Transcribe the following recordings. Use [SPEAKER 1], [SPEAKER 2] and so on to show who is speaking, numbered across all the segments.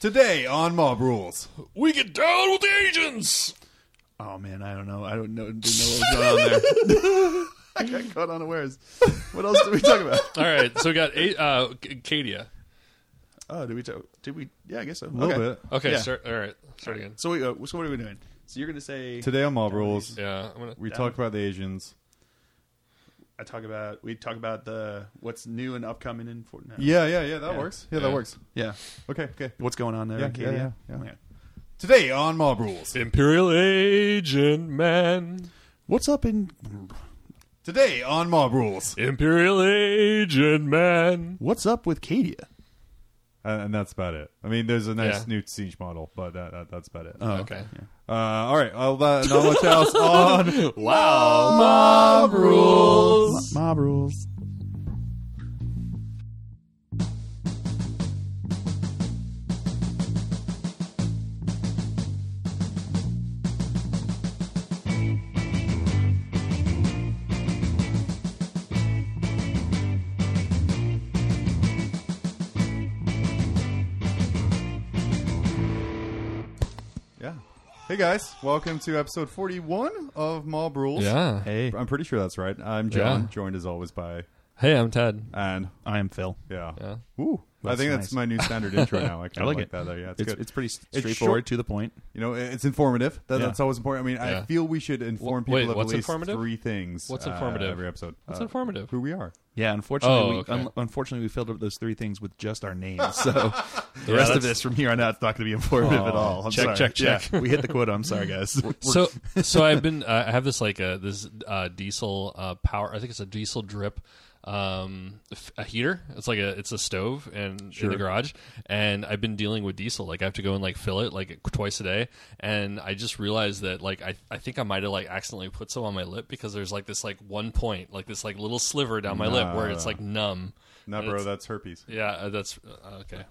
[SPEAKER 1] Today on Mob Rules.
[SPEAKER 2] We get down with the agents.
[SPEAKER 1] Oh man, I don't know. I don't know. Didn't know what was going on there. I got caught unawares. What else did we talk about?
[SPEAKER 2] All right, so we got a- uh, C- Cadia.
[SPEAKER 1] Oh, did we talk? Did we? Yeah, I guess so. A
[SPEAKER 3] little
[SPEAKER 1] okay.
[SPEAKER 3] bit.
[SPEAKER 2] Okay,
[SPEAKER 1] Yeah.
[SPEAKER 2] start. All right, start again.
[SPEAKER 1] So, we, uh, so what are we doing? So you're gonna say
[SPEAKER 3] Today on Mob Rules,
[SPEAKER 2] Yeah, I'm gonna.
[SPEAKER 3] we talked about the Asians.
[SPEAKER 1] I talk about we talk about the what's new and upcoming in Fortnite.
[SPEAKER 3] Yeah, yeah, yeah. That
[SPEAKER 1] Yeah.
[SPEAKER 3] works. Yeah,
[SPEAKER 2] Yeah.
[SPEAKER 3] that works.
[SPEAKER 1] yeah.
[SPEAKER 3] Okay, okay.
[SPEAKER 1] What's going on there?
[SPEAKER 3] Yeah,
[SPEAKER 1] in
[SPEAKER 3] yeah,
[SPEAKER 1] Cadia?
[SPEAKER 3] yeah, yeah.
[SPEAKER 1] Today on Mob Rules.
[SPEAKER 2] Imperial agent man.
[SPEAKER 1] What's up in? Today on Mob Rules.
[SPEAKER 2] Imperial agent man.
[SPEAKER 1] What's up with Cadia?
[SPEAKER 3] And, and that's about it. I mean, there's a nice
[SPEAKER 2] Yeah.
[SPEAKER 3] new siege model, but that, that, that's about it.
[SPEAKER 2] Okay.
[SPEAKER 3] Uh, all right. I'll let now let's else on
[SPEAKER 2] Wow. Mob rules.
[SPEAKER 1] Mob Rules.
[SPEAKER 3] Yeah. Hey guys, welcome to episode 41 of Mob Rules.
[SPEAKER 2] Yeah.
[SPEAKER 1] Hey,
[SPEAKER 3] I'm pretty sure that's right. I'm John,
[SPEAKER 2] Yeah.
[SPEAKER 3] joined as always by
[SPEAKER 2] Hey, I'm Ted.
[SPEAKER 3] and
[SPEAKER 1] I am Phil.
[SPEAKER 3] yeah.
[SPEAKER 2] Yeah.
[SPEAKER 3] Ooh, I
[SPEAKER 1] That's
[SPEAKER 3] think
[SPEAKER 1] nice.
[SPEAKER 3] that's my new standard intro now. I,
[SPEAKER 1] I
[SPEAKER 3] kinda
[SPEAKER 1] like, it.
[SPEAKER 3] that. Though. Yeah, it's,
[SPEAKER 1] it's,
[SPEAKER 3] good.
[SPEAKER 1] it's pretty s-
[SPEAKER 3] It's
[SPEAKER 1] straightforward
[SPEAKER 3] short.
[SPEAKER 1] to the point.
[SPEAKER 3] you know, it- it's informative. That,
[SPEAKER 1] Yeah.
[SPEAKER 3] That's always important. I mean, I
[SPEAKER 2] Yeah.
[SPEAKER 3] feel we should inform
[SPEAKER 2] Wh- wait,
[SPEAKER 3] people of
[SPEAKER 2] what's
[SPEAKER 3] at least
[SPEAKER 2] informative?
[SPEAKER 3] three things.
[SPEAKER 2] What's
[SPEAKER 3] uh,
[SPEAKER 2] informative?
[SPEAKER 3] every episode?
[SPEAKER 2] What's
[SPEAKER 3] Uh,
[SPEAKER 2] informative?
[SPEAKER 3] Who we are?
[SPEAKER 1] Yeah, unfortunately,
[SPEAKER 2] Oh,
[SPEAKER 1] we,
[SPEAKER 2] okay.
[SPEAKER 1] un- unfortunately, we filled up those three things with just our names. So the
[SPEAKER 2] Yeah,
[SPEAKER 1] rest of
[SPEAKER 2] that's-
[SPEAKER 1] this from here on out is not going to be informative at all. I'm
[SPEAKER 2] Check,
[SPEAKER 1] sorry.
[SPEAKER 2] check,
[SPEAKER 1] Yeah,
[SPEAKER 2] check.
[SPEAKER 1] we hit the quota. I'm sorry, guys.
[SPEAKER 2] so so I've been uh, I have this like uh, this uh, diesel uh, power I think it's a diesel drip um f- a heater it's like a it's a stove and in the garage and I've been dealing with diesel like I have to go and like fill it like twice a day and I just realized that like I I think I might have like accidentally put some on my lip because there's like this like one point like this like little sliver down my lip where it's like numb
[SPEAKER 3] No,
[SPEAKER 2] And
[SPEAKER 3] bro,
[SPEAKER 2] it's-
[SPEAKER 3] that's herpes.
[SPEAKER 2] yeah uh, that's uh, okay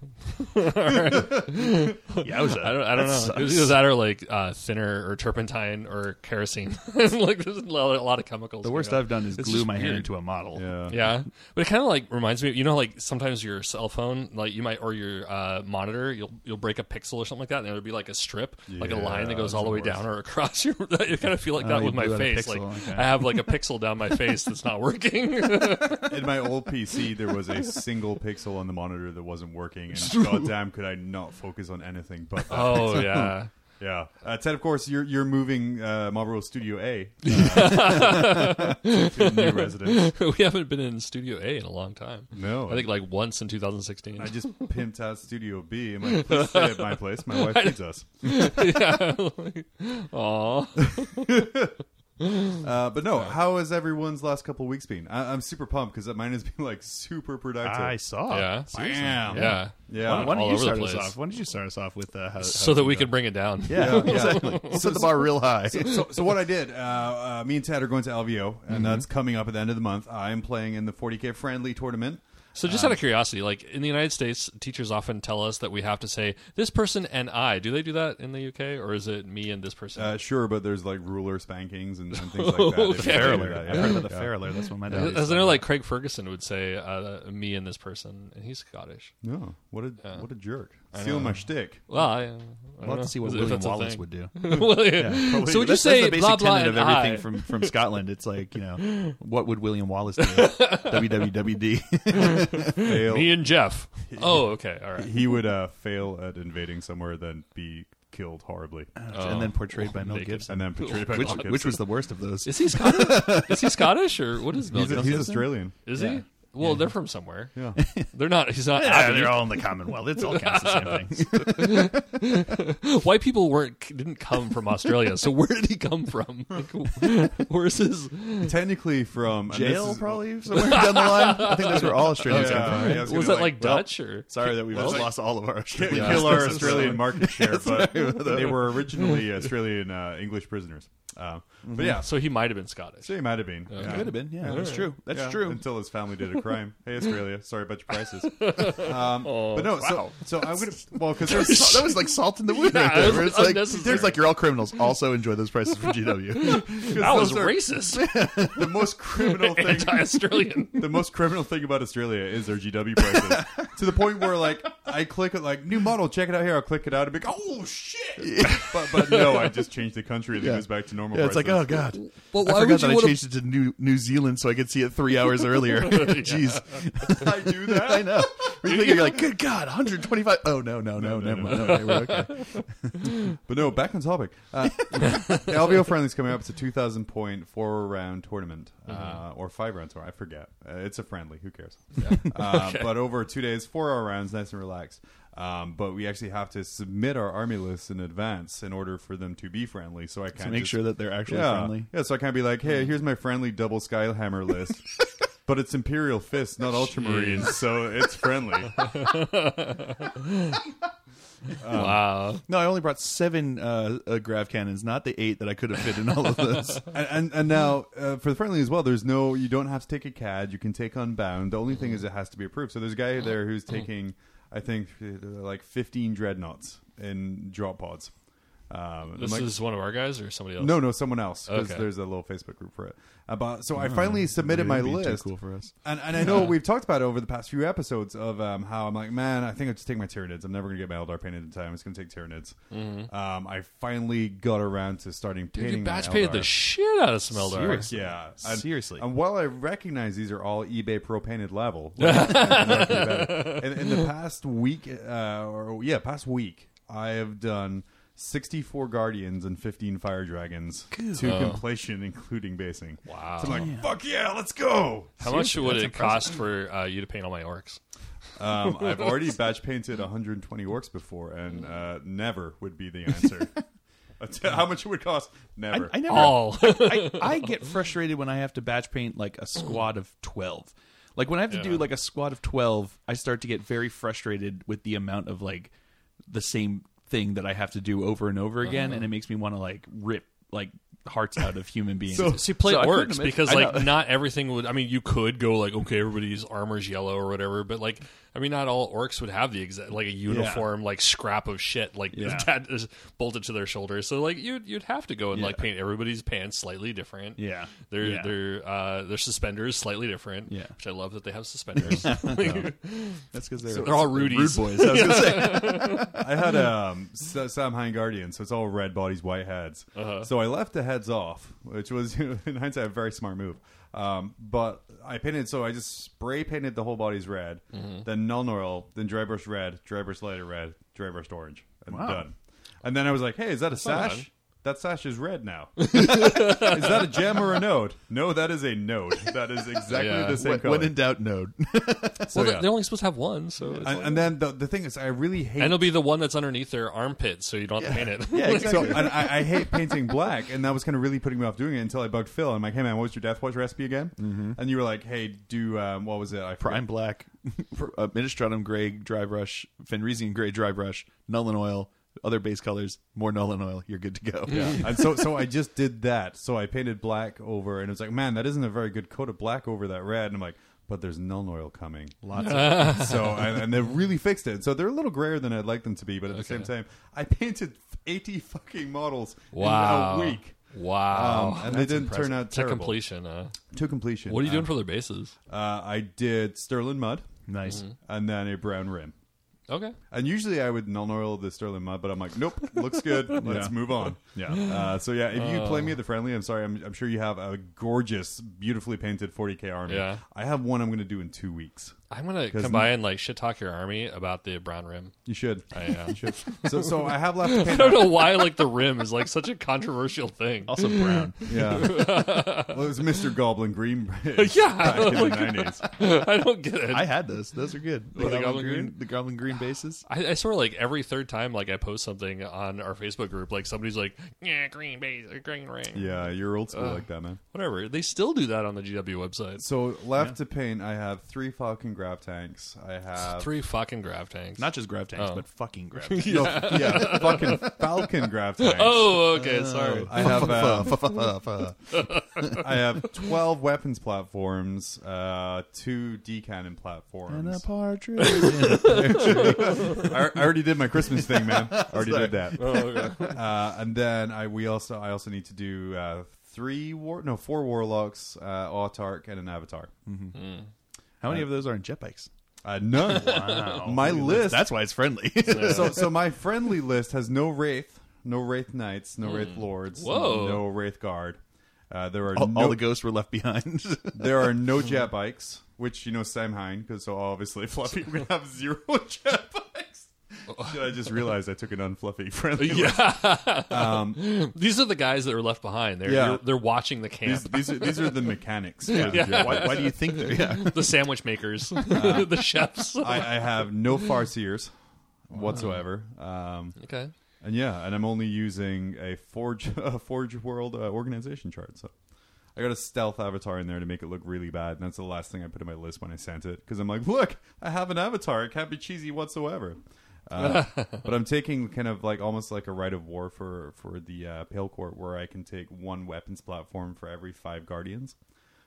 [SPEAKER 1] yeah, I was.
[SPEAKER 2] I don't, I don't know. It was either that or like uh, thinner or turpentine or kerosene. like there's a lot, a lot of chemicals.
[SPEAKER 1] The worst
[SPEAKER 2] going on.
[SPEAKER 1] I've done is
[SPEAKER 2] It's
[SPEAKER 1] glue
[SPEAKER 2] just
[SPEAKER 1] my hand
[SPEAKER 2] weird.
[SPEAKER 1] into a model.
[SPEAKER 3] Yeah.
[SPEAKER 2] Yeah, but it kind of like reminds me. You know, like sometimes your cell phone, like you might or your uh, monitor, you'll you'll break a pixel or something like that, and it'll be like a strip, like a line that
[SPEAKER 3] Yeah,
[SPEAKER 2] goes all the way
[SPEAKER 3] it's the
[SPEAKER 2] down or across your. I kind of feel like that
[SPEAKER 1] Oh, you
[SPEAKER 2] with my
[SPEAKER 1] blew out a
[SPEAKER 2] face.
[SPEAKER 1] pixel,
[SPEAKER 2] like
[SPEAKER 1] okay.
[SPEAKER 2] I have like a pixel down my face that's not working.
[SPEAKER 3] In my old PC, there was a single pixel on the monitor that wasn't working, and goddamn, could I not focus on anything but that.
[SPEAKER 2] oh yeah.
[SPEAKER 3] Yeah, uh, Ted. Of course, you're you're moving uh, Marlboro Studio A uh, to a new residence.
[SPEAKER 2] we haven't been in Studio A in a long time.
[SPEAKER 3] No.
[SPEAKER 2] I think like once in 2016.
[SPEAKER 3] I just pimped out Studio B. I'm like, please stay at my place. My wife needs us.
[SPEAKER 2] yeah. like, aw.
[SPEAKER 3] Uh, but no, how has everyone's last couple weeks been? I, I'm super pumped because mine has been like super productive.
[SPEAKER 1] I saw.
[SPEAKER 2] Yeah.
[SPEAKER 1] Seriously.
[SPEAKER 3] Bam.
[SPEAKER 2] Yeah.
[SPEAKER 3] Yeah.
[SPEAKER 1] Why, why
[SPEAKER 2] All
[SPEAKER 1] don't you
[SPEAKER 2] over the
[SPEAKER 1] start us
[SPEAKER 2] place.
[SPEAKER 1] off? Why don't you start us off with uh, how,
[SPEAKER 2] So that we can bring it down.
[SPEAKER 1] Yeah, exactly. We'll set the bar real high.
[SPEAKER 3] so, so what I did, uh, uh, me and Ted are going to LVO,
[SPEAKER 1] Mm-hmm.
[SPEAKER 3] and that's coming up at the end of the month. I am playing in the 40k friendly tournament.
[SPEAKER 2] So just out of curiosity, like in the United States, teachers often tell us that we have to say this person and I. Do they do that in the UK or is it me and this person?
[SPEAKER 3] Uh, sure, but there's like ruler spankings and, and things like that.
[SPEAKER 2] Okay.
[SPEAKER 3] If you do
[SPEAKER 1] Fair alert.
[SPEAKER 3] that,
[SPEAKER 1] I
[SPEAKER 3] yeah.
[SPEAKER 1] heard about the fair alert. That's what my dad.
[SPEAKER 2] As
[SPEAKER 1] used
[SPEAKER 2] I
[SPEAKER 1] to
[SPEAKER 2] know,
[SPEAKER 1] do.
[SPEAKER 2] like Craig Ferguson would say, uh, "Me and this person," and he's Scottish.
[SPEAKER 3] No, what a what a jerk! Stealing my shtick.
[SPEAKER 2] Well, I, I don't
[SPEAKER 1] We'll
[SPEAKER 2] know.
[SPEAKER 1] have to see what
[SPEAKER 2] If
[SPEAKER 1] William
[SPEAKER 2] that's a
[SPEAKER 1] Wallace
[SPEAKER 2] thing.
[SPEAKER 1] would do.
[SPEAKER 2] Well, yeah.
[SPEAKER 1] Probably-
[SPEAKER 2] So would you
[SPEAKER 1] that's, that's
[SPEAKER 2] say
[SPEAKER 1] the basic
[SPEAKER 2] blah blah
[SPEAKER 1] tenet
[SPEAKER 2] and
[SPEAKER 1] of everything
[SPEAKER 2] I?
[SPEAKER 1] from from Scotland? It's like you know, what would William Wallace do? WWWD.
[SPEAKER 3] Fail.
[SPEAKER 2] me and Jeff? Oh, okay, all right.
[SPEAKER 3] he would uh, fail at invading somewhere, then be killed horribly,
[SPEAKER 2] Oh.
[SPEAKER 1] and then portrayed by Mel
[SPEAKER 2] Naked.
[SPEAKER 1] Gibson,
[SPEAKER 3] and then portrayed by
[SPEAKER 1] which
[SPEAKER 3] Mel Gibson.
[SPEAKER 1] which was the worst of those.
[SPEAKER 2] Is he Scottish? is he Scottish or what is Mel
[SPEAKER 3] he's, a- he's
[SPEAKER 2] Gibson?
[SPEAKER 3] Australian.
[SPEAKER 2] Is he? Well, they're from somewhere.
[SPEAKER 3] Yeah.
[SPEAKER 2] They're not. He's not.
[SPEAKER 1] Ah,
[SPEAKER 2] Abby.
[SPEAKER 1] they're all in the Commonwealth. It's all counts the same thing.
[SPEAKER 2] White people weren't didn't come from Australia. so where did he come from? Like, where's his?
[SPEAKER 3] Technically from and this
[SPEAKER 1] Jail,
[SPEAKER 3] is- Oh,
[SPEAKER 1] probably somewhere down the line. I think that's where all Australians come from.
[SPEAKER 3] Yeah, yeah, I
[SPEAKER 2] was
[SPEAKER 3] gonna
[SPEAKER 2] that
[SPEAKER 3] be
[SPEAKER 2] like
[SPEAKER 3] well,
[SPEAKER 2] Dutch or?
[SPEAKER 1] Sorry that we've just lost all of our Australian.
[SPEAKER 3] kill our Australian market share, but they were originally Australian uh, English prisoners. Uh, But yeah,
[SPEAKER 2] So he might have been Scottish.
[SPEAKER 3] so he might have been. Yeah.
[SPEAKER 1] Could have been. Yeah, that's true. That's
[SPEAKER 3] Yeah,
[SPEAKER 1] true.
[SPEAKER 3] Until his family did a crime. hey, Australia, sorry about your prices. Um, but no,
[SPEAKER 1] wow.
[SPEAKER 3] so, so I'm gonna well because
[SPEAKER 1] That was- that was like salt in the wound right
[SPEAKER 2] Yeah,
[SPEAKER 1] there.
[SPEAKER 2] it was
[SPEAKER 1] where It's like,
[SPEAKER 2] unnecessary.
[SPEAKER 1] there's like you're all criminals. Also enjoy those prices from GW.
[SPEAKER 2] That was
[SPEAKER 3] those are
[SPEAKER 2] racist.
[SPEAKER 3] the most criminal thing
[SPEAKER 2] Anti-Australian.
[SPEAKER 3] the most criminal thing about Australia is their GW prices to the point where like I click it like new model, check it out here. I'll click it out and be like, oh shit! but, but no, I just changed the country and it
[SPEAKER 1] Yeah.
[SPEAKER 3] goes back to normal.
[SPEAKER 1] Yeah, it's like,
[SPEAKER 3] prices.
[SPEAKER 1] oh god.
[SPEAKER 4] Well,
[SPEAKER 1] I forgot
[SPEAKER 4] why would you
[SPEAKER 1] that I
[SPEAKER 4] wanna-
[SPEAKER 1] changed it to New New Zealand so I could see it three hours earlier. Jeez, oh,
[SPEAKER 3] I do that.
[SPEAKER 1] I know. We're thinking, you're like, good god, 125. Oh no, no, no, never mind. Okay, we're okay.
[SPEAKER 3] But no, back on topic. Uh, LVO friendly's coming up. It's a two thousand point four round tournament
[SPEAKER 1] Mm-hmm.
[SPEAKER 3] uh, or five round tournament. I forget. Uh, it's a friendly. Who cares? Uh, But over two days, four hour rounds, nice and relaxed. Um, but we actually have to submit our army lists in advance in order for them to be friendly. So I can't
[SPEAKER 1] To make
[SPEAKER 3] just-
[SPEAKER 1] sure that they're actually
[SPEAKER 3] yeah.
[SPEAKER 1] friendly.
[SPEAKER 3] Yeah, so I can't be like, hey, here's my friendly double skyhammer list. But it's Imperial Fist, not Ultramarines, so it's friendly. Um,
[SPEAKER 2] wow.
[SPEAKER 1] No, I only brought seven uh, uh, grav cannons, not the eight that I could have fit in all of this.
[SPEAKER 3] and, and and now uh, for the friendly as well, there's no you don't have to take a CAD. You can take Unbound. The only thing is it has to be approved. So there's a guy there who's taking, I think, uh, like 15 dreadnoughts in drop pods. Um,
[SPEAKER 2] This
[SPEAKER 3] I'm like,
[SPEAKER 2] is one of our guys or somebody else?
[SPEAKER 3] no, no, someone else because
[SPEAKER 2] Okay. Oh,
[SPEAKER 3] there's a little Facebook group for it. About so I finally submitted my
[SPEAKER 1] It'd be too
[SPEAKER 3] list.
[SPEAKER 1] cool for us.
[SPEAKER 3] And, and I know we've talked about it over the past few episodes of um, how I'm like, man, I think I'll just take my Tyranids. I'm never going to get my Eldar painted in time. It's going to take Tyranids. Um, I finally got around to starting
[SPEAKER 2] Mm-hmm. Dude,
[SPEAKER 3] painting.
[SPEAKER 2] you
[SPEAKER 3] my
[SPEAKER 2] batch painted the
[SPEAKER 3] Eldar.
[SPEAKER 2] shit out of Smeldar.
[SPEAKER 1] Seriously.
[SPEAKER 3] Yeah,
[SPEAKER 1] Seriously.
[SPEAKER 3] And while I recognize these are all eBay pro painted level, in, in the past week, uh, or yeah, past week, I have done sixty-four guardians and fifteen fire dragons to completion, including basing.
[SPEAKER 2] Wow.
[SPEAKER 3] So I'm like, fuck yeah, let's go.
[SPEAKER 2] How much would it cost for uh, you to paint all my orcs?
[SPEAKER 3] Um, I've already batch painted 120 orcs before, and uh, never would be the answer. How much it would cost?
[SPEAKER 1] I,
[SPEAKER 3] Never.
[SPEAKER 1] I never.
[SPEAKER 2] All.
[SPEAKER 1] I, I get frustrated when I have to batch paint like a squad of twelve. Like when I have to do like a squad of twelve, I start to get very frustrated with the amount of like the same thing that I have to do over and over again, and it makes me want to like rip like hearts out of human beings.
[SPEAKER 3] So-
[SPEAKER 2] See, play
[SPEAKER 1] So I couldn't
[SPEAKER 2] orcs
[SPEAKER 1] admit-
[SPEAKER 2] because
[SPEAKER 1] I
[SPEAKER 2] like
[SPEAKER 1] know.
[SPEAKER 2] not everything would. I mean, you could go like okay, everybody's armor's yellow or whatever, but like I mean, not all orcs would have the exact like a uniform like scrap of shit like that is bolted to their shoulders. So like you'd you'd have to go and like
[SPEAKER 1] Yeah.
[SPEAKER 2] paint everybody's pants slightly different.
[SPEAKER 1] Yeah.
[SPEAKER 2] their
[SPEAKER 1] Yeah.
[SPEAKER 2] their uh, their suspenders slightly different.
[SPEAKER 1] Yeah.
[SPEAKER 2] which I love that they have suspenders.
[SPEAKER 1] that's because they're,
[SPEAKER 2] They're all rudies.
[SPEAKER 1] boys. I was gonna say.
[SPEAKER 3] I had um, S- Sam Hine Guardian, so it's all red bodies, white heads. So I left the heads off, which was in hindsight a very smart move. Um, but I painted, so I just spray painted the whole bodies red, then null oil, then dry brush red, dry brush lighter red, dry brushed orange, and done. And then I was like, hey, is that a sash? That sash is red now. is that a gem or a node? No, that is a node. That is exactly
[SPEAKER 2] Yeah.
[SPEAKER 3] the same
[SPEAKER 1] When-
[SPEAKER 3] color.
[SPEAKER 1] when in doubt, node.
[SPEAKER 3] So,
[SPEAKER 2] well, they-
[SPEAKER 3] yeah.
[SPEAKER 2] they're only supposed to have one, so it's
[SPEAKER 3] and,
[SPEAKER 2] like-
[SPEAKER 3] and then the, the thing is, I really hate
[SPEAKER 2] and it'll be the one that's underneath their armpit, so you don't have to paint it.
[SPEAKER 1] Yeah, exactly.
[SPEAKER 3] So and I, I hate painting black, and that was kind of really putting me off doing it until I bugged Phil. I'm like, hey man, what was your Death Watch recipe again? Mm-hmm. And you were like, hey, do um, what was it? I forget.
[SPEAKER 1] Prime Black, uh, Ministratum Gray Dry Brush, Fenrisian Gray Dry Brush, Nullin Oil, other base colors, more Nullin Oil. You're good to go. Yeah.
[SPEAKER 3] and so, so I just did that. So I painted black over, and it was like, man, that isn't a very good coat of black over that red. And I'm like, but there's null oil coming. Lots of it. So, and, and they really fixed it. So they're a little grayer than I'd like them to be, but at the same time, I painted 80 fucking models
[SPEAKER 2] Wow.
[SPEAKER 3] in a week.
[SPEAKER 2] Wow.
[SPEAKER 3] Um, and they didn't turn out
[SPEAKER 2] to
[SPEAKER 3] terrible.
[SPEAKER 2] completion. Uh,
[SPEAKER 3] To completion.
[SPEAKER 2] what are you doing for their bases?
[SPEAKER 3] Uh, I did Sterling Mud.
[SPEAKER 1] Nice.
[SPEAKER 3] and then a brown rim.
[SPEAKER 2] Okay.
[SPEAKER 3] And usually I would null oil the sterling mud, but I'm like, nope, looks good. Let's move on. Yeah. Uh, so yeah, if you play me at the friendly, I'm sorry, I'm, I'm sure you have a gorgeous, beautifully painted 40k army.
[SPEAKER 2] Yeah.
[SPEAKER 3] I have one I'm going to do in two weeks.
[SPEAKER 2] I'm gonna
[SPEAKER 3] 'Cause
[SPEAKER 2] come by and like shit talk your army about the brown rim.
[SPEAKER 3] You should.
[SPEAKER 2] I, uh,
[SPEAKER 3] You should. So so I have left to
[SPEAKER 2] I
[SPEAKER 3] paint.
[SPEAKER 2] don't know why like the rim is like such a controversial thing.
[SPEAKER 3] Oh.
[SPEAKER 1] Also brown.
[SPEAKER 3] Yeah. Well, it was Mr. Goblin Green.
[SPEAKER 2] Yeah.
[SPEAKER 3] Back in the 90s.
[SPEAKER 2] I don't get it.
[SPEAKER 1] I
[SPEAKER 2] I,
[SPEAKER 1] had those. Those are good.
[SPEAKER 2] Were they Goblin green?
[SPEAKER 1] the Goblin Green bases.
[SPEAKER 2] I, swear, like every third time like I post something on our Facebook group, like somebody's like, yeah, green base, or green ring,
[SPEAKER 3] Yeah, you're old
[SPEAKER 2] Uh.
[SPEAKER 3] school like that, man.
[SPEAKER 2] whatever. They still do that on the GW website.
[SPEAKER 3] So left to paint, I have three Falcon Grav tanks. I have
[SPEAKER 2] Three fucking grav tanks.
[SPEAKER 1] Not just grav
[SPEAKER 3] Oh.
[SPEAKER 1] tanks, but fucking grav tanks.
[SPEAKER 3] No, yeah, fucking Falcon Grav tanks.
[SPEAKER 2] oh, okay, sorry.
[SPEAKER 3] I have uh,
[SPEAKER 1] Fuck.
[SPEAKER 3] I have 12 weapons platforms, uh, two D cannon
[SPEAKER 1] and uh, a
[SPEAKER 3] platforms.
[SPEAKER 1] partridge.
[SPEAKER 3] I, I already did my Christmas thing, man. I already did that.
[SPEAKER 2] oh, okay.
[SPEAKER 3] Uh, and then I we also I also need to do uh, three war no four warlocks, uh, autark, and an avatar.
[SPEAKER 1] How many of those are in jet bikes? Oh,
[SPEAKER 3] Uh, none. My
[SPEAKER 1] Look at this.
[SPEAKER 3] list.
[SPEAKER 1] That's why it's friendly.
[SPEAKER 3] so, so my friendly list has no wraith, no wraith knights, no wraith lords,
[SPEAKER 2] Hmm. Whoa.
[SPEAKER 3] no wraith guard. Uh, there are
[SPEAKER 1] all,
[SPEAKER 3] no,
[SPEAKER 1] all the ghosts were left behind.
[SPEAKER 3] there are no jet bikes, which you know Sam Hine, because so obviously Fluffy would have zero jet bikes. I just realized I took an unfluffy friendly. list.
[SPEAKER 2] Yeah. These are the guys that are left behind. They're
[SPEAKER 3] Yeah.
[SPEAKER 2] you're- they're watching the camp.
[SPEAKER 3] These, these are these are the mechanics. for the jet
[SPEAKER 1] why, why do you think that? Yeah.
[SPEAKER 2] the sandwich makers,
[SPEAKER 3] Uh.
[SPEAKER 2] the chefs.
[SPEAKER 3] I, I have no farseers whatsoever. Um,
[SPEAKER 2] Okay.
[SPEAKER 3] and yeah, and I'm only using a Forge a Forge World uh, organization chart. So I got a stealth avatar in there to make it look really bad, and that's the last thing I put in my list when I sent it because I'm like, look, I have an avatar. It can't be cheesy whatsoever. Uh, but I'm taking kind of like almost like a right of war for for the uh, pale court where I can take one weapons platform for every five guardians.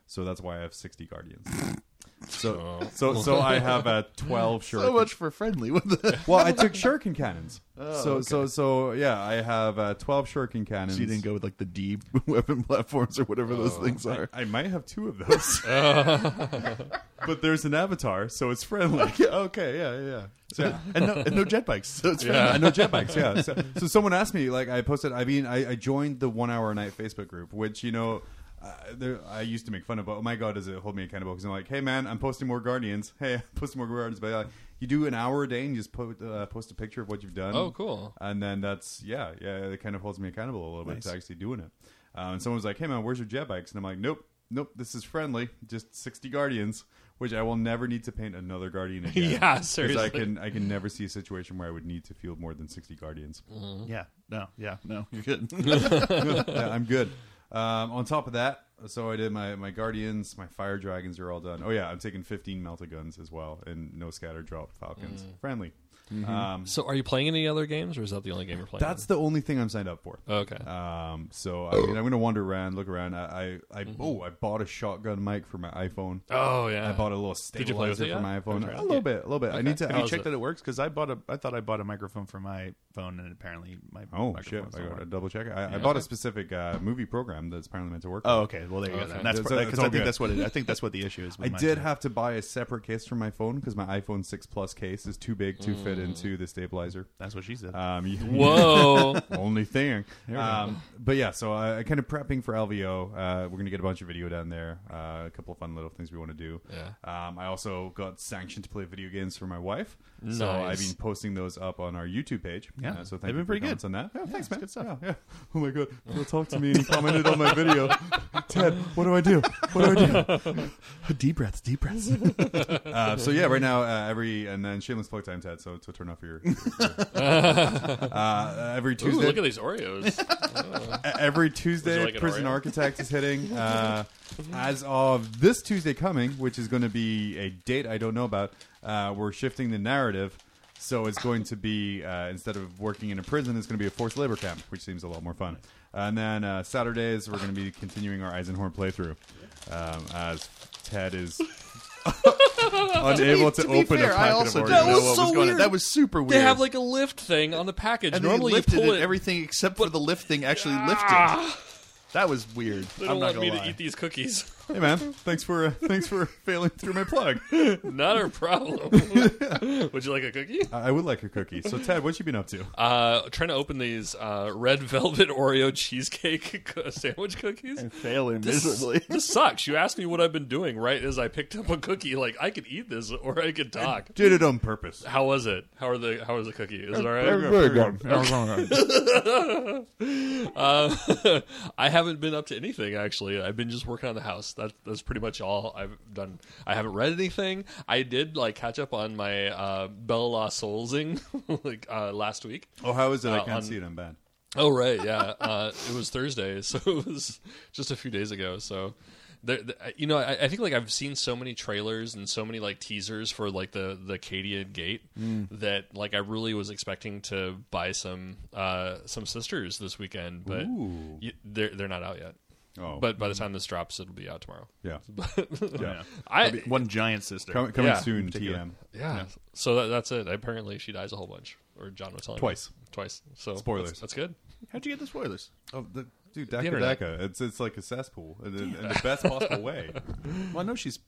[SPEAKER 3] So that's why I have 60 guardians. So, so, so I have a 12 shuriken
[SPEAKER 1] So much for friendly. What the?
[SPEAKER 3] well, I took shuriken cannons.
[SPEAKER 2] Oh,
[SPEAKER 3] so so so yeah, I have uh, twelve shuriken cannons.
[SPEAKER 1] So you didn't go with like the D weapon platforms or whatever
[SPEAKER 3] Oh,
[SPEAKER 1] those things are.
[SPEAKER 3] I might have two of those. Oh. but there's an avatar, so it's friendly.
[SPEAKER 1] okay, yeah, yeah. and, no, and no jet bikes. So it's friendly.
[SPEAKER 3] Yeah, I know jet bikes. Yeah. So, so someone asked me, like, I posted. I mean, I, I joined the one hour a night Facebook group, which you know. Uh, there, I used to make fun of, but oh my god, does it hold me accountable? Because I'm like, hey man, I'm posting more Guardians. Hey, I'm posting more Guardians. But like, you do an hour a day and you just po- uh, post a picture of what you've done.
[SPEAKER 2] Oh, cool.
[SPEAKER 3] And then that's yeah, yeah. It kind of holds me accountable a little bit to actually doing it. Um, and someone's like, "Hey man, where's your jet bikes?" And I'm like, "Nope, nope. This is friendly. Just 60 guardians, which I will never need to paint another guardian again.
[SPEAKER 2] Yeah,
[SPEAKER 3] 'Cause I
[SPEAKER 2] seriously.
[SPEAKER 3] can I can never see a situation where I would need to field more than 60 guardians.
[SPEAKER 1] Yeah, no, yeah, no. You're good.
[SPEAKER 3] yeah, I'm good. Um, on top of that, so I did my my guardians, my fire dragons are all done. Oh yeah, I'm taking 15 melta guns as well, and no scatter drop falcons.
[SPEAKER 2] Mm.
[SPEAKER 3] Friendly.
[SPEAKER 2] Mm-hmm.
[SPEAKER 3] Um,
[SPEAKER 2] So, are you playing any other games, or is that the only game you're playing? Oh,
[SPEAKER 3] that's the only thing I'm signed up for.
[SPEAKER 2] okay.
[SPEAKER 1] Uh,
[SPEAKER 3] Um, so I mean, I'm gonna wander around, look around. I, I, I oh, I bought a shotgun mic for my iPhone.
[SPEAKER 2] oh yeah.
[SPEAKER 3] I bought a little
[SPEAKER 2] you play with
[SPEAKER 3] stabilizer
[SPEAKER 2] it
[SPEAKER 3] for
[SPEAKER 2] yet?
[SPEAKER 3] my iPhone.
[SPEAKER 2] Haven't tried
[SPEAKER 3] A
[SPEAKER 2] it.
[SPEAKER 3] little bit, a little bit. I need to.
[SPEAKER 1] Have you
[SPEAKER 2] How's
[SPEAKER 1] checked
[SPEAKER 2] it?
[SPEAKER 1] that it works? Because I bought a, I thought I bought a microphone for my phone, and apparently my
[SPEAKER 3] oh shit!
[SPEAKER 1] microphone's
[SPEAKER 3] I
[SPEAKER 1] not
[SPEAKER 3] got to
[SPEAKER 1] working.
[SPEAKER 3] double check. I, I bought
[SPEAKER 2] Okay.
[SPEAKER 3] a specific uh, movie program that's apparently meant to work.
[SPEAKER 1] Oh, okay. Well, there you go. Then. That's
[SPEAKER 3] It's-
[SPEAKER 1] because
[SPEAKER 3] it's all
[SPEAKER 1] I think
[SPEAKER 3] good.
[SPEAKER 1] that's what it, I think that's what the issue is. With
[SPEAKER 3] I
[SPEAKER 1] mine,
[SPEAKER 3] did
[SPEAKER 1] too.
[SPEAKER 3] have to buy a separate case for my phone because my iPhone six plus case is too big to fit into the stabilizer.
[SPEAKER 1] That's what she said.
[SPEAKER 3] Um, you-
[SPEAKER 2] Whoa.
[SPEAKER 3] only thing. Um, but yeah, so I, I kind of prepping for LVO. Uh, we're gonna get a bunch of video down there. Uh, a couple of fun little things we want to do.
[SPEAKER 2] Yeah.
[SPEAKER 3] Um, I also got sanctioned to play video games for my wife, so I've
[SPEAKER 2] Nice.
[SPEAKER 3] been posting those up on our YouTube page.
[SPEAKER 1] Yeah.
[SPEAKER 3] Uh, so thank
[SPEAKER 1] They've been
[SPEAKER 3] you for
[SPEAKER 1] pretty
[SPEAKER 3] your comments
[SPEAKER 1] good.
[SPEAKER 3] on that. Yeah, thanks,
[SPEAKER 1] it's
[SPEAKER 3] man.
[SPEAKER 1] good stuff.
[SPEAKER 3] Yeah, yeah. Oh my god, Phil talked to me and he commented on my video. Ted, what do I do? What do I do?
[SPEAKER 1] deep breaths, deep breaths.
[SPEAKER 3] Uh, so yeah, right now uh, every and then shameless plug time, Ted. So to turn off your, your- uh, every
[SPEAKER 2] Ooh,
[SPEAKER 3] Tuesday.
[SPEAKER 2] look at these Oreos.
[SPEAKER 3] A- E-, every Tuesday,
[SPEAKER 2] you like an
[SPEAKER 3] Prison
[SPEAKER 2] Oreo?
[SPEAKER 3] Architect is hitting. Uh, as of this Tuesday coming, which is going to be a date I don't know about, uh, we're shifting the narrative. So it's going to be uh, instead of working in a prison, it's going to be a forced labor camp, which seems a lot more fun. And then uh, Saturdays, we're going to be continuing our Eisenhorn playthrough, um, as Ted is unable to,
[SPEAKER 1] be
[SPEAKER 3] open
[SPEAKER 1] fair,
[SPEAKER 3] a packet
[SPEAKER 1] I also
[SPEAKER 3] of Oreos.
[SPEAKER 1] didn't know
[SPEAKER 2] That was
[SPEAKER 1] what
[SPEAKER 2] so
[SPEAKER 1] was going on.
[SPEAKER 2] weird.
[SPEAKER 1] That was super weird.
[SPEAKER 2] they have like a lift thing on the package.
[SPEAKER 1] and
[SPEAKER 2] Normally,
[SPEAKER 1] they lifted
[SPEAKER 2] you pull it. Ah.
[SPEAKER 1] everything except for the lift thing actually lifted. That was weird.
[SPEAKER 2] they don't
[SPEAKER 1] I'm not
[SPEAKER 2] want
[SPEAKER 1] gonna
[SPEAKER 2] me
[SPEAKER 1] lie.
[SPEAKER 2] to eat these cookies.
[SPEAKER 3] Hey man, thanks for uh, thanks for failing through my plug.
[SPEAKER 2] Not a problem. Would you like a cookie?
[SPEAKER 3] I I would like a cookie. So Ted, what you been up to?
[SPEAKER 2] Uh, trying to open these uh, red velvet Oreo cheesecake co- sandwich cookies.
[SPEAKER 1] Failing
[SPEAKER 2] This- this sucks. You asked me what I've been doing right as I picked up a cookie. Like I could eat this or I could talk.
[SPEAKER 3] Did it on purpose.
[SPEAKER 2] How was it? How are the How was the cookie? Is it all right?
[SPEAKER 1] That's
[SPEAKER 2] Uh, I haven't been up to anything actually. I've been just working on the house. That, that's pretty much all I've done. I haven't read anything. I did like catch up on my uh, Bella La Soulsing like uh, last week.
[SPEAKER 3] Oh, how is it? I can't
[SPEAKER 2] on-
[SPEAKER 3] see it. I'm bad.
[SPEAKER 2] Oh right, yeah. Uh, it was Thursday, so it was just a few days ago. So, there, th- you know, I, I think like I've seen so many trailers and so many like teasers for like the the Cadia Gate
[SPEAKER 3] Mm.
[SPEAKER 2] that like I really was expecting to buy some uh, some sisters this weekend, but
[SPEAKER 3] Ooh.
[SPEAKER 2] y- they're they're not out yet.
[SPEAKER 3] Oh,
[SPEAKER 2] But by the time this drops, it'll be out tomorrow.
[SPEAKER 3] yeah, yeah.
[SPEAKER 2] I
[SPEAKER 1] One giant sister.
[SPEAKER 3] Com- coming
[SPEAKER 2] Yeah.
[SPEAKER 3] soon,
[SPEAKER 1] Particular.
[SPEAKER 3] TM.
[SPEAKER 2] yeah. So that, that's it. Apparently, she dies a whole bunch, or John was telling me.
[SPEAKER 3] Twice.
[SPEAKER 2] twice. So that's-
[SPEAKER 3] Spoilers.
[SPEAKER 2] That's good.
[SPEAKER 1] How'd you get the spoilers?
[SPEAKER 3] Oh, the, dude, Daka
[SPEAKER 2] internet.
[SPEAKER 3] Daka. It's it's like a cesspool in, in, in the best possible way.
[SPEAKER 1] Well, I know she's.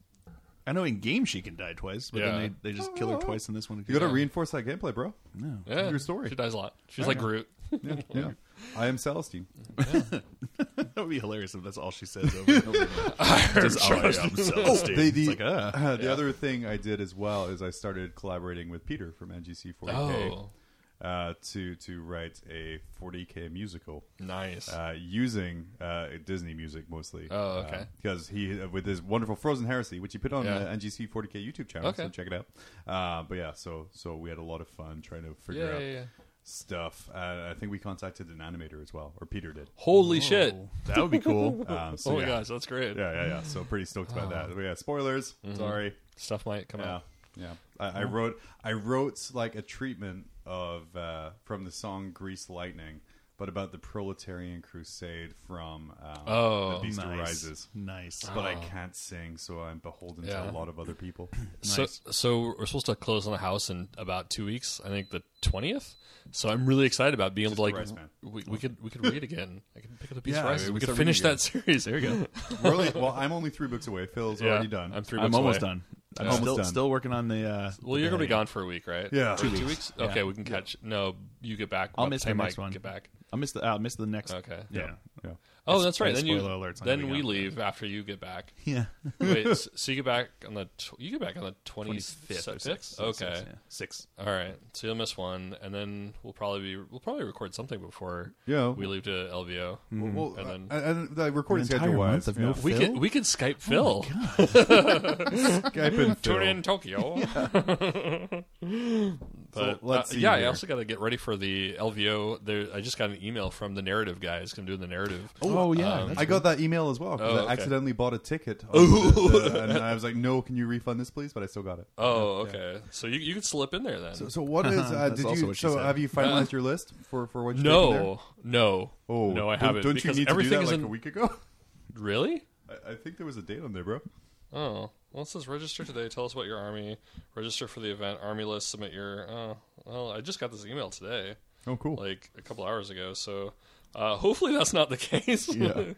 [SPEAKER 1] I know in games she can die twice, but
[SPEAKER 2] Yeah.
[SPEAKER 1] then they, they just kill her twice in this one.
[SPEAKER 3] You got to reinforce that gameplay, bro.
[SPEAKER 2] Yeah,
[SPEAKER 3] Your story.
[SPEAKER 2] She dies a lot. She's like Groot.
[SPEAKER 3] Yeah, yeah. I am Celestine.
[SPEAKER 1] that would be hilarious if that's all she says over and over. Just, "Oh, I am Celestine."
[SPEAKER 3] The,
[SPEAKER 1] It's
[SPEAKER 3] the,
[SPEAKER 1] like, ah.
[SPEAKER 3] uh, the other thing I did as well is I started collaborating with Peter from NGC40K
[SPEAKER 2] Oh.
[SPEAKER 3] uh, to to write a 40K musical.
[SPEAKER 2] Nice.
[SPEAKER 3] uh, using uh, Disney music mostly. Uh,
[SPEAKER 2] Oh, okay.
[SPEAKER 3] Because he with his wonderful Frozen Heresy, which he put on
[SPEAKER 2] Yeah.
[SPEAKER 3] the NGC 40K YouTube channel, so
[SPEAKER 2] Okay.
[SPEAKER 3] check it out. Uh, but yeah, so so we had a lot of fun trying to figure
[SPEAKER 2] Yeah,
[SPEAKER 3] out
[SPEAKER 2] yeah, yeah.
[SPEAKER 3] stuff. Uh, I think we contacted an animator as well, or Peter did.
[SPEAKER 2] Holy shit.
[SPEAKER 1] that would be cool.
[SPEAKER 3] Um, so
[SPEAKER 2] Oh my
[SPEAKER 3] yeah.
[SPEAKER 2] gosh, Ah. that's great.
[SPEAKER 3] Yeah, yeah, yeah. So pretty stoked about that. But yeah, spoilers.
[SPEAKER 2] Mm-hmm.
[SPEAKER 3] Sorry.
[SPEAKER 2] Stuff might come
[SPEAKER 3] Yeah,
[SPEAKER 2] out.
[SPEAKER 3] yeah. Oh. I, I wrote I wrote like a treatment of uh, from the song "Grease Lightning," but about the proletarian crusade from um,
[SPEAKER 2] Oh.
[SPEAKER 3] "The Beast
[SPEAKER 1] nice.
[SPEAKER 3] Rises."
[SPEAKER 2] Ah.
[SPEAKER 1] Nice.
[SPEAKER 3] but I can't sing, so I'm beholden
[SPEAKER 2] Yeah.
[SPEAKER 3] to a lot of other people.
[SPEAKER 2] So, so we're supposed to close on the house in about two weeks. I think the twentieth. So I'm really excited about being able to
[SPEAKER 3] the rice,
[SPEAKER 2] like
[SPEAKER 3] man.
[SPEAKER 2] we, we could we could read again. I can pick up a piece
[SPEAKER 3] Yeah,
[SPEAKER 2] of rice.
[SPEAKER 3] maybe
[SPEAKER 2] We,
[SPEAKER 3] we
[SPEAKER 2] could
[SPEAKER 3] start
[SPEAKER 2] finish
[SPEAKER 3] reading
[SPEAKER 2] that series. There we go.
[SPEAKER 3] We're only, well, I'm only three books away. Phil's
[SPEAKER 2] yeah,
[SPEAKER 3] already done.
[SPEAKER 2] I'm three.
[SPEAKER 1] I'm
[SPEAKER 2] books
[SPEAKER 1] almost
[SPEAKER 2] away.
[SPEAKER 1] done. I'm
[SPEAKER 3] Yeah.
[SPEAKER 1] still
[SPEAKER 3] Almost done.
[SPEAKER 1] still working on the. Uh,
[SPEAKER 2] Well, you're gonna be gone for a week, right?
[SPEAKER 3] Yeah.
[SPEAKER 2] Or
[SPEAKER 3] Two
[SPEAKER 2] two weeks. Okay, we can catch. No, you get back.
[SPEAKER 1] I'll
[SPEAKER 2] by
[SPEAKER 1] miss
[SPEAKER 2] the time
[SPEAKER 1] the
[SPEAKER 2] I
[SPEAKER 1] next one.
[SPEAKER 2] Get back.
[SPEAKER 1] I missed the. I'll miss the next.
[SPEAKER 2] Okay.
[SPEAKER 1] Yeah.
[SPEAKER 3] yeah.
[SPEAKER 2] Oh, that's right.
[SPEAKER 1] it's
[SPEAKER 2] Then you.
[SPEAKER 1] spoiler alerts on
[SPEAKER 2] then
[SPEAKER 1] the
[SPEAKER 2] we
[SPEAKER 1] weekend.
[SPEAKER 2] leave after you get back.
[SPEAKER 1] Yeah.
[SPEAKER 2] Wait. so, so you get back on the tw- you get back on the twenty
[SPEAKER 1] Fifth or
[SPEAKER 2] fifth.
[SPEAKER 1] sixth.
[SPEAKER 2] Okay.
[SPEAKER 1] Yeah. Six.
[SPEAKER 2] All right, so you'll miss one, and then we'll probably be we'll probably record something before
[SPEAKER 3] Yeah.
[SPEAKER 2] we leave to LVO.
[SPEAKER 3] Well,
[SPEAKER 2] Mm-hmm. And then-
[SPEAKER 3] uh, and the recording
[SPEAKER 1] An entire
[SPEAKER 3] schedule wise,
[SPEAKER 1] month of no
[SPEAKER 2] We
[SPEAKER 1] Phil?
[SPEAKER 2] could we could Skype Phil.
[SPEAKER 3] Oh Skype and
[SPEAKER 2] Tune
[SPEAKER 3] Phil.
[SPEAKER 2] in Tokyo. but
[SPEAKER 3] So let's
[SPEAKER 2] uh,
[SPEAKER 3] see
[SPEAKER 2] yeah, I
[SPEAKER 3] here.
[SPEAKER 2] also got to get ready for the LVO. There, I just got an email from the narrative guys. 'cause I'm doing the narrative.
[SPEAKER 1] Oh, yeah. that's
[SPEAKER 3] I got that email as well 'cause
[SPEAKER 2] Oh, okay.
[SPEAKER 3] I accidentally bought a ticket, on the- the- and I was like, "No, can you refund this, please?" But I still got it.
[SPEAKER 2] Oh, okay. So you you could slip in there then.
[SPEAKER 3] So, so what is? Uh,
[SPEAKER 1] That's
[SPEAKER 3] did
[SPEAKER 1] also
[SPEAKER 3] you?
[SPEAKER 1] what she
[SPEAKER 3] So
[SPEAKER 1] said.
[SPEAKER 3] have you finalized your list for for what? You're taking there?
[SPEAKER 2] no, no,
[SPEAKER 3] Oh
[SPEAKER 2] no, I
[SPEAKER 3] don't-
[SPEAKER 2] haven't.
[SPEAKER 3] Don't
[SPEAKER 2] because
[SPEAKER 3] you need to do
[SPEAKER 2] everything
[SPEAKER 3] that
[SPEAKER 2] is
[SPEAKER 3] like
[SPEAKER 2] in
[SPEAKER 3] a week ago?
[SPEAKER 2] really.
[SPEAKER 3] I, I think there was a date on there, bro.
[SPEAKER 2] Oh, well, it says register today. Tell us about your army. Register for the event. Army list. Submit your. Oh, well, I just got this email today,
[SPEAKER 3] Oh, cool.
[SPEAKER 2] like a couple hours ago. So, uh, hopefully that's not the case.
[SPEAKER 3] Yeah.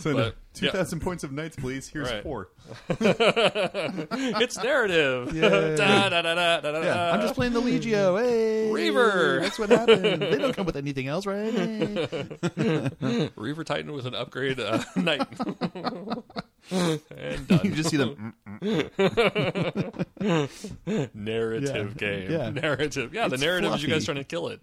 [SPEAKER 3] so
[SPEAKER 2] but-
[SPEAKER 3] two thousand points of knights, please. Here's
[SPEAKER 2] Right.
[SPEAKER 3] four.
[SPEAKER 2] it's narrative.
[SPEAKER 3] Yeah.
[SPEAKER 2] da, da, da, da, da, da,
[SPEAKER 1] Yeah, I'm just playing the Legio. Hey,
[SPEAKER 2] Reaver.
[SPEAKER 1] That's what happened. They don't come with anything else, right? Hey.
[SPEAKER 2] Reaver Titan with an upgrade uh, knight. and done.
[SPEAKER 1] You just see them.
[SPEAKER 2] narrative
[SPEAKER 1] Yeah.
[SPEAKER 2] game.
[SPEAKER 1] Yeah.
[SPEAKER 2] Narrative. Yeah, the narrative is you guys trying to kill it.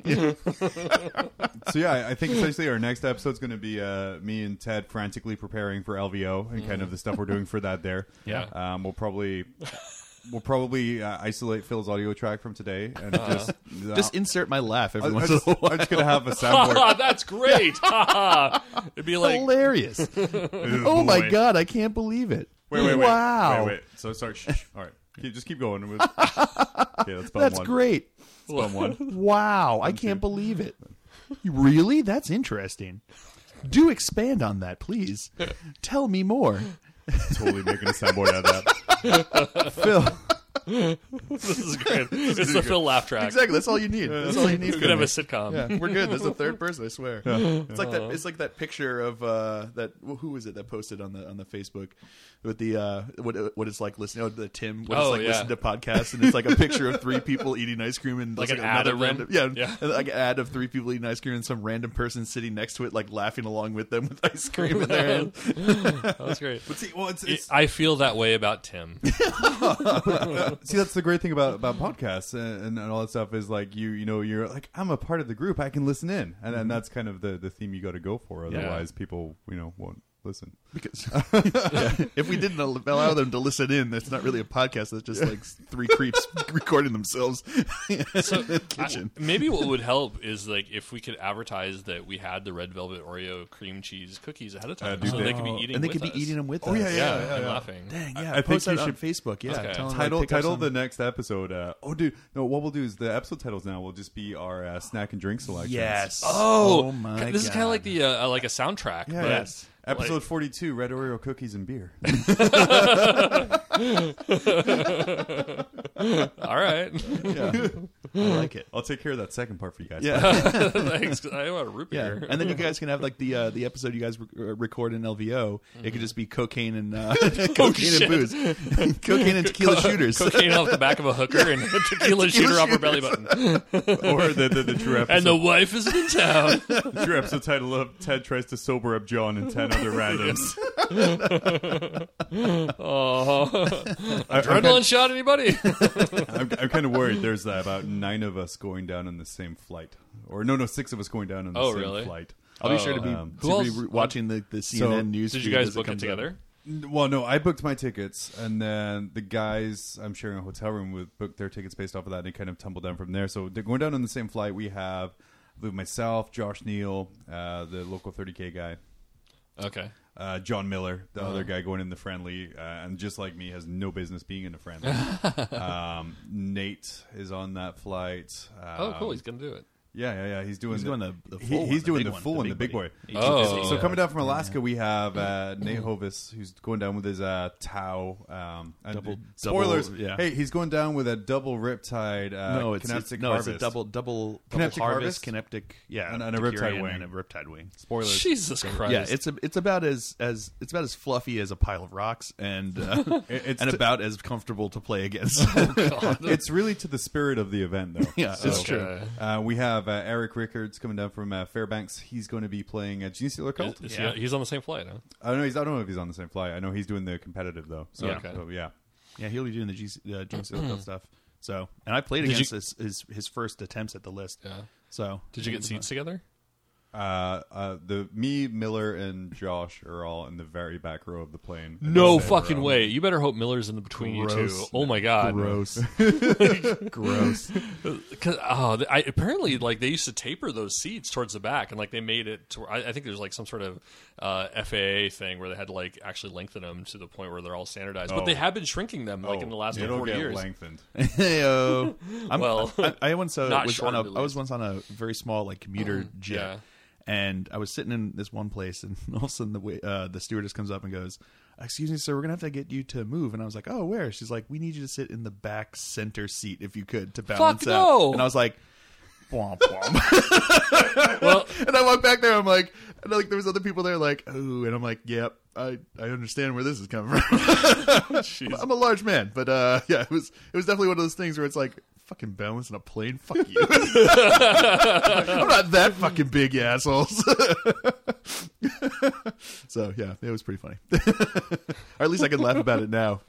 [SPEAKER 3] so yeah, I- I think essentially our next episode's going to be uh, me and Ted frantically preparing for LVO and kind of the stuff we're doing for that there.
[SPEAKER 2] Yeah.
[SPEAKER 3] um, we'll probably we'll probably uh, isolate Phil's audio track from today and
[SPEAKER 2] Uh-huh.
[SPEAKER 3] just
[SPEAKER 1] Just insert my laugh every
[SPEAKER 3] I, I
[SPEAKER 1] once in a
[SPEAKER 3] just,
[SPEAKER 1] while.
[SPEAKER 3] I'm just gonna have a soundboard.
[SPEAKER 2] Ah, that's great. It'd be like
[SPEAKER 1] Hilarious. oh my
[SPEAKER 3] boy.
[SPEAKER 1] god, I can't believe it.
[SPEAKER 3] Wait, wait, wait.
[SPEAKER 1] Wow,
[SPEAKER 3] Wait, wait. So sorry. Shh. shh. All right. Keep, just keep going. With, okay, that's button
[SPEAKER 1] that's
[SPEAKER 3] one.
[SPEAKER 1] great.
[SPEAKER 3] Button one.
[SPEAKER 1] Wow, I can't believe it. Really? That's interesting. Do expand on that, please. Tell me more.
[SPEAKER 3] totally making a soundboard out of that. Phil,
[SPEAKER 2] this is great. It's the Phil laugh track.
[SPEAKER 1] Exactly. That's all you need. That's all you need.
[SPEAKER 2] We could have a sitcom.
[SPEAKER 1] Yeah, we're good. There's a third person. I swear. It's like that. It's like that picture of uh, that. Who was it that posted on the on the Facebook with the uh, what what it's like listening? Oh, the Tim. What it's
[SPEAKER 2] Oh,
[SPEAKER 1] like
[SPEAKER 2] yeah.
[SPEAKER 1] listening to podcasts, and it's like a picture of three people eating ice cream and
[SPEAKER 2] Like
[SPEAKER 1] there's,
[SPEAKER 2] an ad
[SPEAKER 1] another
[SPEAKER 2] of them?
[SPEAKER 1] random, yeah,
[SPEAKER 2] Yeah.
[SPEAKER 1] and, like an ad of three people eating ice cream and some random person sitting next to it, like laughing along with them with ice cream in their hand.
[SPEAKER 2] That's great.
[SPEAKER 3] but see, well, it's, it's
[SPEAKER 2] I feel that way about Tim.
[SPEAKER 3] see, that's the great thing about about podcasts and, and all that stuff is like you, you know, you're like I'm a part of the group. I can listen in, and and that's kind of the the theme you got to go for. Otherwise, people, you know, won't listen.
[SPEAKER 1] Because if we didn't al- allow them to listen in, that's not really a podcast. That's just like three creeps recording themselves in the kitchen.
[SPEAKER 2] I- maybe what would help is like if we could advertise that we had the red velvet Oreo cream cheese cookies ahead of time,
[SPEAKER 3] do
[SPEAKER 2] so they
[SPEAKER 3] that.
[SPEAKER 2] could be eating.
[SPEAKER 1] Oh. and they
[SPEAKER 2] with
[SPEAKER 1] could
[SPEAKER 2] us.
[SPEAKER 1] be eating them with
[SPEAKER 3] Oh,
[SPEAKER 1] us.
[SPEAKER 3] yeah,
[SPEAKER 2] Yeah,
[SPEAKER 3] yeah,
[SPEAKER 2] and
[SPEAKER 3] yeah.
[SPEAKER 2] laughing.
[SPEAKER 1] Dang,
[SPEAKER 3] I-
[SPEAKER 1] yeah.
[SPEAKER 3] I think
[SPEAKER 1] post
[SPEAKER 3] you
[SPEAKER 1] that on
[SPEAKER 3] should-
[SPEAKER 1] Facebook. Yeah.
[SPEAKER 2] Okay.
[SPEAKER 1] Tell 'em, like,
[SPEAKER 3] title
[SPEAKER 1] pick up
[SPEAKER 3] title
[SPEAKER 1] some-
[SPEAKER 3] the next episode. Uh, oh, dude, no, what we'll do is the episode titles now will just be our uh, snack and drink selections.
[SPEAKER 1] Yes.
[SPEAKER 2] Oh,
[SPEAKER 1] my
[SPEAKER 2] This is kind of like the uh, uh, like a soundtrack.
[SPEAKER 3] Yeah,
[SPEAKER 2] but
[SPEAKER 3] yes. Episode 42, Red Oreo Cookies and Beer.
[SPEAKER 2] All right.
[SPEAKER 1] Yeah. I
[SPEAKER 2] Mm.
[SPEAKER 1] like it.
[SPEAKER 3] I'll take care of that second part for you guys.
[SPEAKER 1] Yeah,
[SPEAKER 2] Thanks. 'cause I want a root
[SPEAKER 1] yeah.
[SPEAKER 2] beer.
[SPEAKER 1] And then you guys can have like the uh, the episode you guys re- uh, record in LVO. It could just be cocaine and uh, cocaine
[SPEAKER 2] Mm-hmm. Oh, shit.
[SPEAKER 1] and booze, cocaine and tequila shooters.
[SPEAKER 2] Cocaine off the back of a hooker and tequila, shooter off her belly button.
[SPEAKER 3] or the, the, the true episode.
[SPEAKER 2] And the wife isn't in town.
[SPEAKER 3] The true episode title of Ted tries to sober up John and ten other randoms.
[SPEAKER 2] Oh,
[SPEAKER 3] I, am
[SPEAKER 2] adrenaline shot anybody?
[SPEAKER 3] I'm, I'm kind of worried. There's uh, about nine of us going down on the same flight, or no, no, six of us going down on the
[SPEAKER 2] Oh,
[SPEAKER 3] same
[SPEAKER 2] really?
[SPEAKER 3] flight.
[SPEAKER 1] I'll be sure to be,
[SPEAKER 3] Um,
[SPEAKER 1] to
[SPEAKER 2] Oh, Who
[SPEAKER 1] be
[SPEAKER 2] else?
[SPEAKER 1] re- watching the, the CNN news.
[SPEAKER 2] Did you
[SPEAKER 1] feed
[SPEAKER 2] guys
[SPEAKER 1] as
[SPEAKER 2] book it
[SPEAKER 1] comes out.
[SPEAKER 2] together?
[SPEAKER 3] N- Well, no, I booked my tickets, and then the guys I'm sharing a hotel room with booked their tickets based off of that, and it kind of tumbled down from there. So they're going down on the same flight. We have I believe, myself, Josh Neal, uh, the local 30k guy,
[SPEAKER 2] Okay.
[SPEAKER 3] uh, John Miller, the
[SPEAKER 1] Uh-huh.
[SPEAKER 3] other guy going in the friendly, uh, and just like me, has no business being in the friendly. um, Nate is on that flight. Um,
[SPEAKER 2] Oh, cool. He's gonna do it.
[SPEAKER 3] Yeah, yeah, yeah. He's doing
[SPEAKER 1] He's doing the- the
[SPEAKER 3] he-
[SPEAKER 1] full one,
[SPEAKER 3] he's
[SPEAKER 1] the
[SPEAKER 3] doing
[SPEAKER 1] big
[SPEAKER 3] the
[SPEAKER 1] one,
[SPEAKER 3] full
[SPEAKER 1] the
[SPEAKER 3] one, the
[SPEAKER 1] big
[SPEAKER 3] big boy.
[SPEAKER 1] buddy.
[SPEAKER 2] Oh.
[SPEAKER 3] so coming down from Alaska, we have uh, Nate Hovis, who's going down with his uh, Tau. Um, and-
[SPEAKER 1] Double-
[SPEAKER 3] spoilers.
[SPEAKER 1] double- yeah.
[SPEAKER 3] Hey, he's going down with a double Riptide. Uh,
[SPEAKER 1] No, it's, it's
[SPEAKER 3] Canoptic
[SPEAKER 1] no, it's a
[SPEAKER 3] Harvest.
[SPEAKER 1] double double, double
[SPEAKER 3] Canoptic harvest?
[SPEAKER 1] harvest, Kineptic, yeah,
[SPEAKER 3] And- and a
[SPEAKER 1] Dicurian
[SPEAKER 3] riptide wing.
[SPEAKER 1] and a riptide wing.
[SPEAKER 3] Spoilers.
[SPEAKER 2] Jesus Christ.
[SPEAKER 1] Yeah, it's a, it's about as as it's about as fluffy as a pile of rocks, and uh,
[SPEAKER 3] It- it's
[SPEAKER 1] and
[SPEAKER 3] t-
[SPEAKER 1] about as comfortable to play against.
[SPEAKER 3] it's really to the spirit of the event, though.
[SPEAKER 1] Yeah,
[SPEAKER 3] So,
[SPEAKER 1] it's
[SPEAKER 2] true.
[SPEAKER 3] Uh, we have uh, Eric Rickards coming down from uh, Fairbanks. He's going to be playing a Gene Cult.
[SPEAKER 2] Is
[SPEAKER 1] Yeah.
[SPEAKER 2] he, he's on the same flight, huh?
[SPEAKER 3] I don't know. He's, I don't know if he's on the same flight. I know he's doing the competitive though. So
[SPEAKER 2] Yeah. Okay.
[SPEAKER 3] so, yeah.
[SPEAKER 1] yeah, he'll be doing the G, uh, Gene Silico stuff. So, and I played
[SPEAKER 2] Did
[SPEAKER 1] against
[SPEAKER 2] you-
[SPEAKER 1] his, his his first attempts at the list.
[SPEAKER 2] Yeah.
[SPEAKER 1] So,
[SPEAKER 2] Did you get seats together?
[SPEAKER 3] Uh, uh, the me, Miller, and Josh are all in the very back row of the plane. And
[SPEAKER 2] No
[SPEAKER 3] they were
[SPEAKER 2] fucking
[SPEAKER 3] all-
[SPEAKER 2] way. You better hope Miller's in the between you two.
[SPEAKER 1] Gross.
[SPEAKER 2] Oh my god.
[SPEAKER 1] Gross, gross.
[SPEAKER 2] 'Cause- oh, th- I, apparently, like they used to taper those seats towards the back, and like they made it. To, I, I think there's like some sort of uh, FAA thing where they had to like actually lengthen them to the point where they're all standardized. But
[SPEAKER 3] Oh.
[SPEAKER 2] they have been shrinking them like in the last like,
[SPEAKER 3] it'll
[SPEAKER 2] 40
[SPEAKER 3] get
[SPEAKER 2] years.
[SPEAKER 3] lengthened.
[SPEAKER 1] Heyo. I'm,
[SPEAKER 2] Well,
[SPEAKER 1] I, I once uh,
[SPEAKER 2] not
[SPEAKER 1] was on
[SPEAKER 2] shortened,
[SPEAKER 1] a,
[SPEAKER 2] at
[SPEAKER 1] I was once on a very small like commuter jet,
[SPEAKER 2] Mm, yeah.
[SPEAKER 1] and I was sitting in this one place, and all of a sudden the wa- uh, the stewardess comes up and goes, "Excuse me, sir, we're gonna have to get you to move." And I was like, "Oh, where?" She's like, "We need you to sit in the back center seat if you could to balance out."
[SPEAKER 2] no.
[SPEAKER 1] And I was like. Womp, womp.
[SPEAKER 2] Well,
[SPEAKER 1] and I walked back there. I'm like, and like there was other people there, like, oh, and I'm like, yep, I, I understand where this is coming from.
[SPEAKER 2] Oh,
[SPEAKER 1] I'm a large man, but uh, yeah, it was it was definitely one of those things where it's like fucking balancing a plane. Fuck you. I'm not that fucking big, you assholes. so yeah, it was pretty funny. or at least I can laugh about it now.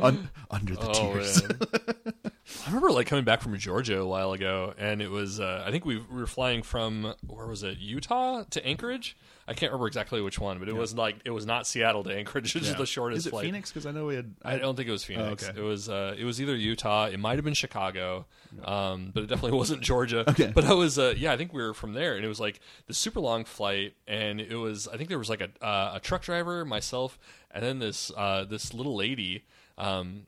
[SPEAKER 1] Un- under the
[SPEAKER 2] Oh,
[SPEAKER 1] tears.
[SPEAKER 2] man. I remember like coming back from Georgia a while ago, and it was uh, I think we we were flying from where was it Utah to Anchorage. I can't remember exactly which one, but it was like it was not Seattle to Anchorage. It was
[SPEAKER 1] Yeah.
[SPEAKER 2] the shortest
[SPEAKER 1] Is it
[SPEAKER 2] flight.
[SPEAKER 1] Phoenix? Because I know we had.
[SPEAKER 2] I don't think it was Phoenix.
[SPEAKER 1] Oh, okay.
[SPEAKER 2] It was uh, it was either Utah. It might have been Chicago, um, but it definitely wasn't Georgia.
[SPEAKER 1] Okay.
[SPEAKER 2] But I was uh, yeah, I think we were from there, and it was like the super long flight, and it was I think there was like a uh, a truck driver, myself, and then this uh, this little lady. Um,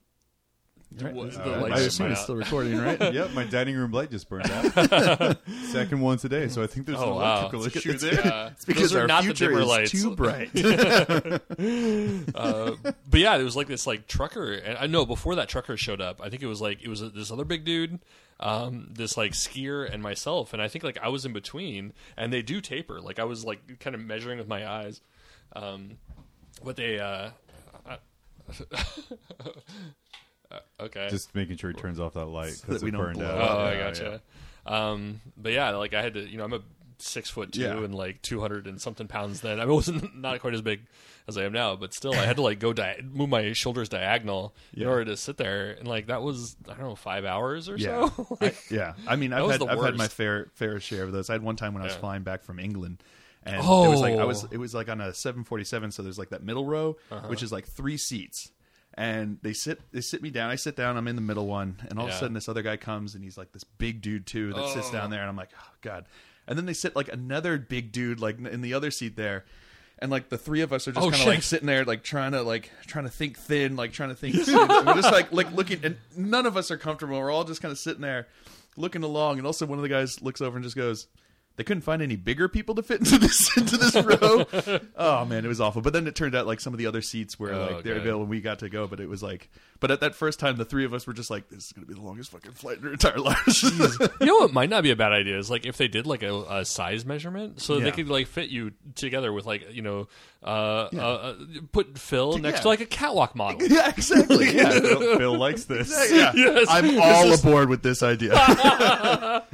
[SPEAKER 2] w- the
[SPEAKER 1] Uh,
[SPEAKER 2] lights
[SPEAKER 1] I
[SPEAKER 2] just
[SPEAKER 1] assume
[SPEAKER 2] went
[SPEAKER 1] it's
[SPEAKER 2] out.
[SPEAKER 1] still recording, right?
[SPEAKER 3] yep, my dining room light just burned out. Second one today, so I think there's an
[SPEAKER 2] Oh, wow.
[SPEAKER 3] electrical
[SPEAKER 2] It's-
[SPEAKER 3] issue there.
[SPEAKER 2] Yeah.
[SPEAKER 1] It's because
[SPEAKER 2] Those are
[SPEAKER 1] our
[SPEAKER 2] not
[SPEAKER 1] future
[SPEAKER 2] the dimmer
[SPEAKER 1] is
[SPEAKER 2] lights.
[SPEAKER 1] too bright.
[SPEAKER 2] Uh, but yeah, there was like this like trucker, and I know before that trucker showed up, I think it was like it was this other big dude, um, this like skier, and myself, and I think like I was in between, and they do taper. Like I was like kind of measuring with my eyes, um, but they. Uh, I, uh, okay.
[SPEAKER 3] Just making sure he turns off that light
[SPEAKER 1] that
[SPEAKER 3] because
[SPEAKER 1] we
[SPEAKER 3] it
[SPEAKER 1] don't
[SPEAKER 3] burned
[SPEAKER 1] blow
[SPEAKER 3] out.
[SPEAKER 2] Oh, I
[SPEAKER 3] Yeah,
[SPEAKER 2] gotcha. Um, but yeah, like I had to, you know, I'm a six foot two
[SPEAKER 1] Yeah.
[SPEAKER 2] and like 200 and something pounds then. I mean, I wasn't not quite as big as I am now, but still, I had to like go di- move my shoulders diagonal in order to sit there, and like that was I don't know five hours or
[SPEAKER 1] Yeah.
[SPEAKER 2] so.
[SPEAKER 1] I- yeah. I mean, I've
[SPEAKER 2] was
[SPEAKER 1] had
[SPEAKER 2] the
[SPEAKER 1] I've had my
[SPEAKER 2] worst.
[SPEAKER 1] fair fair share of those. I had one time when I was
[SPEAKER 2] Yeah.
[SPEAKER 1] flying back from England. And it was like I was
[SPEAKER 2] Oh.
[SPEAKER 1] it was like on a 747 so there's like that middle row
[SPEAKER 2] Uh-huh.
[SPEAKER 1] which is like three seats. And they sit they sit me down. I sit down, I'm in the middle one, and all of
[SPEAKER 2] Yeah.
[SPEAKER 1] a sudden this other guy comes and he's like this big dude too that sits down there and I'm like, "Oh god." And then they sit like another big dude like in the other seat there. And like the three of us are just
[SPEAKER 2] Oh,
[SPEAKER 1] kind
[SPEAKER 2] shit.
[SPEAKER 1] of like sitting there, like trying to like trying to think thin, like trying to think. thin. And we're just like like looking, and none of us are comfortable. We're all just kind of sitting there, looking along, and also one of the guys looks over and just goes, They couldn't find any bigger people to fit into this into this row. oh man, it was awful. But then it turned out like some of the other seats were
[SPEAKER 2] Oh,
[SPEAKER 1] like they're
[SPEAKER 2] okay.
[SPEAKER 1] available and we got to go. But it was like, but at that first time, the three of us were just like, this is gonna be the longest fucking flight in our entire lives.
[SPEAKER 2] You know what might not be a bad idea is like if they did like a, a size measurement, so
[SPEAKER 1] Yeah.
[SPEAKER 2] they could like fit you together with like you know, uh, uh, uh, put Phil next to like a catwalk model.
[SPEAKER 1] yeah, exactly. Yeah.
[SPEAKER 3] Phil, Phil likes this.
[SPEAKER 1] Yeah.
[SPEAKER 2] Yes.
[SPEAKER 1] I'm all aboard with this idea.
[SPEAKER 2] I,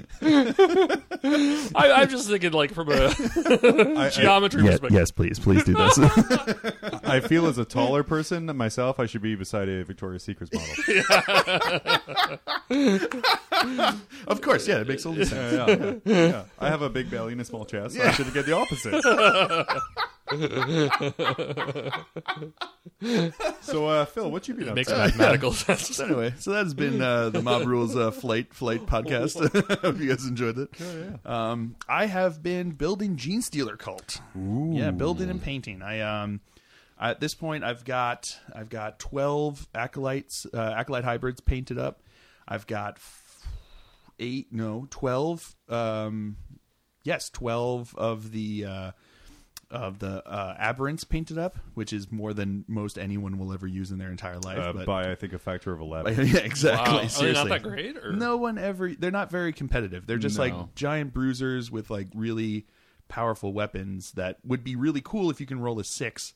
[SPEAKER 2] I'm just thinking like from a
[SPEAKER 3] I, I,
[SPEAKER 2] geometry perspective.
[SPEAKER 1] please, please do this.
[SPEAKER 3] I feel as a taller person myself, I should be beside a Victoria's Secrets model.
[SPEAKER 1] of course, yeah, it makes only sense.
[SPEAKER 3] Yeah, yeah, yeah. I have a big belly and a small chest. so I should get the opposite. so, uh, Phil, what you been up
[SPEAKER 2] Makes
[SPEAKER 3] to?
[SPEAKER 2] mathematical sense.
[SPEAKER 1] So anyway, so that's been uh, the Mob Rules uh, Flight Flight podcast. Hope you guys enjoyed it. Um, I have been building Gene Stealer cult. Yeah, building and painting. I um, I- at this point, I've got I've got twelve acolytes, uh, acolyte hybrids painted up. I've got f- eight, no, twelve. Um, yes, twelve of the. Uh, of the uh, aberrants painted up, which is more than most anyone will ever use in their entire life.
[SPEAKER 3] Uh,
[SPEAKER 1] but
[SPEAKER 3] by I think a factor of eleven.
[SPEAKER 1] yeah, exactly.
[SPEAKER 2] Wow. Are
[SPEAKER 1] Seriously.
[SPEAKER 2] they not that great? Or?
[SPEAKER 1] No one ever. They're not very competitive. They're just
[SPEAKER 2] No.
[SPEAKER 1] like giant bruisers with like really powerful weapons that would be really cool if you can roll a six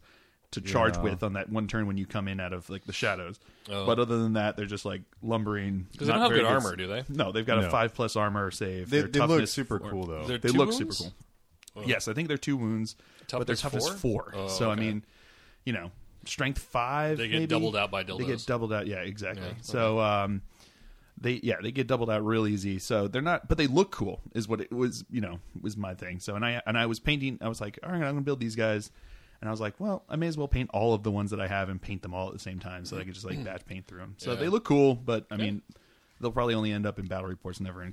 [SPEAKER 1] to charge
[SPEAKER 3] Yeah.
[SPEAKER 1] with on that one turn when you come in out of like the shadows.
[SPEAKER 2] Oh.
[SPEAKER 1] But other than that, they're just like lumbering.
[SPEAKER 2] because they
[SPEAKER 1] not
[SPEAKER 2] don't have
[SPEAKER 1] very
[SPEAKER 2] good armor,
[SPEAKER 1] s-
[SPEAKER 2] do they?
[SPEAKER 1] No, they've got a
[SPEAKER 3] No.
[SPEAKER 1] five plus armor save.
[SPEAKER 3] They,
[SPEAKER 1] Their
[SPEAKER 3] they look
[SPEAKER 1] toughness
[SPEAKER 3] super
[SPEAKER 1] four-
[SPEAKER 3] cool though.
[SPEAKER 2] They're
[SPEAKER 1] They
[SPEAKER 2] two
[SPEAKER 1] look
[SPEAKER 2] wounds? Oh,
[SPEAKER 1] super cool. Yes, I think they're two wounds, but their
[SPEAKER 2] Toughness
[SPEAKER 1] toughness
[SPEAKER 2] four?
[SPEAKER 1] four.
[SPEAKER 2] Oh,
[SPEAKER 1] so I
[SPEAKER 2] okay.
[SPEAKER 1] mean, you know, strength five.
[SPEAKER 2] They get
[SPEAKER 1] maybe?
[SPEAKER 2] doubled out by
[SPEAKER 1] They get
[SPEAKER 2] dildos.
[SPEAKER 1] doubled out. Yeah, exactly. So um, they yeah they get doubled out real easy. So they're not, but they look cool. Is what it was. You know, was my thing. So and I and I was painting. I was like, all right, I'm gonna build these guys. And I was like, well, I may as well paint all of the ones that I have and paint them all at the same time, so that I could just like batch paint through them. So
[SPEAKER 2] Yeah.
[SPEAKER 1] they look cool, but I mean, they'll probably only end up in battle reports, never in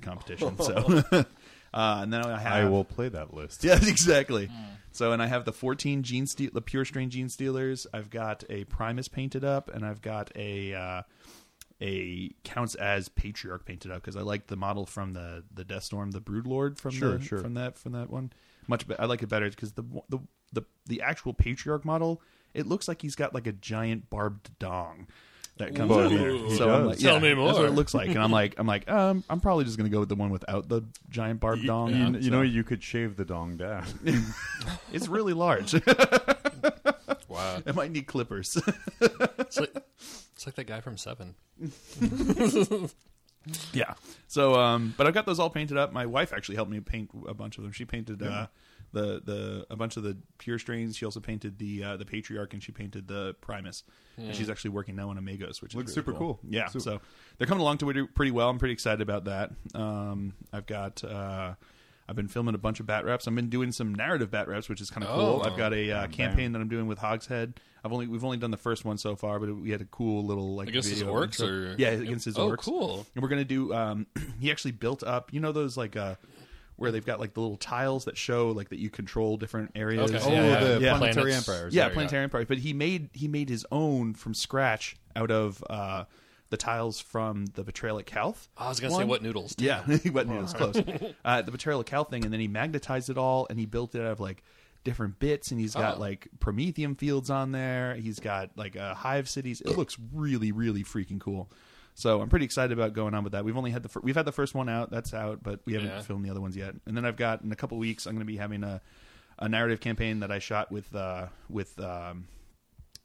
[SPEAKER 1] competition. So, uh, and then I
[SPEAKER 3] I
[SPEAKER 1] have
[SPEAKER 3] will play that list.
[SPEAKER 1] Yes, exactly.
[SPEAKER 2] Hmm.
[SPEAKER 1] So, and I have the 14 gene steal, the pure strain gene stealers. I've got a Primus painted up, and I've got a uh, a counts as patriarch painted up because I like the model from the the Death Storm, the Brood Lord from
[SPEAKER 3] Sure,
[SPEAKER 1] the,
[SPEAKER 3] sure.
[SPEAKER 1] from that from that one. Much be- I like it better because the, the the the actual patriarch model it looks like he's got like a giant barbed dong that comes out of
[SPEAKER 2] Ooh.
[SPEAKER 1] there.
[SPEAKER 2] He
[SPEAKER 1] So I'm
[SPEAKER 3] does.
[SPEAKER 1] like,
[SPEAKER 2] Tell
[SPEAKER 1] yeah,
[SPEAKER 2] me
[SPEAKER 1] That's
[SPEAKER 2] more.
[SPEAKER 1] what it looks like, and I'm like, I'm like, um, I'm probably just gonna go with the one without the giant barbed
[SPEAKER 3] You,
[SPEAKER 1] dong.
[SPEAKER 3] you-
[SPEAKER 1] on,
[SPEAKER 3] you
[SPEAKER 1] so.
[SPEAKER 3] know, you could shave the dong down.
[SPEAKER 1] It's really large.
[SPEAKER 2] Wow,
[SPEAKER 1] I might need clippers.
[SPEAKER 2] it's like, it's like that guy from Seven.
[SPEAKER 1] yeah. So, um, but I've got those all painted up. My wife actually helped me paint a bunch of them. She painted uh, the the a bunch of the pure strains. She also painted the uh, the patriarch and she painted the primus. And she's actually working now on amigos, which
[SPEAKER 3] Looks
[SPEAKER 1] is really
[SPEAKER 3] super cool.
[SPEAKER 1] Yeah.
[SPEAKER 3] Super.
[SPEAKER 1] So they're coming along to pretty well. I'm pretty excited about that. Um, I've got. Uh, I've been filming a bunch of bat raps. I've been doing some narrative bat raps, which is kind of cool.
[SPEAKER 2] Oh.
[SPEAKER 1] I've got a uh, campaign that I'm doing with Hogshead. I've only we've only done the first one so far, but we had a cool little like
[SPEAKER 2] Against his
[SPEAKER 1] video
[SPEAKER 2] orcs,
[SPEAKER 1] intro.
[SPEAKER 2] or
[SPEAKER 1] yeah, against his
[SPEAKER 2] oh,
[SPEAKER 1] orcs.
[SPEAKER 2] cool.
[SPEAKER 1] And we're gonna do. Um, he actually built up. You know those like uh, where they've got like the little tiles that show like that you control different areas.
[SPEAKER 2] Okay.
[SPEAKER 3] Oh,
[SPEAKER 2] Yeah,
[SPEAKER 3] the
[SPEAKER 1] yeah.
[SPEAKER 3] planetary
[SPEAKER 2] Planets.
[SPEAKER 3] empires.
[SPEAKER 1] Yeah,
[SPEAKER 2] There we
[SPEAKER 1] planetarium party. But he made he made his own from scratch out of uh, the tiles from the betrayal at Calth.
[SPEAKER 2] I was gonna say
[SPEAKER 1] one.
[SPEAKER 2] what noodles.
[SPEAKER 1] Yeah, he went it was close. Uh, the betrayal of Cal thing, and then he magnetized it all, and he built it out of like different bits, and he's got
[SPEAKER 2] Oh.
[SPEAKER 1] like promethium fields on there. He's got like uh, hive cities. It looks really, really freaking cool. So I'm pretty excited about going on with that. We've only had the fir- we've had the first one out, that's out, but we haven't
[SPEAKER 2] Yeah.
[SPEAKER 1] filmed the other ones yet. And then I've got in a couple weeks, I'm going to be having a a narrative campaign that I shot with uh, with um,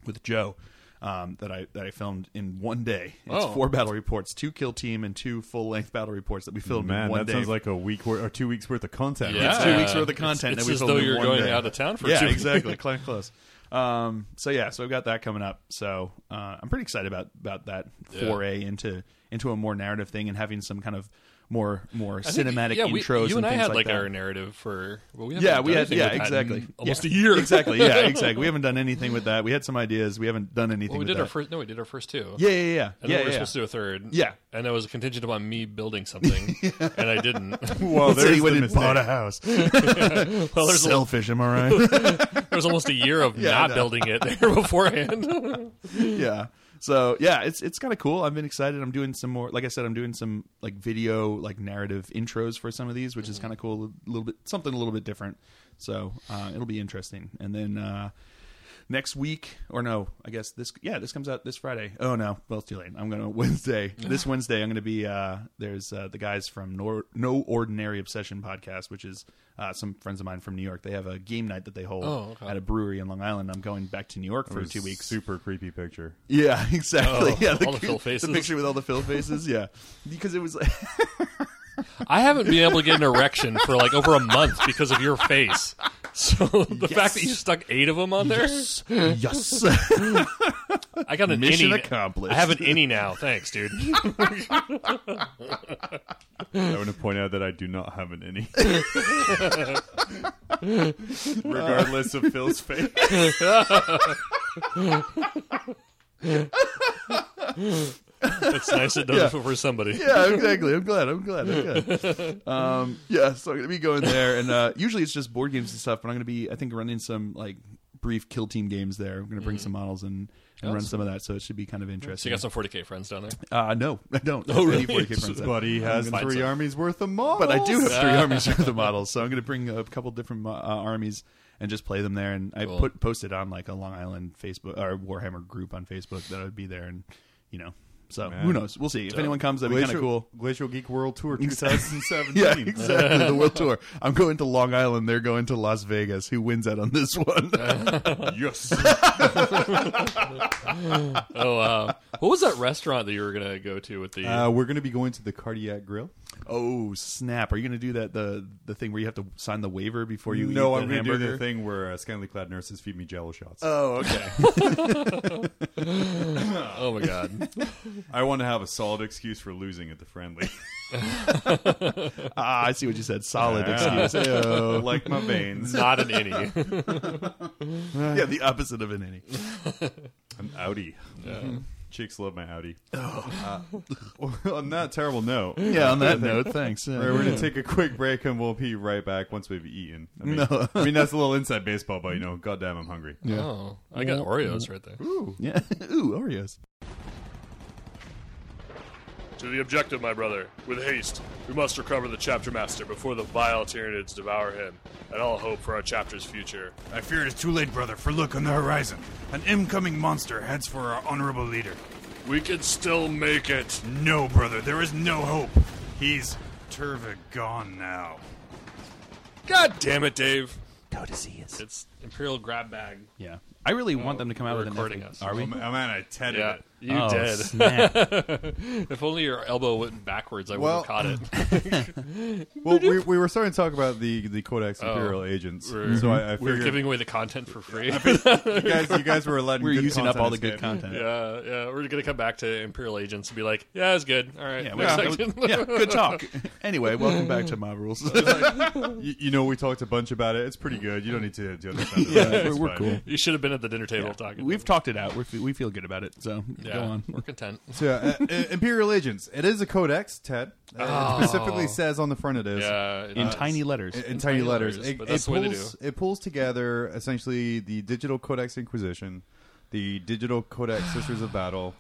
[SPEAKER 1] with Joe um, that I that I filmed in one day. It's
[SPEAKER 2] Oh.
[SPEAKER 1] four battle reports, two kill team, and two full length battle reports that we filmed
[SPEAKER 3] Man,
[SPEAKER 1] in one
[SPEAKER 3] that
[SPEAKER 1] day.
[SPEAKER 3] sounds like a week wor- or two weeks worth of content.
[SPEAKER 2] Yeah.
[SPEAKER 1] it's two weeks worth of content
[SPEAKER 2] It's-
[SPEAKER 1] that we
[SPEAKER 2] it's as
[SPEAKER 1] filmed
[SPEAKER 2] though
[SPEAKER 1] in
[SPEAKER 2] you're
[SPEAKER 1] one
[SPEAKER 2] going
[SPEAKER 1] day.
[SPEAKER 2] out of town for
[SPEAKER 1] yeah,
[SPEAKER 2] two weeks.
[SPEAKER 1] exactly, close, close. Um, so yeah, so I've got that coming up. So uh, I'm pretty excited about about that
[SPEAKER 2] Yeah.
[SPEAKER 1] foray into into a more narrative thing and having some kind of more more
[SPEAKER 2] I think-
[SPEAKER 1] cinematic
[SPEAKER 2] yeah, we-
[SPEAKER 1] intros.
[SPEAKER 2] You
[SPEAKER 1] and
[SPEAKER 2] and I
[SPEAKER 1] things
[SPEAKER 2] had
[SPEAKER 1] like,
[SPEAKER 2] like
[SPEAKER 1] that.
[SPEAKER 2] our narrative for. Well, we haven't
[SPEAKER 1] Yeah,
[SPEAKER 2] done
[SPEAKER 1] we had
[SPEAKER 2] anything
[SPEAKER 1] yeah,
[SPEAKER 2] with that in
[SPEAKER 1] exactly.
[SPEAKER 2] Almost
[SPEAKER 1] Yeah,
[SPEAKER 2] a year.
[SPEAKER 1] Exactly. Yeah, exactly. We haven't done anything with that. We had some ideas. We haven't done anything.
[SPEAKER 2] Well, we
[SPEAKER 1] with
[SPEAKER 2] did
[SPEAKER 1] that.
[SPEAKER 2] our first. No, we did our first two.
[SPEAKER 1] Yeah, yeah, yeah.
[SPEAKER 2] And
[SPEAKER 1] yeah,
[SPEAKER 2] then we were
[SPEAKER 1] yeah,
[SPEAKER 2] supposed to do a third.
[SPEAKER 1] Yeah.
[SPEAKER 2] And that was contingent upon me building something, and I didn't.
[SPEAKER 3] Well,
[SPEAKER 1] Said
[SPEAKER 3] there's
[SPEAKER 1] he
[SPEAKER 3] the
[SPEAKER 1] went and
[SPEAKER 3] mistake.
[SPEAKER 1] bought a house.
[SPEAKER 2] well, there's a,
[SPEAKER 1] Selfish, am I right?
[SPEAKER 2] there was almost a year of
[SPEAKER 1] Yeah, I
[SPEAKER 2] not
[SPEAKER 1] know.
[SPEAKER 2] building it there beforehand.
[SPEAKER 1] yeah. so yeah, it's it's kind of cool. I've been excited. I'm doing some more. Like I said, I'm doing some like video like narrative intros for some of these, which
[SPEAKER 2] Mm-hmm.
[SPEAKER 1] is kind of cool. A little bit something a little bit different. So uh, it'll be interesting. And then uh, next week, or no, I guess this yeah this comes out this Friday. Oh no, well it's too late. I'm gonna Wednesday this Wednesday. I'm gonna be uh, there's uh, the guys from Nor- No Ordinary Obsession podcast, which is uh, some friends of mine from New York. They have a game night that they hold
[SPEAKER 2] Oh, okay.
[SPEAKER 1] at a brewery in Long Island. I'm going back to New York for
[SPEAKER 3] was
[SPEAKER 1] two weeks.
[SPEAKER 3] Super creepy picture.
[SPEAKER 1] Yeah, exactly.
[SPEAKER 2] Oh,
[SPEAKER 1] yeah, the,
[SPEAKER 2] all the Phil faces.
[SPEAKER 1] the picture with all the Phil faces. Yeah, because it was
[SPEAKER 2] I haven't been able to get an erection for like over a month because of your face. So the fact that you stuck eight of them on there,
[SPEAKER 1] yes,
[SPEAKER 2] I got an
[SPEAKER 1] Mission
[SPEAKER 2] innie.
[SPEAKER 1] accomplished.
[SPEAKER 2] I have an innie now. Thanks, dude.
[SPEAKER 3] I want to point out that I do not have an any. Regardless of Phil's face.
[SPEAKER 2] It's nice it does
[SPEAKER 1] Yeah.
[SPEAKER 2] it for somebody.
[SPEAKER 1] yeah, exactly. I'm glad. I'm glad. I'm glad. Um, yeah, so I'm gonna be going there, and uh, usually it's just board games and stuff. But I'm gonna be, I think, running some like brief kill team games there. I'm gonna bring some models and. And run some of that, so it should be kind of
[SPEAKER 2] Mm-hmm. So
[SPEAKER 1] interesting.
[SPEAKER 2] you got some 40k friends down there.
[SPEAKER 1] uh, no, I don't. Oh,
[SPEAKER 2] really?
[SPEAKER 3] But he has
[SPEAKER 2] Fine,
[SPEAKER 3] three
[SPEAKER 2] so-
[SPEAKER 3] armies worth of models.
[SPEAKER 1] but I do have three armies of the models, so I'm going to bring a couple different mo- uh, armies and just play them there. And I
[SPEAKER 2] Cool.
[SPEAKER 1] put posted on like a Long Island Facebook or Warhammer group on Facebook that I would be there, and you know, so
[SPEAKER 3] Man.
[SPEAKER 1] who knows? We'll see. If anyone comes, that'd be kind
[SPEAKER 3] Glacial,
[SPEAKER 1] of cool.
[SPEAKER 3] Glacial Geek World Tour
[SPEAKER 1] Exactly.
[SPEAKER 3] 2017.
[SPEAKER 1] Yeah, exactly. The world tour. I'm going to Long Island. They're going to Las Vegas. Who wins out on this one?
[SPEAKER 3] Yes.
[SPEAKER 2] Oh, uh, what was that restaurant that you were gonna go to with the?
[SPEAKER 3] Uh, we're going to be going to the Cardiac Grill.
[SPEAKER 1] oh snap! Are you going to do that the the thing where you have to sign the waiver before you
[SPEAKER 3] no,
[SPEAKER 1] eat
[SPEAKER 3] I'm
[SPEAKER 1] the
[SPEAKER 3] going to do
[SPEAKER 1] hamburger?
[SPEAKER 3] the thing where uh, scantily clad nurses feed me jello shots.
[SPEAKER 1] Oh, okay.
[SPEAKER 2] oh my god,
[SPEAKER 3] I want to have a solid excuse for losing at the friendly.
[SPEAKER 1] ah, I see what you said. Solid
[SPEAKER 3] Yeah.
[SPEAKER 1] excuse. Ew.
[SPEAKER 3] like my veins.
[SPEAKER 2] not an innie.
[SPEAKER 1] yeah, the opposite of an any.
[SPEAKER 3] An Audi. Chicks Mm-hmm. love my Audi. Uh, on that terrible note,
[SPEAKER 1] Oh. Yeah, on that note, thanks. Yeah.
[SPEAKER 3] we're going to take a quick break and we'll be right back once we've eaten. I mean,
[SPEAKER 1] No.
[SPEAKER 3] I mean that's a little inside baseball, but you know, goddamn, I'm hungry.
[SPEAKER 2] Oh, I got Oreos right there.
[SPEAKER 1] Yeah. Ooh, Oreos.
[SPEAKER 4] To the objective, my brother. With haste, we must recover the chapter master before the vile Tyranids devour him, and all hope for our chapter's future.
[SPEAKER 5] I fear it is too late, brother, for look on the horizon. An incoming monster heads for our honorable leader.
[SPEAKER 4] We can still make it.
[SPEAKER 5] No, brother, there is no hope. He's Turva gone now.
[SPEAKER 4] God damn it, Dave.
[SPEAKER 2] It's Imperial grab bag.
[SPEAKER 1] Yeah. I really want them to come out
[SPEAKER 2] we're
[SPEAKER 1] with an
[SPEAKER 2] recording
[SPEAKER 1] epic-
[SPEAKER 2] us.
[SPEAKER 1] Are
[SPEAKER 3] Oh,
[SPEAKER 1] we?
[SPEAKER 3] man, oh, man, I tedded
[SPEAKER 2] Yeah,
[SPEAKER 3] it.
[SPEAKER 2] you
[SPEAKER 1] oh,
[SPEAKER 2] did.
[SPEAKER 1] snap.
[SPEAKER 2] If only your elbow went backwards, I would
[SPEAKER 3] Well-
[SPEAKER 2] have caught it.
[SPEAKER 3] Well, we, we were starting to talk about the, the Codex
[SPEAKER 1] Oh.
[SPEAKER 3] Imperial agents,
[SPEAKER 2] We're-
[SPEAKER 3] so I, I
[SPEAKER 2] We were
[SPEAKER 3] figured
[SPEAKER 2] giving away the content for free.
[SPEAKER 3] you guys you guys were letting
[SPEAKER 1] We're
[SPEAKER 3] good
[SPEAKER 1] using up
[SPEAKER 3] content
[SPEAKER 1] all the good
[SPEAKER 3] escape.
[SPEAKER 1] content. Yeah.
[SPEAKER 2] Yeah, yeah. We're gonna come back to Imperial agents and be like, "Yeah, it's good. All right,
[SPEAKER 1] we-
[SPEAKER 2] next
[SPEAKER 1] that was-
[SPEAKER 2] section."
[SPEAKER 1] yeah, good talk. Anyway, welcome back to Mob Rules.
[SPEAKER 3] You, you know, we talked a bunch about it. It's pretty good. You don't need to do understand. it.
[SPEAKER 1] we're,
[SPEAKER 3] It's
[SPEAKER 1] we're
[SPEAKER 3] fine.
[SPEAKER 1] cool.
[SPEAKER 2] you should have been at the dinner table talking.
[SPEAKER 1] We've talked it out. We're, fe- we feel good about it. So
[SPEAKER 2] yeah,
[SPEAKER 1] go on.
[SPEAKER 2] We're content.
[SPEAKER 3] So, uh, uh, Imperial agents. It is a codex, Ted. Uh,
[SPEAKER 1] Oh.
[SPEAKER 3] It specifically says on the front it is.
[SPEAKER 2] Yeah,
[SPEAKER 1] In tiny letters.
[SPEAKER 3] in, tiny,
[SPEAKER 2] tiny
[SPEAKER 3] letters.
[SPEAKER 2] letters,
[SPEAKER 3] It,
[SPEAKER 2] but
[SPEAKER 3] it
[SPEAKER 2] that's the way
[SPEAKER 3] pulls,
[SPEAKER 2] they
[SPEAKER 3] it pulls together essentially the Digital Codex Inquisition, the Digital Codex Sisters of Battle.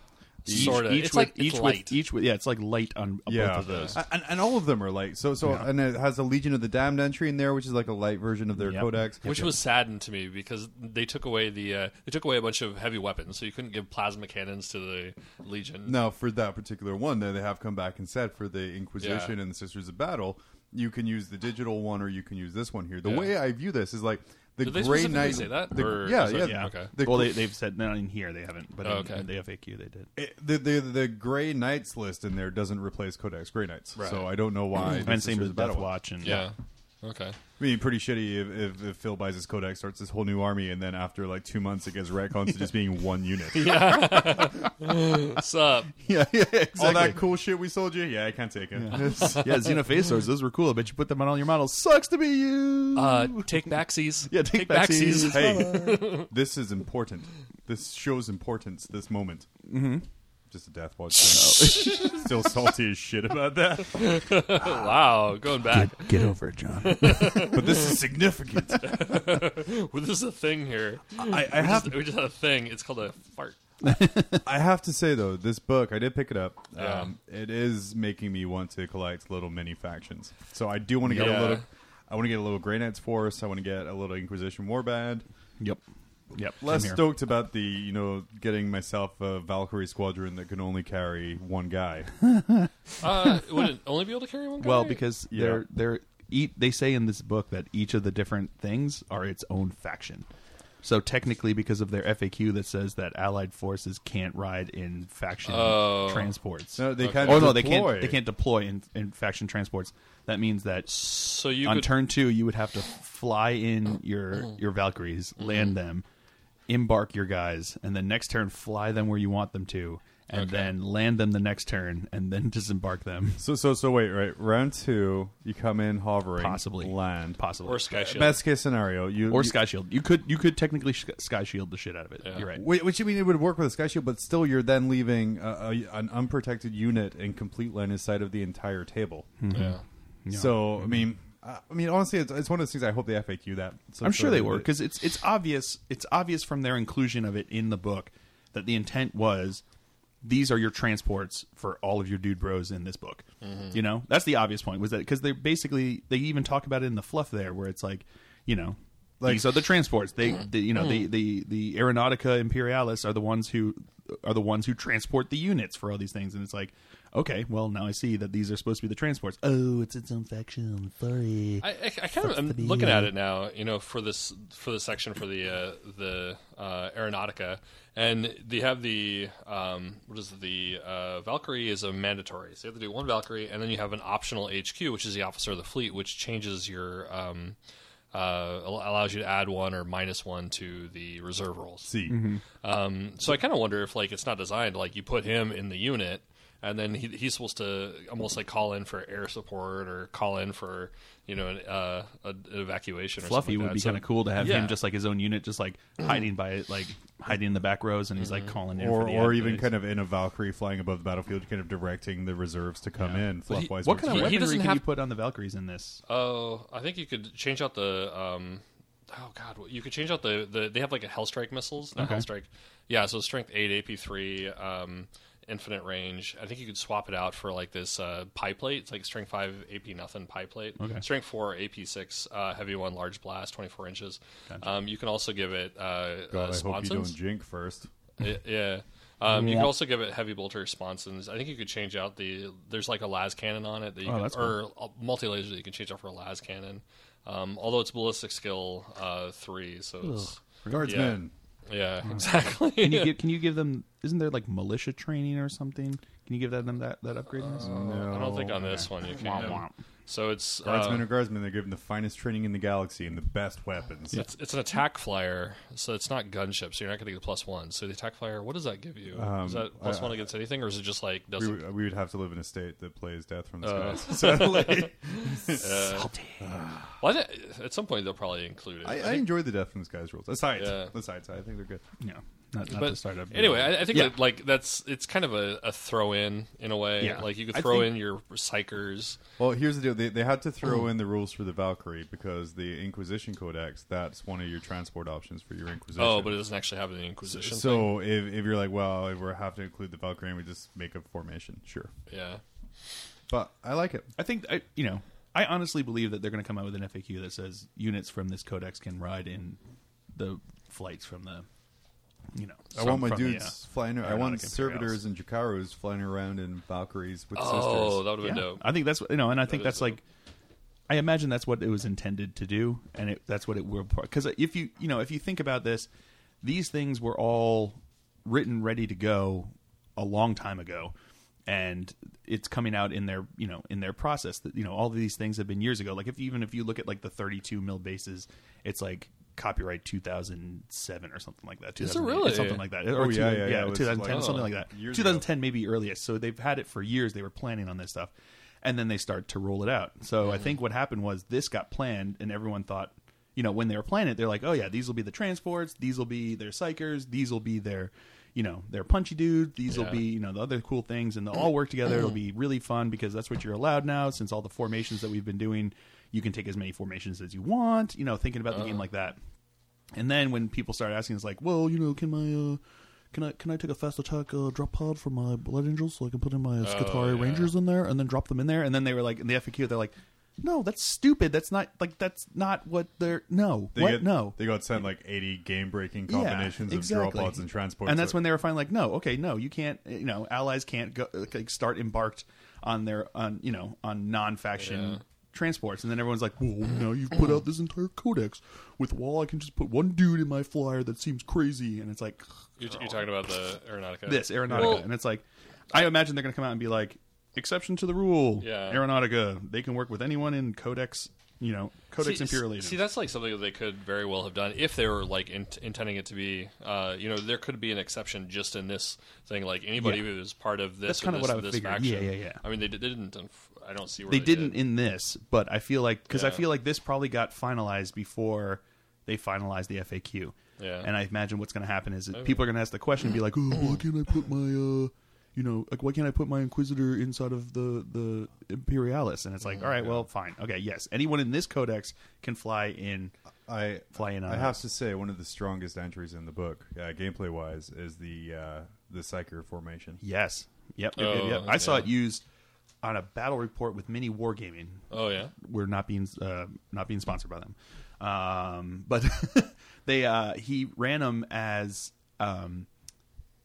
[SPEAKER 3] the-
[SPEAKER 2] Sort of.
[SPEAKER 1] Each
[SPEAKER 2] It's
[SPEAKER 1] with,
[SPEAKER 2] like
[SPEAKER 1] each
[SPEAKER 2] it's
[SPEAKER 1] with
[SPEAKER 2] light.
[SPEAKER 1] each with yeah, it's like light on on
[SPEAKER 3] yeah,
[SPEAKER 1] both of those.
[SPEAKER 3] A- and, and all of them are like so. So and it has a Legion of the Damned entry in there, which is like a light version of their
[SPEAKER 1] Yep.
[SPEAKER 3] codex.
[SPEAKER 2] which was saddened to me because they took away the uh, they took away a bunch of heavy weapons, so you couldn't give plasma cannons to the Legion.
[SPEAKER 3] now for that particular one, though, they have come back and said for the Inquisition and the Sisters of Battle, you can use the digital one or you can use this one here. The
[SPEAKER 2] Yeah.
[SPEAKER 3] way I view this is like the
[SPEAKER 2] Did they
[SPEAKER 3] Grey
[SPEAKER 2] specifically
[SPEAKER 3] Knight.
[SPEAKER 2] say that?
[SPEAKER 3] the-
[SPEAKER 2] Or
[SPEAKER 3] yeah,
[SPEAKER 2] is it-
[SPEAKER 3] yeah.
[SPEAKER 2] yeah. Okay.
[SPEAKER 3] The
[SPEAKER 1] well, they, they've said not in here they haven't, but in,
[SPEAKER 2] Okay.
[SPEAKER 1] in the FAQ they did.
[SPEAKER 3] It- the, the the Grey Knights list in there doesn't replace Codex Grey Knights, so I don't know why. the
[SPEAKER 1] And same
[SPEAKER 3] Sisters
[SPEAKER 1] with
[SPEAKER 3] of Battle-
[SPEAKER 1] Death Watch and
[SPEAKER 2] yeah. Okay.
[SPEAKER 3] I mean, pretty shitty if, if, if Phil buys his Codex, starts this whole new army, and then after like two months, it gets retcons to just being one unit.
[SPEAKER 2] What's up?
[SPEAKER 1] yeah, yeah,
[SPEAKER 3] All
[SPEAKER 1] exactly.
[SPEAKER 3] that cool shit we sold you, yeah, I can't take it.
[SPEAKER 1] yeah, Xenophasors, those were cool. I bet you put them on all your models. Sucks to be you.
[SPEAKER 2] Uh, take backsies.
[SPEAKER 1] Yeah, take backsies.
[SPEAKER 3] hey, this is important. This shows importance. This moment. Mm-hmm. Just a Death Watch. Thing. Still salty as shit about that,
[SPEAKER 2] Wow, going back.
[SPEAKER 1] Get over it, John.
[SPEAKER 3] but this is significant.
[SPEAKER 2] Well, this is a thing here.
[SPEAKER 3] I, I
[SPEAKER 2] We
[SPEAKER 3] have
[SPEAKER 2] just, we just had a thing. It's called a fart.
[SPEAKER 3] I have to say though, this book I did pick it up. Um, it is making me want to collect little mini factions. So I do want to get
[SPEAKER 2] Yeah.
[SPEAKER 3] a little. I want to get a little Grey Knights Force. I want to get a little Inquisition Warband.
[SPEAKER 1] Yep. Yep.
[SPEAKER 3] Less
[SPEAKER 1] Same here.
[SPEAKER 3] stoked about the you know getting myself a Valkyrie squadron that can only carry one guy.
[SPEAKER 2] Uh, would it only be able to carry one guy?
[SPEAKER 1] Well, because
[SPEAKER 3] Yeah.
[SPEAKER 1] they're they're eat, they say in this book that each of the different things are its own faction. So technically, because of their FAQ that says that Allied forces can't ride in faction
[SPEAKER 2] Oh.
[SPEAKER 1] transports.
[SPEAKER 3] No, they Okay. can't
[SPEAKER 1] Oh no, they
[SPEAKER 3] deploy.
[SPEAKER 1] can't. They can't deploy in, in faction transports. That means that
[SPEAKER 2] so you
[SPEAKER 1] on
[SPEAKER 2] could
[SPEAKER 1] turn two, you would have to fly in your your Valkyries,
[SPEAKER 2] Mm-hmm.
[SPEAKER 1] land them, embark your guys, and then next turn fly them where you want them to, and then land them the next turn, and then disembark them.
[SPEAKER 3] So so so wait right round two you come in hovering
[SPEAKER 1] Possibly
[SPEAKER 3] land
[SPEAKER 1] Possibly
[SPEAKER 2] or sky shield.
[SPEAKER 3] best case scenario you
[SPEAKER 1] or
[SPEAKER 3] you-
[SPEAKER 1] sky shield. You could you could technically sh- sky shield the shit out of it. You're right.
[SPEAKER 3] Wh- Which I mean, it would work with a sky shield, but still, you're then leaving a, a, an unprotected unit in complete line of sight of the entire table.
[SPEAKER 2] yeah.
[SPEAKER 1] Mm-hmm.
[SPEAKER 3] So I mean, I I mean, honestly, it's, it's one of those things. I hope they FAQ that. So-
[SPEAKER 1] I'm
[SPEAKER 3] so
[SPEAKER 1] sure they
[SPEAKER 3] that
[SPEAKER 1] were because it's it's obvious it's obvious from their inclusion of it in the book that the intent was these are your transports for all of your dude bros in this book. You know that's the obvious point was that because they basically they even talk about it in the fluff there where it's like you know.
[SPEAKER 3] Like-
[SPEAKER 1] These are the transports. They, they you know, the, the the Aeronautica Imperialis are the ones who are the ones who transport the units for all these things. And it's like, okay, well, now I see that these are supposed to be the transports.
[SPEAKER 6] Oh, it's its own faction. Sorry.
[SPEAKER 2] I, I, I kind of I'm
[SPEAKER 6] be
[SPEAKER 2] looking at it now, you know, for this for the section for the uh, the uh, aeronautica, and they have the um, what is it, the uh, Valkyrie is a mandatory, so you have to do one Valkyrie, and then you have an optional HQ, which is the officer of the fleet, which changes your um, uh, al- allows you to add one or minus one to the reserve rolls.
[SPEAKER 3] See,
[SPEAKER 1] Mm-hmm.
[SPEAKER 2] Um, so I kind of wonder if like it's not designed like you put him in the unit and then he, he's supposed to almost like call in for air support or call in for you know an, uh, a, an evacuation. Or
[SPEAKER 1] Fluffy
[SPEAKER 2] something
[SPEAKER 1] would
[SPEAKER 2] like
[SPEAKER 1] be
[SPEAKER 2] that. So-
[SPEAKER 1] kind of cool to have
[SPEAKER 2] Yeah.
[SPEAKER 1] him just like his own unit, just like hiding by it, like hiding in the back rows, and he's
[SPEAKER 2] Mm-hmm.
[SPEAKER 1] like calling in, for
[SPEAKER 3] or
[SPEAKER 1] the
[SPEAKER 3] or even
[SPEAKER 1] activities.
[SPEAKER 3] kind of in a Valkyrie flying above the battlefield, kind of directing the reserves to come in.
[SPEAKER 2] Well, he-
[SPEAKER 3] Fluff wise,
[SPEAKER 1] What kind
[SPEAKER 2] He-
[SPEAKER 1] of
[SPEAKER 2] he
[SPEAKER 1] weaponry
[SPEAKER 2] doesn't
[SPEAKER 1] can
[SPEAKER 2] have-
[SPEAKER 1] you put on the Valkyries in this?
[SPEAKER 2] Oh, I think you could change out the. Um, oh God, what- you could change out the, the. They have like a Hellstrike missiles. Not Hellstrike. Yeah, so strength eight, AP three, um, infinite range. I think you could swap it out for like this uh, pie plate. It's like strength five, AP nothing pie plate. Okay. Strength four, AP six, uh, heavy one, large blast, twenty four inches. Um, you can also give it uh, uh,
[SPEAKER 3] God, I hope you don't
[SPEAKER 2] sponsons.
[SPEAKER 3] jink first.
[SPEAKER 2] Y- yeah. Um, you can also give it heavy bolter sponsons. I think you could change out the there's like a las cannon on it that you
[SPEAKER 3] Oh,
[SPEAKER 2] can,
[SPEAKER 1] that's
[SPEAKER 2] or multi laser that you can change out for a las cannon. Um, although it's ballistic skill uh, three, so it's,
[SPEAKER 1] Uh,
[SPEAKER 3] Guardsmen.
[SPEAKER 2] yeah, exactly.
[SPEAKER 1] Can you give, can you give them? Isn't there like militia training or something? Can you give that them that that upgrade?
[SPEAKER 3] Uh,
[SPEAKER 1] in this?
[SPEAKER 2] I don't think on this one you can. So it's
[SPEAKER 3] Oh, Guardsmen
[SPEAKER 2] uh,
[SPEAKER 3] or guardsmen, they're given the finest training in the galaxy and the best weapons.
[SPEAKER 2] it's it's an attack flyer, so it's not gunship. So you're not going to get a plus one. So the attack flyer, what does that give you? is that plus one against anything, or is it just like
[SPEAKER 3] Um, uh, We,
[SPEAKER 2] doesn't?
[SPEAKER 3] we would have to live in a state that plays Death from
[SPEAKER 1] Uh.
[SPEAKER 3] the Skies. Sadly.
[SPEAKER 2] Well, I thi- at some point they'll probably include it. I
[SPEAKER 3] I, I
[SPEAKER 2] think-
[SPEAKER 3] enjoy the Death from the Skies rules. Aside,
[SPEAKER 2] Yeah.
[SPEAKER 3] aside, I think they're good.
[SPEAKER 1] No, not, not
[SPEAKER 2] But
[SPEAKER 1] the startup.
[SPEAKER 2] Anyway, I, I think
[SPEAKER 1] Yeah.
[SPEAKER 2] that, like that's it's kind of a, a throw in in a way.
[SPEAKER 1] Yeah.
[SPEAKER 2] Like you could
[SPEAKER 1] I
[SPEAKER 2] throw
[SPEAKER 1] think-
[SPEAKER 2] in your psychers.
[SPEAKER 3] Well, here's the deal: they, they had to throw
[SPEAKER 1] Mm.
[SPEAKER 3] in the rules for the Valkyrie because the Inquisition Codex that's one of your transport options for your Inquisition.
[SPEAKER 2] Oh, but it doesn't actually have the Inquisition.
[SPEAKER 3] so if, if you're like, well, if we have to include the Valkyrie, and we just make a formation. Sure,
[SPEAKER 2] thing. yeah,
[SPEAKER 3] but I like it.
[SPEAKER 1] I think I, you know. I honestly believe that they're going to come out with an FAQ that says units from this codex can ride in the flights from the, you know.
[SPEAKER 3] I want
[SPEAKER 1] from-
[SPEAKER 3] my
[SPEAKER 1] from the,
[SPEAKER 3] dudes
[SPEAKER 1] uh,
[SPEAKER 3] flying. ar- I want
[SPEAKER 1] Aeronautic
[SPEAKER 3] servitors and Jacaros flying around in Valkyries with
[SPEAKER 2] oh,
[SPEAKER 3] sisters.
[SPEAKER 2] that would have been
[SPEAKER 1] Yeah.
[SPEAKER 2] dope.
[SPEAKER 1] I think that's you know, and I think
[SPEAKER 2] is
[SPEAKER 1] that's
[SPEAKER 2] dope.
[SPEAKER 1] like, I imagine that's what it was intended to do, and it, that's what it will. Because if you you know if you think about this, these things were all written ready to go a long time ago, and it's coming out in their you know in their process that you know all of these things have been years ago. Like if even if you look at like the thirty two mil bases, it's like copyright 2007 or something like that
[SPEAKER 2] Is it
[SPEAKER 1] 2008,
[SPEAKER 2] really?
[SPEAKER 1] something like that or
[SPEAKER 3] Oh, yeah,
[SPEAKER 1] two-
[SPEAKER 3] yeah, yeah, it was
[SPEAKER 1] 2010
[SPEAKER 3] like-
[SPEAKER 1] something like that
[SPEAKER 3] Years ago.
[SPEAKER 1] 2010 2010 maybe earliest. So they've had it for years. They were planning on this stuff, and then they start to roll it out. So I think what happened was this got planned, and everyone thought, you know, when they were planning it, they're like, oh yeah, these will be the transports, these will be their psychers, these will be their, you know, their punchy dudes, these will
[SPEAKER 2] Yeah.
[SPEAKER 1] be you know the other cool things, and they'll all work together. It'll be really fun because that's what you're allowed now. Since all the formations that we've been doing, you can take as many formations as you want. You know, thinking about the game like that. And then when people started asking, it's like, well, you know, can my uh,
[SPEAKER 6] Can I can I take a fast attack uh, drop pod from my Blood Angels so I can put in my
[SPEAKER 3] Oh,
[SPEAKER 6] Skatari Rangers in there and then drop them in there? And then they were like in the FAQ, they're like, no, that's stupid. That's not like that's not what they're no
[SPEAKER 3] They
[SPEAKER 6] what
[SPEAKER 3] get,
[SPEAKER 6] no.
[SPEAKER 3] They got sent like 80 game breaking combinations
[SPEAKER 6] yeah,
[SPEAKER 3] of
[SPEAKER 6] exactly.
[SPEAKER 3] draw pods and transports.
[SPEAKER 1] and that's
[SPEAKER 3] so-
[SPEAKER 1] when they were finally like, no, okay, no, you can't. You know, allies can't go like start embarked on their on you know on non-faction transports, and then everyone's like,
[SPEAKER 6] Well, now you've put out this entire codex with wall. I can just put one dude in my flyer that seems crazy, and it's like
[SPEAKER 2] You're, you're talking about the Aeronautica.
[SPEAKER 1] this Aeronautica,
[SPEAKER 2] Well-
[SPEAKER 1] and it's like, I imagine they're going to come out and be like, exception to the rule,
[SPEAKER 2] Yeah.
[SPEAKER 1] Aeronautica, they can work with anyone in Codex, you know, Codex
[SPEAKER 2] see,
[SPEAKER 1] Imperial Legion.
[SPEAKER 2] See, that's like something that they could very well have done if they were like in- intending it to be. Uh, you know, there could be an exception just in this thing. Like anybody
[SPEAKER 1] Yeah.
[SPEAKER 2] who was part of this,
[SPEAKER 1] That's kinda
[SPEAKER 2] or this,
[SPEAKER 1] what I would
[SPEAKER 2] this
[SPEAKER 1] figure.
[SPEAKER 2] faction.
[SPEAKER 1] Yeah, yeah, yeah.
[SPEAKER 2] I mean, they di- didn't. unf- I don't see where
[SPEAKER 1] they
[SPEAKER 2] they,
[SPEAKER 1] didn't
[SPEAKER 2] Did.
[SPEAKER 1] in this, but I feel like because I
[SPEAKER 2] Yeah.
[SPEAKER 1] feel like this probably got finalized before they finalized the FAQ.
[SPEAKER 2] Yeah.
[SPEAKER 1] And I imagine what's going to happen is that people are going to ask the question and be like, "Oh, why can't I put my, uh, you know, like why can't I put my Inquisitor inside of the the Imperialis?" And it's
[SPEAKER 2] Mm,
[SPEAKER 1] like, "All right, well, fine, okay, yes, anyone in this codex can fly in."
[SPEAKER 3] I
[SPEAKER 1] fly in
[SPEAKER 3] I
[SPEAKER 1] on
[SPEAKER 3] have
[SPEAKER 1] us.
[SPEAKER 3] to say one of the strongest entries in the book, uh, gameplay wise, is the uh, the Psyker formation.
[SPEAKER 1] Yes, yep, yep, yep,
[SPEAKER 2] Oh,
[SPEAKER 1] yep. I saw
[SPEAKER 2] yeah.
[SPEAKER 1] it used on a battle report with mini wargaming.
[SPEAKER 2] Oh yeah.
[SPEAKER 1] we're not being uh, not being sponsored by them. Um, but they uh, he ran them as um,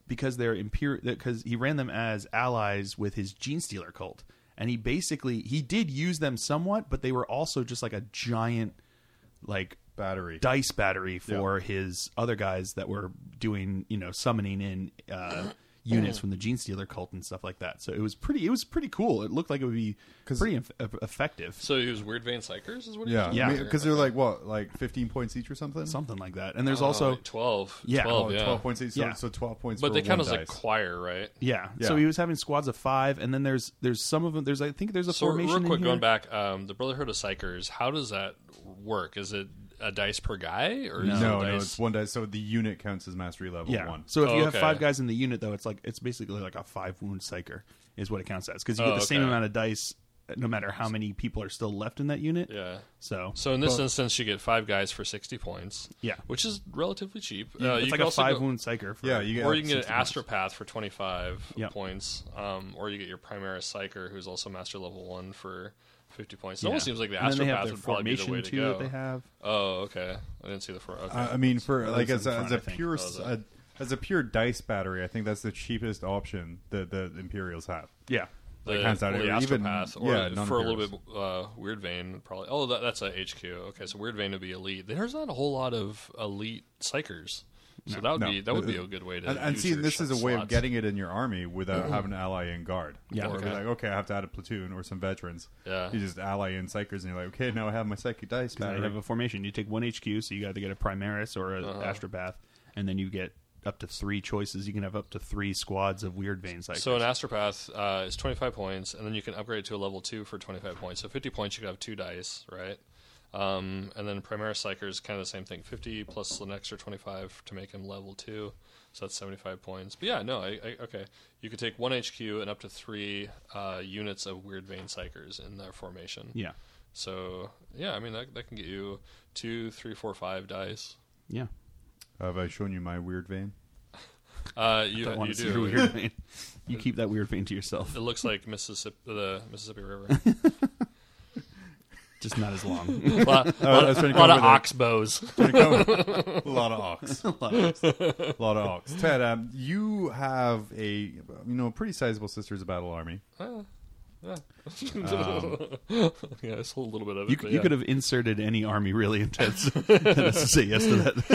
[SPEAKER 1] because they're imperial because he ran them as allies with his gene stealer cult, and he basically he did use them somewhat, but they were also just like a giant like
[SPEAKER 3] Battery.
[SPEAKER 1] dice battery for his other guys that were doing you know summoning in uh, units from the gene stealer cult and stuff like that. So it was pretty it was pretty cool. It looked like it would be pretty eff- eff- effective.
[SPEAKER 2] So he was weird vein psychers, is what?
[SPEAKER 3] yeah,
[SPEAKER 1] Yeah.
[SPEAKER 3] Because they're like what, like fifteen points each or something.
[SPEAKER 1] something like that. And there's
[SPEAKER 2] Also
[SPEAKER 1] also
[SPEAKER 2] Uh, twelve.
[SPEAKER 1] Yeah.
[SPEAKER 2] Twelve.
[SPEAKER 3] Oh,
[SPEAKER 2] yeah.
[SPEAKER 3] twelve points each. So,
[SPEAKER 1] Yeah.
[SPEAKER 3] so twelve points.
[SPEAKER 2] But
[SPEAKER 3] for
[SPEAKER 2] they count
[SPEAKER 3] one
[SPEAKER 2] as a
[SPEAKER 3] dice.
[SPEAKER 2] choir, right?
[SPEAKER 1] yeah. So
[SPEAKER 3] Yeah.
[SPEAKER 1] he was having squads of five, and then there's there's some of them. There's I think there's a
[SPEAKER 2] So
[SPEAKER 1] formation.
[SPEAKER 2] real
[SPEAKER 1] in
[SPEAKER 2] quick,
[SPEAKER 1] here.
[SPEAKER 2] going back, um, the Brotherhood of Psychers. How does that work? Is it a dice per guy, or is it
[SPEAKER 3] No,
[SPEAKER 2] a
[SPEAKER 3] no,
[SPEAKER 2] dice?
[SPEAKER 3] it's one dice. So the unit counts as mastery level
[SPEAKER 1] Yeah.
[SPEAKER 3] one.
[SPEAKER 1] So if
[SPEAKER 2] Oh,
[SPEAKER 1] you have
[SPEAKER 2] okay.
[SPEAKER 1] five guys in the unit, though, it's like it's basically like a five wound psyker is what it counts as because you
[SPEAKER 2] Oh,
[SPEAKER 1] get the same
[SPEAKER 2] okay.
[SPEAKER 1] amount of dice uh, no matter how many people are still left in that unit.
[SPEAKER 2] yeah.
[SPEAKER 1] So
[SPEAKER 2] So in this instance, you get five guys for sixty points.
[SPEAKER 1] Yeah.
[SPEAKER 2] which is relatively cheap. uh,
[SPEAKER 1] it's
[SPEAKER 2] you
[SPEAKER 1] like
[SPEAKER 2] can
[SPEAKER 1] a
[SPEAKER 2] also
[SPEAKER 1] five
[SPEAKER 2] go-
[SPEAKER 1] wound psyker. For,
[SPEAKER 3] Yeah, you get
[SPEAKER 2] or
[SPEAKER 3] like
[SPEAKER 2] you can get
[SPEAKER 3] 60
[SPEAKER 2] an
[SPEAKER 3] points.
[SPEAKER 2] astropath for twenty five
[SPEAKER 1] Yeah.
[SPEAKER 2] points, um, or you get your primaris psyker, who's also master level one for fifty points. It almost seems like the
[SPEAKER 1] And then they have
[SPEAKER 2] astropath
[SPEAKER 1] their
[SPEAKER 2] would probably be the
[SPEAKER 1] formation
[SPEAKER 2] way to
[SPEAKER 1] too
[SPEAKER 2] go.
[SPEAKER 1] that they have.
[SPEAKER 2] Oh, okay. I didn't see the four. Okay.
[SPEAKER 3] I I mean, for like
[SPEAKER 1] that's
[SPEAKER 3] as
[SPEAKER 1] in
[SPEAKER 3] a, as
[SPEAKER 1] front,
[SPEAKER 3] a
[SPEAKER 1] I think.
[SPEAKER 3] pure
[SPEAKER 2] Oh,
[SPEAKER 3] s-
[SPEAKER 2] that-
[SPEAKER 3] a- as a pure dice battery, I think that's the cheapest option that the Imperials have.
[SPEAKER 1] Yeah.
[SPEAKER 2] the,
[SPEAKER 3] hands down,
[SPEAKER 2] well, the
[SPEAKER 3] or even-
[SPEAKER 2] astropath,
[SPEAKER 3] yeah,
[SPEAKER 2] or
[SPEAKER 3] none
[SPEAKER 2] for a
[SPEAKER 3] of
[SPEAKER 2] little bit, uh, weird vein would probably. Oh, that, that's a HQ. Okay, so weird vein would be elite. There's not a whole lot of elite psychers, so that would
[SPEAKER 3] no.
[SPEAKER 2] be that would
[SPEAKER 3] Uh,
[SPEAKER 2] be a good way to.
[SPEAKER 3] And, and
[SPEAKER 2] use
[SPEAKER 3] see,
[SPEAKER 2] your
[SPEAKER 3] this
[SPEAKER 2] sh-
[SPEAKER 3] is a way of
[SPEAKER 2] slots.
[SPEAKER 3] getting it in your army without having an ally in guard.
[SPEAKER 1] Mm-hmm. Yeah.
[SPEAKER 3] Or be
[SPEAKER 2] Okay.
[SPEAKER 3] like, okay, I have to add a platoon or some veterans.
[SPEAKER 2] Yeah.
[SPEAKER 3] You just ally in psychers, and you're like, okay, now I have my psychic dice
[SPEAKER 1] Now you
[SPEAKER 3] battery.
[SPEAKER 1] have a formation. You take one HQ, so you either get a Primaris or an
[SPEAKER 2] Uh-huh.
[SPEAKER 1] Astropath, and then you get up to three choices. You can have up to three squads of weird vein psychers.
[SPEAKER 2] So an astropath uh, is 25 points, and then you can upgrade to a level two for 25 points. So 50 points, you could have two dice, right? Um, and then Primaris Psyker is kind of the same thing: 50 plus an extra 25 to make him level two, so that's 75 points. But yeah, no, I, I, okay. You could take one HQ and up to three uh, units of Weird Vein Psykers in their formation.
[SPEAKER 1] yeah,
[SPEAKER 2] So yeah, I mean that, that can get you two, three, four, five dice.
[SPEAKER 1] yeah.
[SPEAKER 3] have I shown you my weird vein?
[SPEAKER 2] Uh, you
[SPEAKER 1] Don't want
[SPEAKER 2] you
[SPEAKER 1] to see your
[SPEAKER 2] do.
[SPEAKER 1] weird vein. You keep that weird vein to yourself.
[SPEAKER 2] It looks like Mississippi, the Mississippi River.
[SPEAKER 1] Just not as long.
[SPEAKER 2] A lot, lot-
[SPEAKER 3] Oh, that's when you
[SPEAKER 2] lot
[SPEAKER 3] come
[SPEAKER 2] of
[SPEAKER 3] with it.
[SPEAKER 2] ox bows.
[SPEAKER 3] a lot of ox. A lot of ox. Ted, um, you have a you know pretty sizable Sisters of Battle army.
[SPEAKER 2] yeah, it's a little bit of it.
[SPEAKER 1] You,
[SPEAKER 2] but
[SPEAKER 1] you
[SPEAKER 2] yeah.
[SPEAKER 1] could have inserted any army really intense to say yes to that.
[SPEAKER 3] But,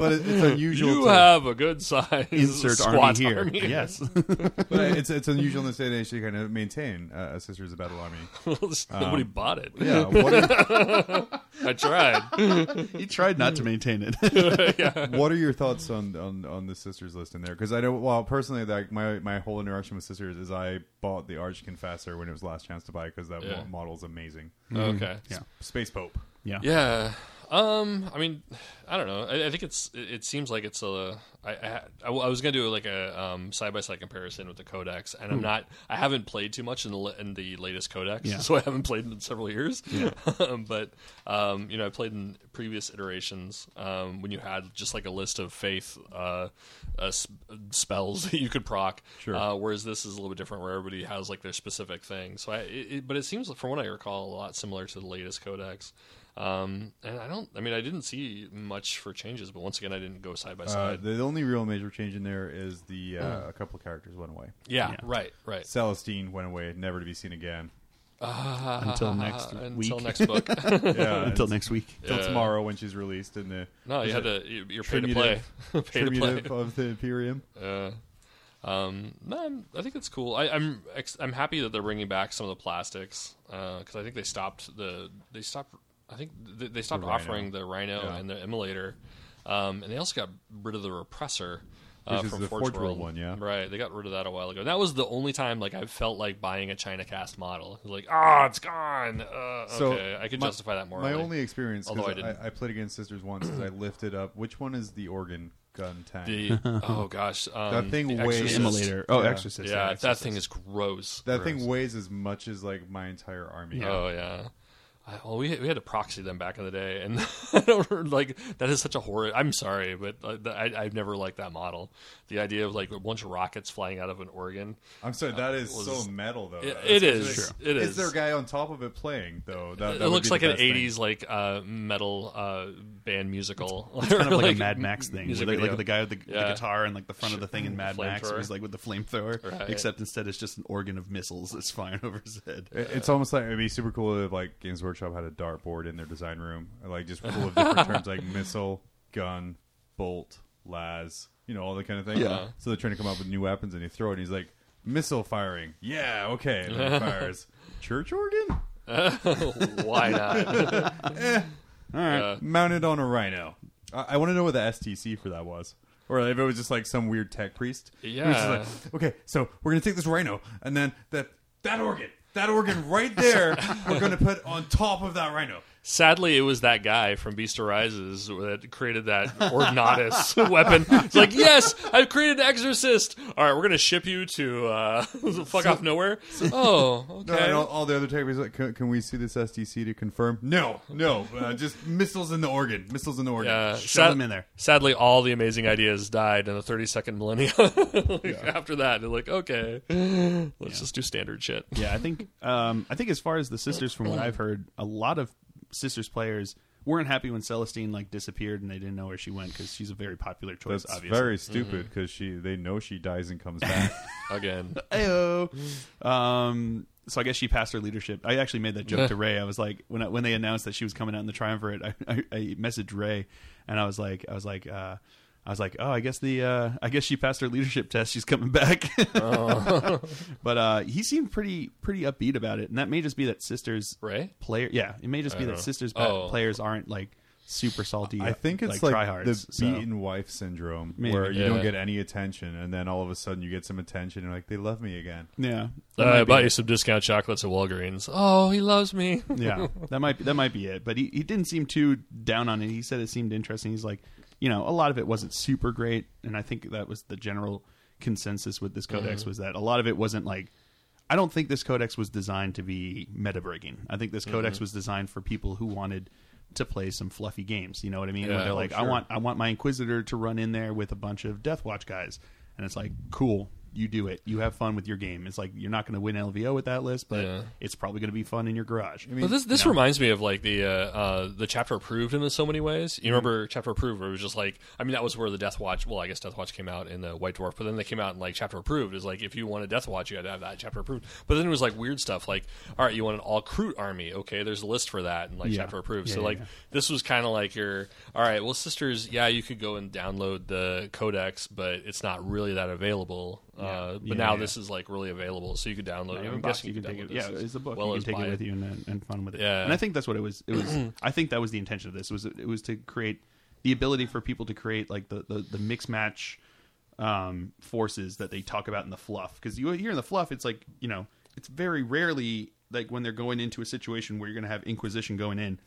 [SPEAKER 3] but it- it's unusual.
[SPEAKER 2] You
[SPEAKER 3] to,
[SPEAKER 2] have a good size
[SPEAKER 1] Insert
[SPEAKER 2] squat
[SPEAKER 1] army here.
[SPEAKER 2] army.
[SPEAKER 1] Yes.
[SPEAKER 3] but it's it's unusual in this day and age to kind of maintain uh, a Sisters of Battle army.
[SPEAKER 1] Um,
[SPEAKER 2] Nobody bought it.
[SPEAKER 3] Yeah, what are,
[SPEAKER 2] I tried.
[SPEAKER 1] Mm, he tried not to
[SPEAKER 2] Hmm.
[SPEAKER 1] maintain it.
[SPEAKER 3] what are your thoughts on, on, on the sisters list in there? Because I know, well, personally, like my, my whole interaction with sisters is I bought the Arch Confessor when it was last chance to buy because that
[SPEAKER 2] Yeah.
[SPEAKER 3] mo- model's amazing.
[SPEAKER 2] okay.
[SPEAKER 1] Yeah.
[SPEAKER 3] Space Pope.
[SPEAKER 1] yeah.
[SPEAKER 2] Yeah. Um, I mean, I don't know. I, I think it's. It, it seems like it's a. I I, ha- I w- I was gonna do like a um side by side comparison with the Codex,
[SPEAKER 1] Hmm.
[SPEAKER 2] and I'm not. I haven't played too much in the la- in the latest Codex, so I haven't played in several years. Um, but um, you know, I played in previous iterations. Um, when you had just like a list of faith uh, uh s- spells that you could proc. Sure. Uh, whereas this is a little bit different, where everybody has like their specific thing. So I. It, it, but it seems, from what I recall, a lot similar to the latest Codex. Um, and I don't. I mean, I didn't see much for changes, but once again, I didn't go side by
[SPEAKER 3] Uh,
[SPEAKER 2] side.
[SPEAKER 3] the only real major change in there is the
[SPEAKER 2] Mm.
[SPEAKER 3] uh, a couple of characters went away.
[SPEAKER 2] Yeah, right, right.
[SPEAKER 3] Celestine went away, never to be seen again.
[SPEAKER 1] until next
[SPEAKER 2] Uh,
[SPEAKER 1] week.
[SPEAKER 2] until next book.
[SPEAKER 3] Yeah,
[SPEAKER 1] until next week.
[SPEAKER 3] until tomorrow when she's released in the
[SPEAKER 2] no, you
[SPEAKER 3] is
[SPEAKER 2] had
[SPEAKER 3] it
[SPEAKER 2] to. you- You're paid to play. paid to play.
[SPEAKER 3] Tribute of- uh, of the Imperium.
[SPEAKER 2] Uh, um, no, I'm, I think it's cool. I, I'm ex- I'm happy that they're bringing back some of the plastics because I think they stopped the they stopped I think they, they stopped
[SPEAKER 3] rhino.
[SPEAKER 2] offering the rhino
[SPEAKER 3] Yeah.
[SPEAKER 2] and the immolator, um, and they also got rid of the repressor. Uh,
[SPEAKER 3] Which is
[SPEAKER 2] from
[SPEAKER 3] the
[SPEAKER 2] Forge,
[SPEAKER 3] Forge World
[SPEAKER 2] World
[SPEAKER 3] one, yeah.
[SPEAKER 2] Right, they got rid of that a while ago. That was the only time like I felt like buying a China Cast model. Like, ah, it's gone. Uh,
[SPEAKER 3] So,
[SPEAKER 2] okay, I could
[SPEAKER 3] my-
[SPEAKER 2] justify that more.
[SPEAKER 3] My only experience,
[SPEAKER 2] Although I
[SPEAKER 3] because I,
[SPEAKER 2] didn't.
[SPEAKER 3] I, played against sisters once, is I lifted up. Which one is the organ gun tank?
[SPEAKER 2] the oh gosh, um,
[SPEAKER 3] That thing
[SPEAKER 2] the
[SPEAKER 3] weighs-
[SPEAKER 2] Exorcist.
[SPEAKER 1] Immolator. Oh,
[SPEAKER 3] Yeah.
[SPEAKER 1] Exorcist.
[SPEAKER 2] Yeah,
[SPEAKER 1] Exorcist.
[SPEAKER 2] that thing is gross.
[SPEAKER 3] that
[SPEAKER 2] gross.
[SPEAKER 3] thing weighs as much as like my entire army.
[SPEAKER 2] Oh yeah. I, well, we we had to proxy them back in the day, and I don't remember, like that is such a horror. I'm sorry, but uh, th- I, I've never liked that model. The idea of like a bunch of rockets flying out of an organ.
[SPEAKER 3] I'm sorry, that is
[SPEAKER 2] was-
[SPEAKER 3] so metal though.
[SPEAKER 2] It-
[SPEAKER 3] That's
[SPEAKER 2] it
[SPEAKER 3] just-
[SPEAKER 2] is.
[SPEAKER 3] it's-
[SPEAKER 2] It
[SPEAKER 3] Is
[SPEAKER 2] is.
[SPEAKER 3] there a guy on top of it playing though? That, that
[SPEAKER 2] it
[SPEAKER 3] would
[SPEAKER 2] looks
[SPEAKER 3] be
[SPEAKER 2] like
[SPEAKER 3] the
[SPEAKER 2] an
[SPEAKER 3] best thing.
[SPEAKER 2] '80s like uh, metal uh, band musical,
[SPEAKER 1] kind of like, a Mad Max thing. where
[SPEAKER 2] music
[SPEAKER 1] they-
[SPEAKER 2] video.
[SPEAKER 1] like the guy with the,
[SPEAKER 2] Yeah.
[SPEAKER 1] the guitar and like the front of the thing in Mad Max,
[SPEAKER 2] Flamethrower.
[SPEAKER 1] where he's like with the flamethrower,
[SPEAKER 2] Right.
[SPEAKER 1] except instead it's just an organ of missiles that's firing over his head.
[SPEAKER 3] It- It's almost like it'd be super cool if like Games Workshop had a dartboard in their design room, like just full of different terms like missile, gun, bolt, las, you know, all that kind of thing.
[SPEAKER 1] Yeah.
[SPEAKER 3] So they're trying to come up with new weapons, and you throw it, and he's like, missile firing. Yeah, okay. And then it fires. Church organ
[SPEAKER 2] Why not?
[SPEAKER 3] Eh. mounted on a rhino. I, I want to know what the STC for that was. Or if it was just like some weird tech priest. He was just
[SPEAKER 2] Yeah.
[SPEAKER 3] like, okay, so we're gonna take this rhino and then that that organ, that organ right there, we're gonna put on top of that rhino.
[SPEAKER 2] Sadly, it was that guy from Beast Arises that created that Orgnatus weapon. It's like, yes, I've created an Exorcist. All right, we're gonna ship you to uh, fuck off nowhere. oh, okay.
[SPEAKER 3] No, and all, all the other tech priests like, can, can we see this STC to confirm? No, no, uh, just missiles in the organ, missiles in the organ.
[SPEAKER 2] Uh,
[SPEAKER 1] Shove them in there.
[SPEAKER 2] Sadly, all the amazing ideas died in the 32nd millennium. Like, After that, they're like, okay, let's just do standard shit.
[SPEAKER 1] Yeah, I think um, I think as far as the sisters, from what I've heard, a lot of sisters players weren't happy when Celestine like disappeared and they didn't know where she went because she's a very popular choice.
[SPEAKER 3] That's
[SPEAKER 1] obviously,
[SPEAKER 3] very
[SPEAKER 2] Mm-hmm.
[SPEAKER 3] stupid because she they know she dies and comes back.
[SPEAKER 2] Again,
[SPEAKER 1] Ayo. Um, so I guess she passed her leadership. I actually made that joke to Ray. I was like, when I, when they announced that she was coming out in the triumvirate, I, I, I messaged Ray, and I was like, I was like, uh, I was like, oh, I guess the uh, I guess she passed her leadership test. She's coming back.
[SPEAKER 2] Oh.
[SPEAKER 1] but uh, he seemed pretty pretty upbeat about it, and that may just be that sisters
[SPEAKER 2] Ray?
[SPEAKER 1] player. Yeah, it may just be that sisters ba-
[SPEAKER 2] Oh.
[SPEAKER 1] players aren't like super salty.
[SPEAKER 3] Uh-huh.
[SPEAKER 1] uh,
[SPEAKER 3] I think it's
[SPEAKER 1] like,
[SPEAKER 3] like,
[SPEAKER 1] tryhards.
[SPEAKER 3] the
[SPEAKER 1] so-
[SPEAKER 3] beaten wife syndrome,
[SPEAKER 1] Maybe.
[SPEAKER 3] where you don't
[SPEAKER 2] Yeah.
[SPEAKER 3] get any attention, and then all of a sudden you get some attention, and like they love me again.
[SPEAKER 1] Yeah,
[SPEAKER 2] uh, I bought you some discount chocolates at Walgreens. Oh, he loves me.
[SPEAKER 1] yeah, that might that might be it. But he, he didn't seem too down on it. He said it seemed interesting. He's like, you know, a lot of it wasn't super great, and I think that was the general consensus with this codex
[SPEAKER 2] Mm-hmm.
[SPEAKER 1] was that a lot of it wasn't like. I don't think this codex was designed to be meta breaking. I think this
[SPEAKER 2] Mm-hmm.
[SPEAKER 1] codex was designed for people who wanted to play some fluffy games. You know what I mean? Where
[SPEAKER 2] Yeah.
[SPEAKER 1] they're
[SPEAKER 2] Oh,
[SPEAKER 1] like, I want I want my Inquisitor to run in there with a bunch of Death Watch guys, and it's like, cool, you do it. You have fun with your game. It's like you're not going to win LVO with that list, but
[SPEAKER 2] Yeah.
[SPEAKER 1] it's probably going to be fun in your garage.
[SPEAKER 2] But this this reminds me of like the uh, uh, the chapter approved in so many ways.
[SPEAKER 1] Mm-hmm.
[SPEAKER 2] You remember chapter approved where it was just like I mean that was where the Death Watch. Well, I guess Death Watch came out in the White Dwarf, but then they came out in like chapter approved is like if you want a Death Watch, you had to have that chapter approved. But then it was like weird stuff like all right, you want an all crute army? Okay, there's a list for that and like chapter approved. so like this was kind of like your all right. Well, sisters, yeah, you could go and download the codex, but it's not really that available. Uh, but now this is like really available, so you could download. it.
[SPEAKER 1] Yeah,
[SPEAKER 2] I'm
[SPEAKER 1] box,
[SPEAKER 2] guessing
[SPEAKER 1] you can
[SPEAKER 2] could
[SPEAKER 1] take it.
[SPEAKER 2] download
[SPEAKER 1] Yeah,
[SPEAKER 2] this as
[SPEAKER 1] it's a book.
[SPEAKER 2] well
[SPEAKER 1] you
[SPEAKER 2] as
[SPEAKER 1] can
[SPEAKER 2] buy
[SPEAKER 1] take it
[SPEAKER 2] it.
[SPEAKER 1] with you and, and fun with it.
[SPEAKER 2] Yeah.
[SPEAKER 1] and I think that's what it was. It was. I think that was the intention of this. Was it was to create the ability for people to create like the the, the mix match um, forces that they talk about in the fluff. Because you hear in the fluff, it's like you know, it's very rarely like when they're going into a situation where you're going to have Inquisition going in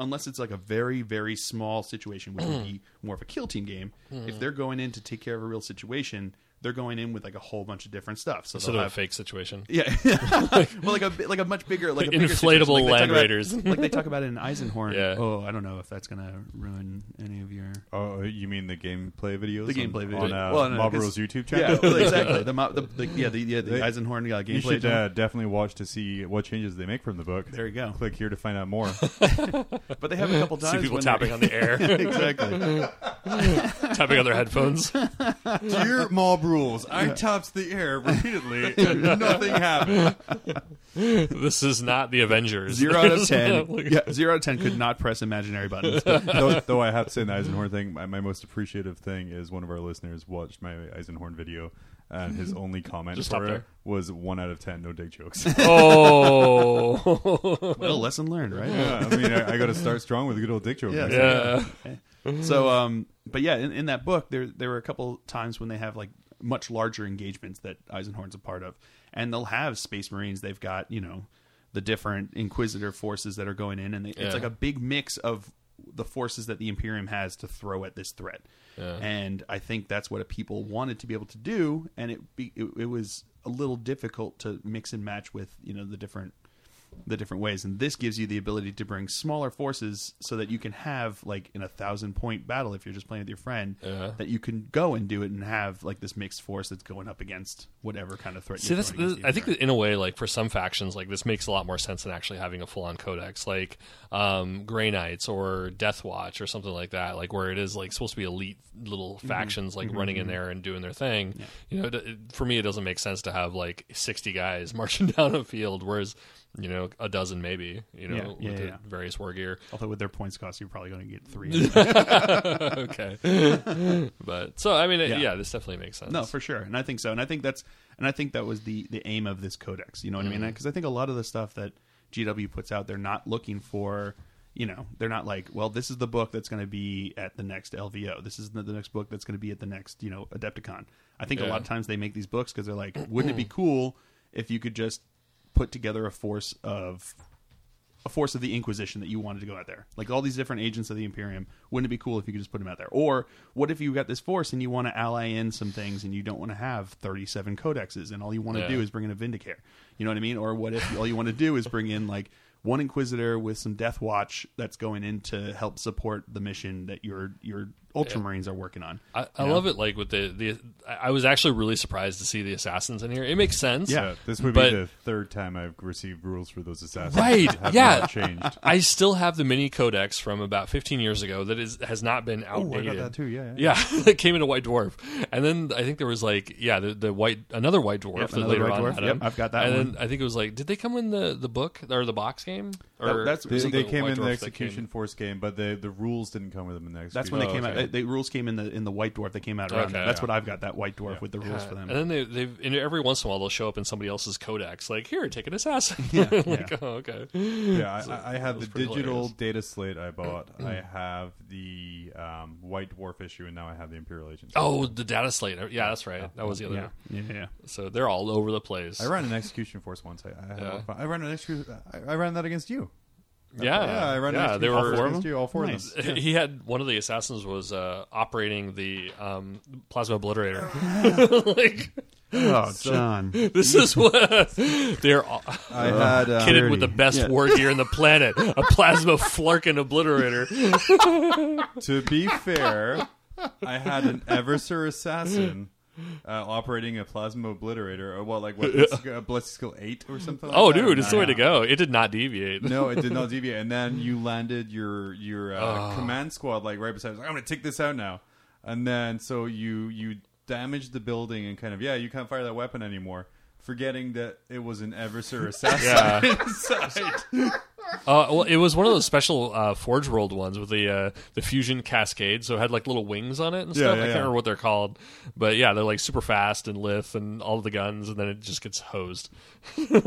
[SPEAKER 1] unless it's like a very very small situation, which would be more of a kill team game.
[SPEAKER 2] Hmm.
[SPEAKER 1] If they're going in to take care of a real situation, they're going in with like a whole bunch of different stuff. So
[SPEAKER 2] Sort of a
[SPEAKER 1] they'll have
[SPEAKER 2] fake situation.
[SPEAKER 1] yeah, well, like a bi- like a much bigger like a bigger situation,
[SPEAKER 2] Inflatable
[SPEAKER 1] like they talk
[SPEAKER 2] Land
[SPEAKER 1] about-
[SPEAKER 2] Raiders.
[SPEAKER 1] like they talk about in Eisenhorn.
[SPEAKER 2] Yeah.
[SPEAKER 1] Oh, I don't know if that's gonna ruin any of your
[SPEAKER 3] Oh, you mean the gameplay videos?
[SPEAKER 1] the gameplay
[SPEAKER 3] on,
[SPEAKER 1] video.
[SPEAKER 3] on uh,
[SPEAKER 1] Well, no, no,
[SPEAKER 3] Mob
[SPEAKER 1] 'cause-
[SPEAKER 3] Rules YouTube
[SPEAKER 1] Yeah,
[SPEAKER 3] channel.
[SPEAKER 1] well, exactly. The, mob, the, the yeah the yeah the
[SPEAKER 3] They-
[SPEAKER 1] Eisenhorn uh, gameplay.
[SPEAKER 3] You should
[SPEAKER 1] demo.
[SPEAKER 3] uh, definitely watch to see what changes they make from the book.
[SPEAKER 1] There you go.
[SPEAKER 3] Click here to find out more.
[SPEAKER 1] but they have a couple times
[SPEAKER 2] See people
[SPEAKER 1] when
[SPEAKER 2] tapping on the air,
[SPEAKER 1] exactly.
[SPEAKER 2] tapping on their headphones.
[SPEAKER 3] Dear Mob Rules, I topped the air repeatedly and nothing happened.
[SPEAKER 2] This is not the Avengers.
[SPEAKER 1] Zero out of ten. yeah, zero out of ten could not press imaginary buttons.
[SPEAKER 3] though, though I have to say, in the Eisenhorn thing, my, my most appreciative thing is one of our listeners watched my Eisenhorn video, and his only comment
[SPEAKER 2] Mm-hmm. Just
[SPEAKER 3] for
[SPEAKER 2] stop
[SPEAKER 3] it
[SPEAKER 2] there.
[SPEAKER 3] was one out of ten, no dick jokes.
[SPEAKER 2] Oh,
[SPEAKER 1] well, lesson learned, right?
[SPEAKER 3] yeah, I mean, I, I got to start strong with a good old dick joke.
[SPEAKER 1] Yeah.
[SPEAKER 3] Like,
[SPEAKER 2] yeah.
[SPEAKER 1] So, um, but yeah, in, in that book, there there were a couple times when they have like much larger engagements that Eisenhorn's a part of, and they'll have Space Marines. They've got you know the different Inquisitor forces that are going in, and they,
[SPEAKER 2] Yeah.
[SPEAKER 1] it's like a big mix of the forces that the Imperium has to throw at this threat. And I think that's what people wanted to be able to do, and it, be, it it was a little difficult to mix and match with you know the different the different ways and this gives you the ability to bring smaller forces so that you can have like in a thousand point battle if you're just playing with your friend
[SPEAKER 2] Uh-huh.
[SPEAKER 1] that you can go and do it and have like this mixed force that's going up against whatever kind of threat
[SPEAKER 2] See,
[SPEAKER 1] you're
[SPEAKER 2] this,
[SPEAKER 1] throwing
[SPEAKER 2] this
[SPEAKER 1] against the
[SPEAKER 2] I think
[SPEAKER 1] other.
[SPEAKER 2] that in a way, like for some factions, like this makes a lot more sense than actually having a full-on codex, like um, Grey Knights or Death Watch or something like that, like where it is like supposed to be elite little
[SPEAKER 1] Mm-hmm.
[SPEAKER 2] factions like running in there and doing their thing. You know, it, it- for me, it doesn't make sense to have like sixty guys marching down a field, whereas you know a dozen maybe, you know,
[SPEAKER 1] Yeah, yeah,
[SPEAKER 2] with the
[SPEAKER 1] yeah.
[SPEAKER 2] various war gear.
[SPEAKER 1] although with their points cost you're probably going to get three
[SPEAKER 2] okay, but so I mean, it, yeah.
[SPEAKER 1] Yeah.
[SPEAKER 2] this definitely makes sense.
[SPEAKER 1] No, for sure, and I think so, and I think that's, and I think that was the the aim of this codex. You know what
[SPEAKER 2] Mm-hmm.
[SPEAKER 1] I mean? Because I think a lot of the stuff that GW puts out, they're not looking for. You know, they're not like, well, this is the book that's going to be at the next LVO. This is the, the next book that's going to be at the next, you know, Adepticon. I think a
[SPEAKER 2] Yeah.
[SPEAKER 1] lot of times they make these books because they're like, wouldn't it be cool if you could just put together a force of a force of the Inquisition that you wanted to go out there. Like all these different agents of the Imperium. Wouldn't it be cool if you could just put them out there? Or what if you got this force and you want to ally in some things and you don't want to have 37 codexes and all you want to
[SPEAKER 2] Yeah.
[SPEAKER 1] do is bring in a Vindicare? You know what I mean? Or what if all you want to do is bring in like one Inquisitor with some Death Watch that's going in to help support the mission that your your Ultramarines are working on?
[SPEAKER 2] I, I love it. Like with the the, I I was actually really surprised to see the assassins in here. It makes sense.
[SPEAKER 3] Yeah, this would
[SPEAKER 2] But-
[SPEAKER 3] be the third time I've received rules for those assassins.
[SPEAKER 2] Right,
[SPEAKER 3] Have
[SPEAKER 2] yeah.
[SPEAKER 3] not changed.
[SPEAKER 2] I still have the mini codex from about 15 years ago that is has not been outdated.
[SPEAKER 3] Oh, that too, yeah,
[SPEAKER 2] yeah. that came in a white dwarf, and then I think there was like, yeah, the, the white another white dwarf that
[SPEAKER 1] another
[SPEAKER 2] later
[SPEAKER 1] white
[SPEAKER 2] on
[SPEAKER 1] dwarf.
[SPEAKER 2] had
[SPEAKER 1] Yep,
[SPEAKER 2] them.
[SPEAKER 1] I've got that
[SPEAKER 2] And
[SPEAKER 1] one.
[SPEAKER 2] then I think it was like, did they come in the, the book or the box game? Or
[SPEAKER 1] that's-
[SPEAKER 3] They,
[SPEAKER 2] was it
[SPEAKER 3] they came
[SPEAKER 2] White
[SPEAKER 3] in the
[SPEAKER 2] Dwarf that
[SPEAKER 3] execution force game, but the the rules didn't come with them in the execution.
[SPEAKER 1] That's when they
[SPEAKER 2] Oh,
[SPEAKER 1] came
[SPEAKER 2] okay.
[SPEAKER 1] out. The rules came in the in the White Dwarf. They came out around.
[SPEAKER 2] Okay.
[SPEAKER 1] that. That's
[SPEAKER 2] Yeah.
[SPEAKER 1] what I've got. That White Dwarf with the rules for them.
[SPEAKER 2] Uh, And then they, they've and every once in a while they'll show up in somebody else's codex, like here, take an assassin. like,
[SPEAKER 1] yeah.
[SPEAKER 2] oh, okay.
[SPEAKER 3] Yeah, I- I, I have the
[SPEAKER 2] was pretty
[SPEAKER 3] digital
[SPEAKER 2] hilarious.
[SPEAKER 3] data slate I bought. I have the um, White Dwarf issue, and now I have the Imperial Agents.
[SPEAKER 2] Oh, the data slate. Yeah, that's right. That was the other.
[SPEAKER 1] yeah, yeah, yeah.
[SPEAKER 2] So they're all over the place.
[SPEAKER 3] I ran an execution force once. I, I, had a lot of
[SPEAKER 2] Yeah.
[SPEAKER 3] fun. I ran an execution. I, I ran that against you.
[SPEAKER 2] yeah,
[SPEAKER 3] yeah, I ran.
[SPEAKER 2] Yeah,
[SPEAKER 3] an
[SPEAKER 2] they
[SPEAKER 3] execution
[SPEAKER 2] were
[SPEAKER 3] force against you. All four
[SPEAKER 1] Nice.
[SPEAKER 3] of them.
[SPEAKER 2] he had one of the assassins was uh, operating the um, plasma obliterator. like
[SPEAKER 1] Oh, John.
[SPEAKER 2] this is what they're all,
[SPEAKER 3] I had um,
[SPEAKER 2] kitted with the best war gear in the planet, a plasma flarkin obliterator.
[SPEAKER 3] to be fair, I had an Eversur assassin uh, operating a plasma obliterator, or what, like what, a ballistic skill eight or something. Like
[SPEAKER 2] Oh,
[SPEAKER 3] that,
[SPEAKER 2] dude,
[SPEAKER 3] or
[SPEAKER 2] it's the way to
[SPEAKER 3] nine.
[SPEAKER 2] go. It did not deviate.
[SPEAKER 3] No, it did not deviate, and then you landed your your
[SPEAKER 2] Ah.
[SPEAKER 3] uh, command squad like right beside. It. It's Like, I'm gonna take this out now, and then so you you damaged the building and kind of yeah, you can't fire that weapon anymore. Forgetting that it was an Eversur assassin.
[SPEAKER 2] Uh, well, it was one of those special uh, Forge World ones with the uh, the fusion cascade, so it had like little wings on it and
[SPEAKER 3] Yeah,
[SPEAKER 2] stuff.
[SPEAKER 3] yeah,
[SPEAKER 2] I can't
[SPEAKER 3] yeah.
[SPEAKER 2] remember what they're called, but yeah, they're like super fast and lithe and all the guns, and then it just gets hosed. like,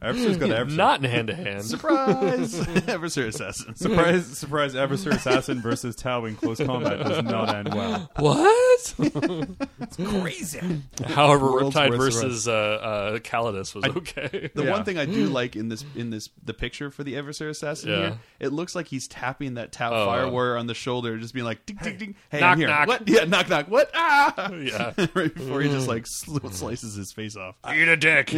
[SPEAKER 3] Eversur's got Eversur.
[SPEAKER 2] not in hand to hand.
[SPEAKER 1] Surprise! Eversur assassins.
[SPEAKER 3] surprise, surprise! Eversur assassin versus Tau in close combat does not end well.
[SPEAKER 2] What?
[SPEAKER 1] is.
[SPEAKER 5] Crazy.
[SPEAKER 2] However,
[SPEAKER 1] World's
[SPEAKER 2] Riptide
[SPEAKER 1] worst
[SPEAKER 2] versus uh, uh, Calidus was okay.
[SPEAKER 1] The
[SPEAKER 3] Yeah.
[SPEAKER 1] one thing I do like in this in this the picture for the adversary assassin
[SPEAKER 2] Yeah.
[SPEAKER 1] here, it looks like he's tapping that tap
[SPEAKER 2] Oh.
[SPEAKER 1] fire warrior on the shoulder, just being like, ding, ding, ding. Hey,
[SPEAKER 2] Knock,
[SPEAKER 1] I'm here.
[SPEAKER 2] knock.
[SPEAKER 1] What? Yeah, knock, knock. What? Ah!
[SPEAKER 2] yeah. Hmm.
[SPEAKER 1] right before he just like sl- slices his face off.
[SPEAKER 4] Eat a dick.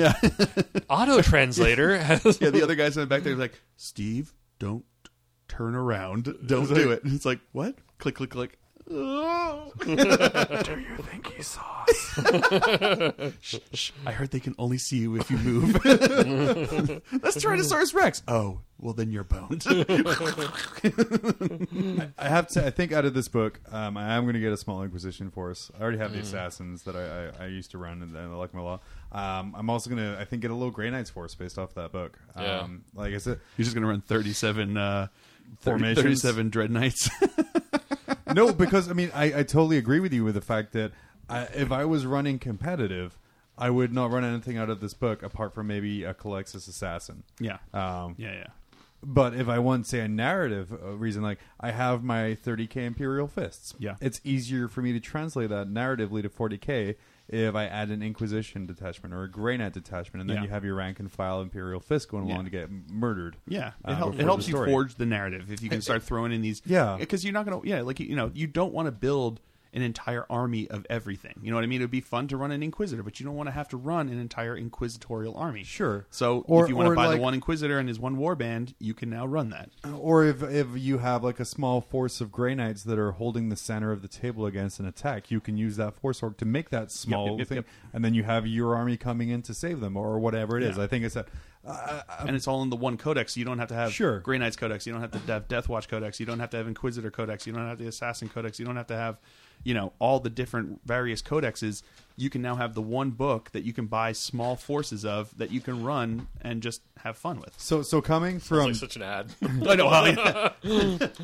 [SPEAKER 2] Auto translator has
[SPEAKER 1] Yeah, the other guy's in the back there. He's like, Steve, don't turn around. Don't do it. And it's like, what? Click, click, click. Oh.
[SPEAKER 5] Do you think he saw us?
[SPEAKER 1] Shh, I heard they can only see you if you move. That's Tyrannosaurus Rex. Oh, well, then you're boned.
[SPEAKER 3] I have to. I think out of this book, um, I am going to get a small Inquisition force. I already have the assassins that I, I, I used to run and, and I like my law. Um, I'm also going to, I think, get a little Grey Knights force based off that book.
[SPEAKER 2] Yeah.
[SPEAKER 3] Um, like I said,
[SPEAKER 1] You're just gonna run 37 uh,
[SPEAKER 3] Formations.
[SPEAKER 1] 37 dread knights.
[SPEAKER 3] no, because I mean, I, I totally agree with you with the fact that I, if I was running competitive, I would not run anything out of this book apart from maybe a Calexis assassin.
[SPEAKER 1] yeah,
[SPEAKER 3] Um,
[SPEAKER 1] yeah, yeah.
[SPEAKER 3] But if I want, say, a narrative uh, reason, like I have my 30k Imperial fists,
[SPEAKER 1] Yeah.
[SPEAKER 3] it's easier for me to translate that narratively to 40k if I add an Inquisition detachment or a Grey Knight detachment, and then
[SPEAKER 1] Yeah.
[SPEAKER 3] you have your rank and file Imperial fist going along
[SPEAKER 1] Yeah.
[SPEAKER 3] to get m- murdered.
[SPEAKER 1] Yeah, it,
[SPEAKER 3] uh,
[SPEAKER 1] help-
[SPEAKER 3] before
[SPEAKER 1] it helps
[SPEAKER 3] the
[SPEAKER 1] you
[SPEAKER 3] story.
[SPEAKER 1] forge the narrative if you can start throwing in these.
[SPEAKER 3] Yeah.
[SPEAKER 1] because you're not gonna. Yeah, like you know, you don't want to build an entire army of everything. You know what I mean? It would be fun to run an inquisitor, but you don't want to have to run an entire inquisitorial army.
[SPEAKER 3] Sure.
[SPEAKER 1] So
[SPEAKER 3] Or-
[SPEAKER 1] if you want
[SPEAKER 3] or
[SPEAKER 1] to buy
[SPEAKER 3] like-
[SPEAKER 1] the one inquisitor and his one warband, you can now run that.
[SPEAKER 3] Or if if you have like a small force of Grey Knights that are holding the center of the table against an attack, you can use that force org to make that small
[SPEAKER 1] yep,
[SPEAKER 3] thing,
[SPEAKER 1] yep.
[SPEAKER 3] and then you have your army coming in to save them or whatever it is.
[SPEAKER 1] Yeah.
[SPEAKER 3] I think it's that.
[SPEAKER 1] and it's all in the one codex. You don't have to have
[SPEAKER 3] Sure.
[SPEAKER 1] Grey Knights codex. You don't have to have Death Watch codex. You don't have to have Inquisitor codex. You don't have the Assassin codex. You don't have to have, you know, all the different various codexes. You can now have the one book that you can buy small forces of that you can run and just have fun with.
[SPEAKER 3] So so coming from
[SPEAKER 2] like such an ad.
[SPEAKER 1] I know. I,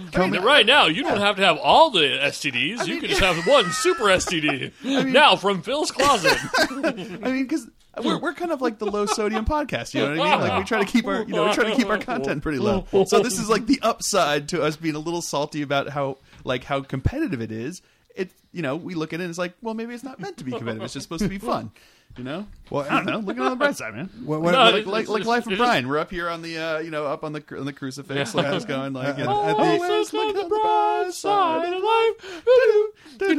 [SPEAKER 2] right now, you don't have to have all the STDs. you can just have one super STD. now from Phil's closet.
[SPEAKER 1] I mean, because we're, we're kind of like the low sodium podcast. You know what I mean? Like we try to keep our you know we try to keep our content pretty low. So this is like the upside to us being a little salty about how like how competitive it is. It you know we look at it and it's like well maybe it's not meant to be competitive. It's just supposed to be fun. You know? Well, I don't know. Look at it on the bright side, man.
[SPEAKER 3] what, what,
[SPEAKER 2] No,
[SPEAKER 1] like,
[SPEAKER 2] it's-
[SPEAKER 1] like,
[SPEAKER 2] it's-
[SPEAKER 1] like life of
[SPEAKER 2] it's-
[SPEAKER 1] Brian, we're up here on the uh, you know up on the cru- on the crucifix, like just going like you know,
[SPEAKER 3] At- at the-
[SPEAKER 2] Oh,
[SPEAKER 1] always look on the bright side of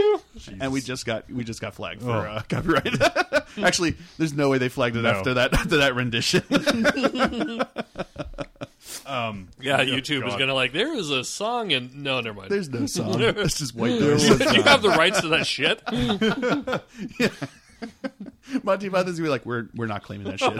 [SPEAKER 1] life. And we just got we just got flagged for uh, copyright. Actually, there's no way they flagged it after that after that rendition.
[SPEAKER 2] Yeah,
[SPEAKER 1] Oh,
[SPEAKER 2] YouTube is gonna like. There is a song, and no, never mind.
[SPEAKER 1] there's no song. It's just white
[SPEAKER 2] you
[SPEAKER 1] noise.
[SPEAKER 2] have the rights to that shit.
[SPEAKER 1] Monty Python's gonna be like, we're we're not claiming that shit.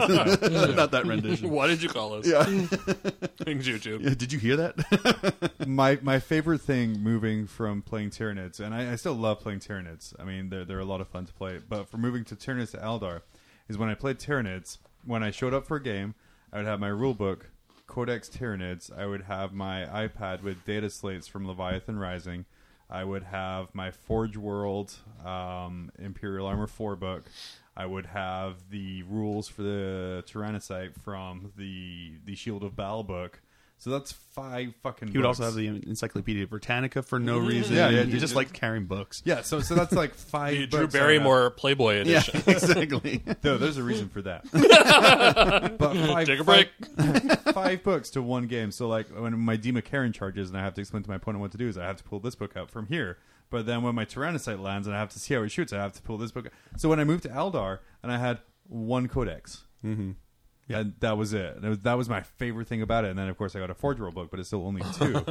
[SPEAKER 1] not that rendition.
[SPEAKER 2] Why did you call us? Yeah. Thanks, YouTube.
[SPEAKER 1] Did you hear that?
[SPEAKER 3] my my favorite thing moving from playing Tyranids, and I, I still love playing Tyranids. I mean, they're they're a lot of fun to play. But for moving to Tyranids to Eldar, is when I played Tyranids. When I showed up for a game, I would have my rule book, Codex Tyranids. I would have my iPad with data slates from Leviathan Rising. I would have my Forge World um, Imperial Armor Four book. I would have the rules for the Tyrannocyte from the the Shield of Battle book. So that's five fucking.
[SPEAKER 1] He would also
[SPEAKER 3] books.
[SPEAKER 1] have the Encyclopedia Britannica for no reason.
[SPEAKER 3] Yeah, yeah,
[SPEAKER 1] He
[SPEAKER 3] dude,
[SPEAKER 1] just
[SPEAKER 3] dude.
[SPEAKER 1] like carrying books.
[SPEAKER 3] Yeah, so so that's like five.
[SPEAKER 2] The Drew
[SPEAKER 3] books I
[SPEAKER 2] Barrymore Playboy
[SPEAKER 1] Yeah,
[SPEAKER 2] edition.
[SPEAKER 1] exactly.
[SPEAKER 3] have. No, there's a reason for that. but five,
[SPEAKER 2] Take a break.
[SPEAKER 3] Five, five books to one game. So like when my D McCarran charges and I have to explain to my opponent what to do is I have to pull this book out from here. But then when my Tyrannocyte lands and I have to see how it shoots, I have to pull this book. out. So when I moved to Eldar and I had one codex. Mm-hmm. And that was it. And it was- that was my favorite thing about it. And then, of course, I got a Forge World book, but it's still only two.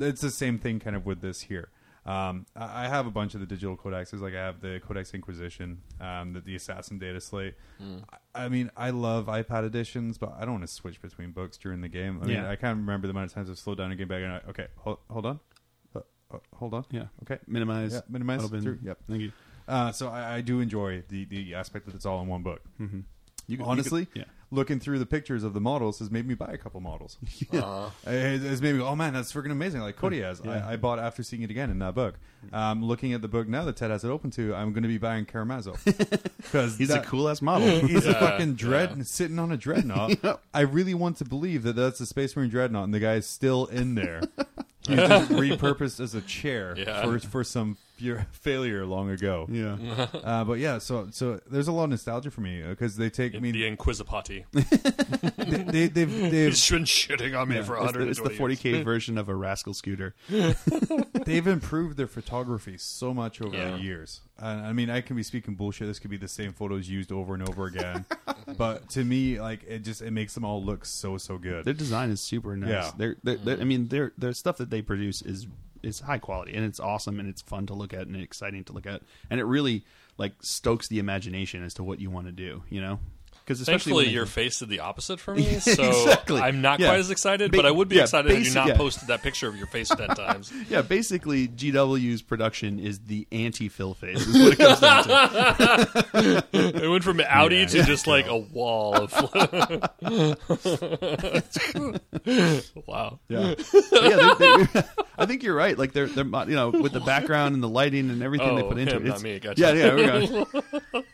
[SPEAKER 3] It's the same thing kind of with this here. Um, I I have a bunch of the digital codexes. Like I have the Codex Inquisition, um, the, the Assassin Data Slate.
[SPEAKER 1] Mm.
[SPEAKER 3] I, I mean, I love iPad editions, but I don't want to switch between books during the game. I mean,
[SPEAKER 1] Yeah.
[SPEAKER 3] I can't remember the amount of times I've slowed down and came back and I, okay, hold, hold on, uh, uh, hold on,
[SPEAKER 1] Yeah.
[SPEAKER 3] okay,
[SPEAKER 1] Minimize.
[SPEAKER 3] Yeah, minimize
[SPEAKER 1] open.
[SPEAKER 3] through, yep.
[SPEAKER 1] Thank you.
[SPEAKER 3] uh, so I, I do enjoy the, the aspect that it's all in one book. Mm-hmm.
[SPEAKER 1] You could-
[SPEAKER 3] Honestly,
[SPEAKER 1] you could- yeah.
[SPEAKER 3] looking through the pictures of the models has made me buy a couple models. It- it's made me go, oh man, that's freaking amazing. Like Cody has. I, I bought after seeing it again in that book.
[SPEAKER 1] Mm-hmm.
[SPEAKER 3] Um, looking at the book now that Ted has it open to, I'm going to be buying Karamazov. Because
[SPEAKER 1] He's a cool ass
[SPEAKER 2] Mm.
[SPEAKER 1] model.
[SPEAKER 3] He's a fucking dread sitting on a dreadnought. I really want to believe that that's a Space Marine dreadnought, and the guy is still in there. He's just repurposed as a chair
[SPEAKER 2] Yeah.
[SPEAKER 3] for for some fear, failure long ago.
[SPEAKER 1] Yeah.
[SPEAKER 3] Uh, but yeah, so so there's a lot of nostalgia for me because they take me.
[SPEAKER 4] the Inquisipati.
[SPEAKER 3] They, they, they've they've
[SPEAKER 4] He's been shitting on me for
[SPEAKER 1] It's the-
[SPEAKER 4] 120
[SPEAKER 1] it's the
[SPEAKER 4] years.
[SPEAKER 1] 40k version of a rascal scooter.
[SPEAKER 3] they've improved their photography so much over
[SPEAKER 2] Yeah.
[SPEAKER 3] the years. And I mean, I can be speaking bullshit. This could be the same photos used over and over again. but to me, like it just it makes them all look so so
[SPEAKER 1] Their
[SPEAKER 3] good.
[SPEAKER 1] design is super nice.
[SPEAKER 3] Yeah.
[SPEAKER 1] They're, they're, they're- I mean, their their stuff that they produce is is high quality and it's awesome and it's fun to look at and exciting to look at and it really like stokes the imagination as to what you want to do. You know, because
[SPEAKER 2] Thankfully, your face did the opposite for me, so
[SPEAKER 1] Exactly.
[SPEAKER 2] I'm not
[SPEAKER 1] Yeah.
[SPEAKER 2] quite as excited.
[SPEAKER 1] Ba-
[SPEAKER 2] but I would be
[SPEAKER 1] yeah,
[SPEAKER 2] excited if you
[SPEAKER 1] basi-
[SPEAKER 2] not
[SPEAKER 1] yeah.
[SPEAKER 2] posted that picture of your face ten times.
[SPEAKER 1] yeah, basically GW's production is the anti Phil face. Is what it comes down to.
[SPEAKER 2] It went from Audi to just like a wall of. wow.
[SPEAKER 1] Yeah, yeah. They, they, I think you're right. Like they're they're mo- you know with the background and the lighting and everything they
[SPEAKER 2] Oh,
[SPEAKER 1] put into
[SPEAKER 2] him,
[SPEAKER 1] it.
[SPEAKER 2] not
[SPEAKER 1] it's-
[SPEAKER 2] me. Gotcha.
[SPEAKER 1] Yeah, yeah. We're going.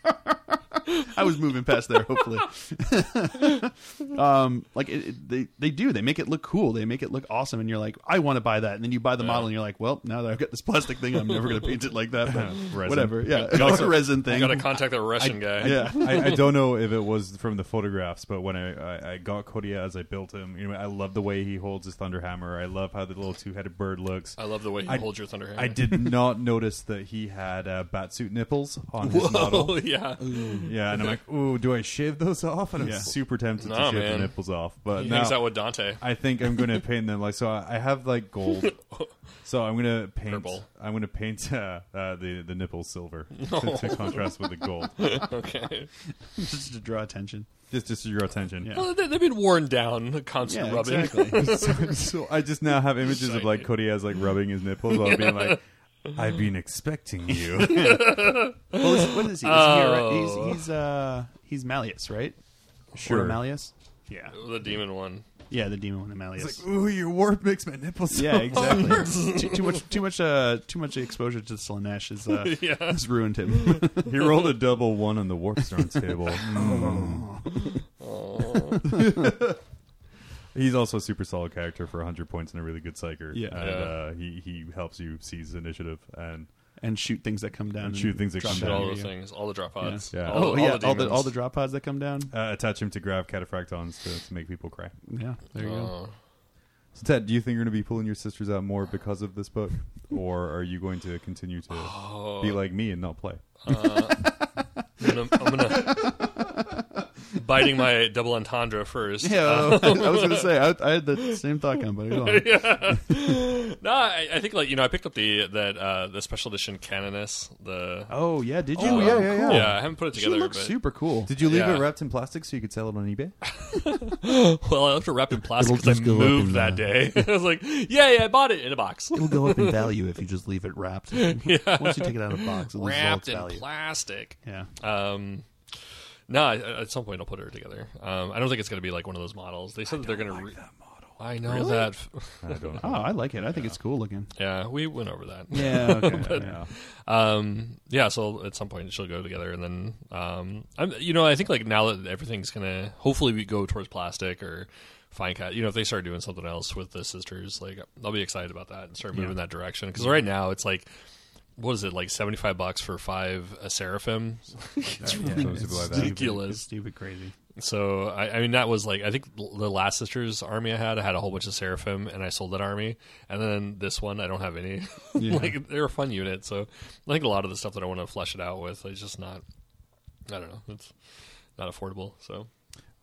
[SPEAKER 1] I was moving past there. Hopefully, um, like it, it- they they do. They make it look cool. They make it look awesome. And you're like, I want to buy that. And then you buy the model, and you're like, well, now that I've got this plastic thing, I'm never going to paint it like that. But whatever. Yeah, like a resin thing.
[SPEAKER 2] Got to contact that Russian guy.
[SPEAKER 1] yeah.
[SPEAKER 3] I, I don't know if it was from the photographs, but when I, I, I got Kodia as I built him, you know, I love the way he holds his thunder hammer. I love how the little two headed bird looks.
[SPEAKER 2] I love the way you
[SPEAKER 3] I-
[SPEAKER 2] hold your thunder hammer.
[SPEAKER 3] I did not notice that he had uh, batsuit nipples on his model.
[SPEAKER 2] Oh yeah.
[SPEAKER 3] Yeah, and I'm like, ooh, do I shave those off? And I'm
[SPEAKER 1] Yeah.
[SPEAKER 3] super tempted
[SPEAKER 2] Nah,
[SPEAKER 3] to shave
[SPEAKER 2] man.
[SPEAKER 3] the nipples off, but
[SPEAKER 2] He
[SPEAKER 3] no,
[SPEAKER 2] hangs out with Dante.
[SPEAKER 3] I think I'm going to paint them like so. I I have like gold, so I'm going to paint.
[SPEAKER 2] Purple.
[SPEAKER 3] I'm going to paint uh, uh, the the nipples silver to, to contrast with the gold,
[SPEAKER 2] Okay.
[SPEAKER 1] just to draw attention.
[SPEAKER 3] just just your attention.
[SPEAKER 1] Yeah.
[SPEAKER 2] Well, they, they've been worn down, constant
[SPEAKER 1] Yeah,
[SPEAKER 2] rubbing.
[SPEAKER 1] exactly.
[SPEAKER 3] so, so I just now have images of like Cody as like rubbing his nipples while being like, "I've been expecting you."
[SPEAKER 1] Well, is- Oh, what is he? Is he a-
[SPEAKER 2] Oh.
[SPEAKER 1] he's he's uh he's Malleus, right? Or Malleus. Yeah.
[SPEAKER 2] The demon one.
[SPEAKER 1] Yeah, the demon one, Malleus.
[SPEAKER 3] It's like, ooh, your warp makes my nipples.
[SPEAKER 1] Yeah, exactly. too, too much, too much, uh, too much exposure to Slanesh has, uh,
[SPEAKER 2] Yeah.
[SPEAKER 1] has ruined him.
[SPEAKER 3] He rolled a double one on the warp stone table. Mm. He's also a super solid character for 100 points and a really good psyker.
[SPEAKER 1] Yeah.
[SPEAKER 3] and
[SPEAKER 2] Yeah.
[SPEAKER 3] Uh, he he helps you seize initiative and
[SPEAKER 1] and shoot things that come down.
[SPEAKER 3] shoot things that
[SPEAKER 1] drop
[SPEAKER 3] come
[SPEAKER 1] down
[SPEAKER 2] Did all
[SPEAKER 1] at
[SPEAKER 2] the
[SPEAKER 1] you.
[SPEAKER 2] things, all the drop pods.
[SPEAKER 3] Yeah.
[SPEAKER 2] All,
[SPEAKER 1] Oh
[SPEAKER 2] the-
[SPEAKER 1] yeah, all the
[SPEAKER 2] demons.
[SPEAKER 1] all the drop pods that come down.
[SPEAKER 3] uh, attach him to grav cataphractons to, to make people cry.
[SPEAKER 1] Yeah, there you go.
[SPEAKER 2] Oh.
[SPEAKER 3] So Ted, do you think you're going to be pulling your sisters out more because of this book, or are you going to continue to
[SPEAKER 2] Oh.
[SPEAKER 3] be like me and not play?
[SPEAKER 2] I'm gonna, I'm gonna biting my double entendre first.
[SPEAKER 1] Yeah, I was gonna say I, I had the same thought come, but go on.
[SPEAKER 2] No, I, I think like you know, I picked up the that uh, the special edition Canoness. The
[SPEAKER 1] Oh yeah, did you?
[SPEAKER 2] Oh,
[SPEAKER 3] yeah, yeah, yeah.
[SPEAKER 2] yeah. I haven't put it
[SPEAKER 1] She
[SPEAKER 2] together.
[SPEAKER 1] looks
[SPEAKER 2] but,
[SPEAKER 1] super cool.
[SPEAKER 3] Did you leave
[SPEAKER 2] Yeah.
[SPEAKER 3] it wrapped in plastic so you could sell it on eBay?
[SPEAKER 2] Well, I left it wrapped in plastic
[SPEAKER 7] It'll
[SPEAKER 2] because I
[SPEAKER 7] just go up
[SPEAKER 2] moved
[SPEAKER 7] in
[SPEAKER 2] that day. I was like, yeah, yeah, I bought it in a box.
[SPEAKER 7] It'll go up in value if you just leave it wrapped. Once you take it out of the box, it loses all its
[SPEAKER 2] wrapped in
[SPEAKER 7] value.
[SPEAKER 2] plastic.
[SPEAKER 1] Yeah,
[SPEAKER 2] Um, no, I- I- at some point I'll put her together. Um, I don't think it's going to be like one of those models. They said that they're going to. Re- that model. I know that.
[SPEAKER 3] I don't know.
[SPEAKER 1] oh, I like it. I think it's cool looking.
[SPEAKER 2] Yeah, we went over that.
[SPEAKER 1] Yeah, okay.
[SPEAKER 3] Yeah.
[SPEAKER 2] Um, yeah. So at some point she'll go together, and then um, I'm, you know, I think like now that everything's gonna hopefully we go towards plastic or fine cut. You know, if they start doing something else with the sisters, like I'll be excited about that and start moving that direction. Because right now it's like. What is it like? Seventy five bucks for five uh, seraphim?
[SPEAKER 3] Yeah, something like that.
[SPEAKER 2] Ridiculous.
[SPEAKER 1] Stupid crazy.
[SPEAKER 2] So I, I mean, that was like I think l- the last sister's army I had, I had a whole bunch of seraphim, and I sold that army. And then this one, I don't have any. like they're a fun unit, so I think a lot of the stuff that I want to flesh it out with is just not. I don't know. It's not affordable. So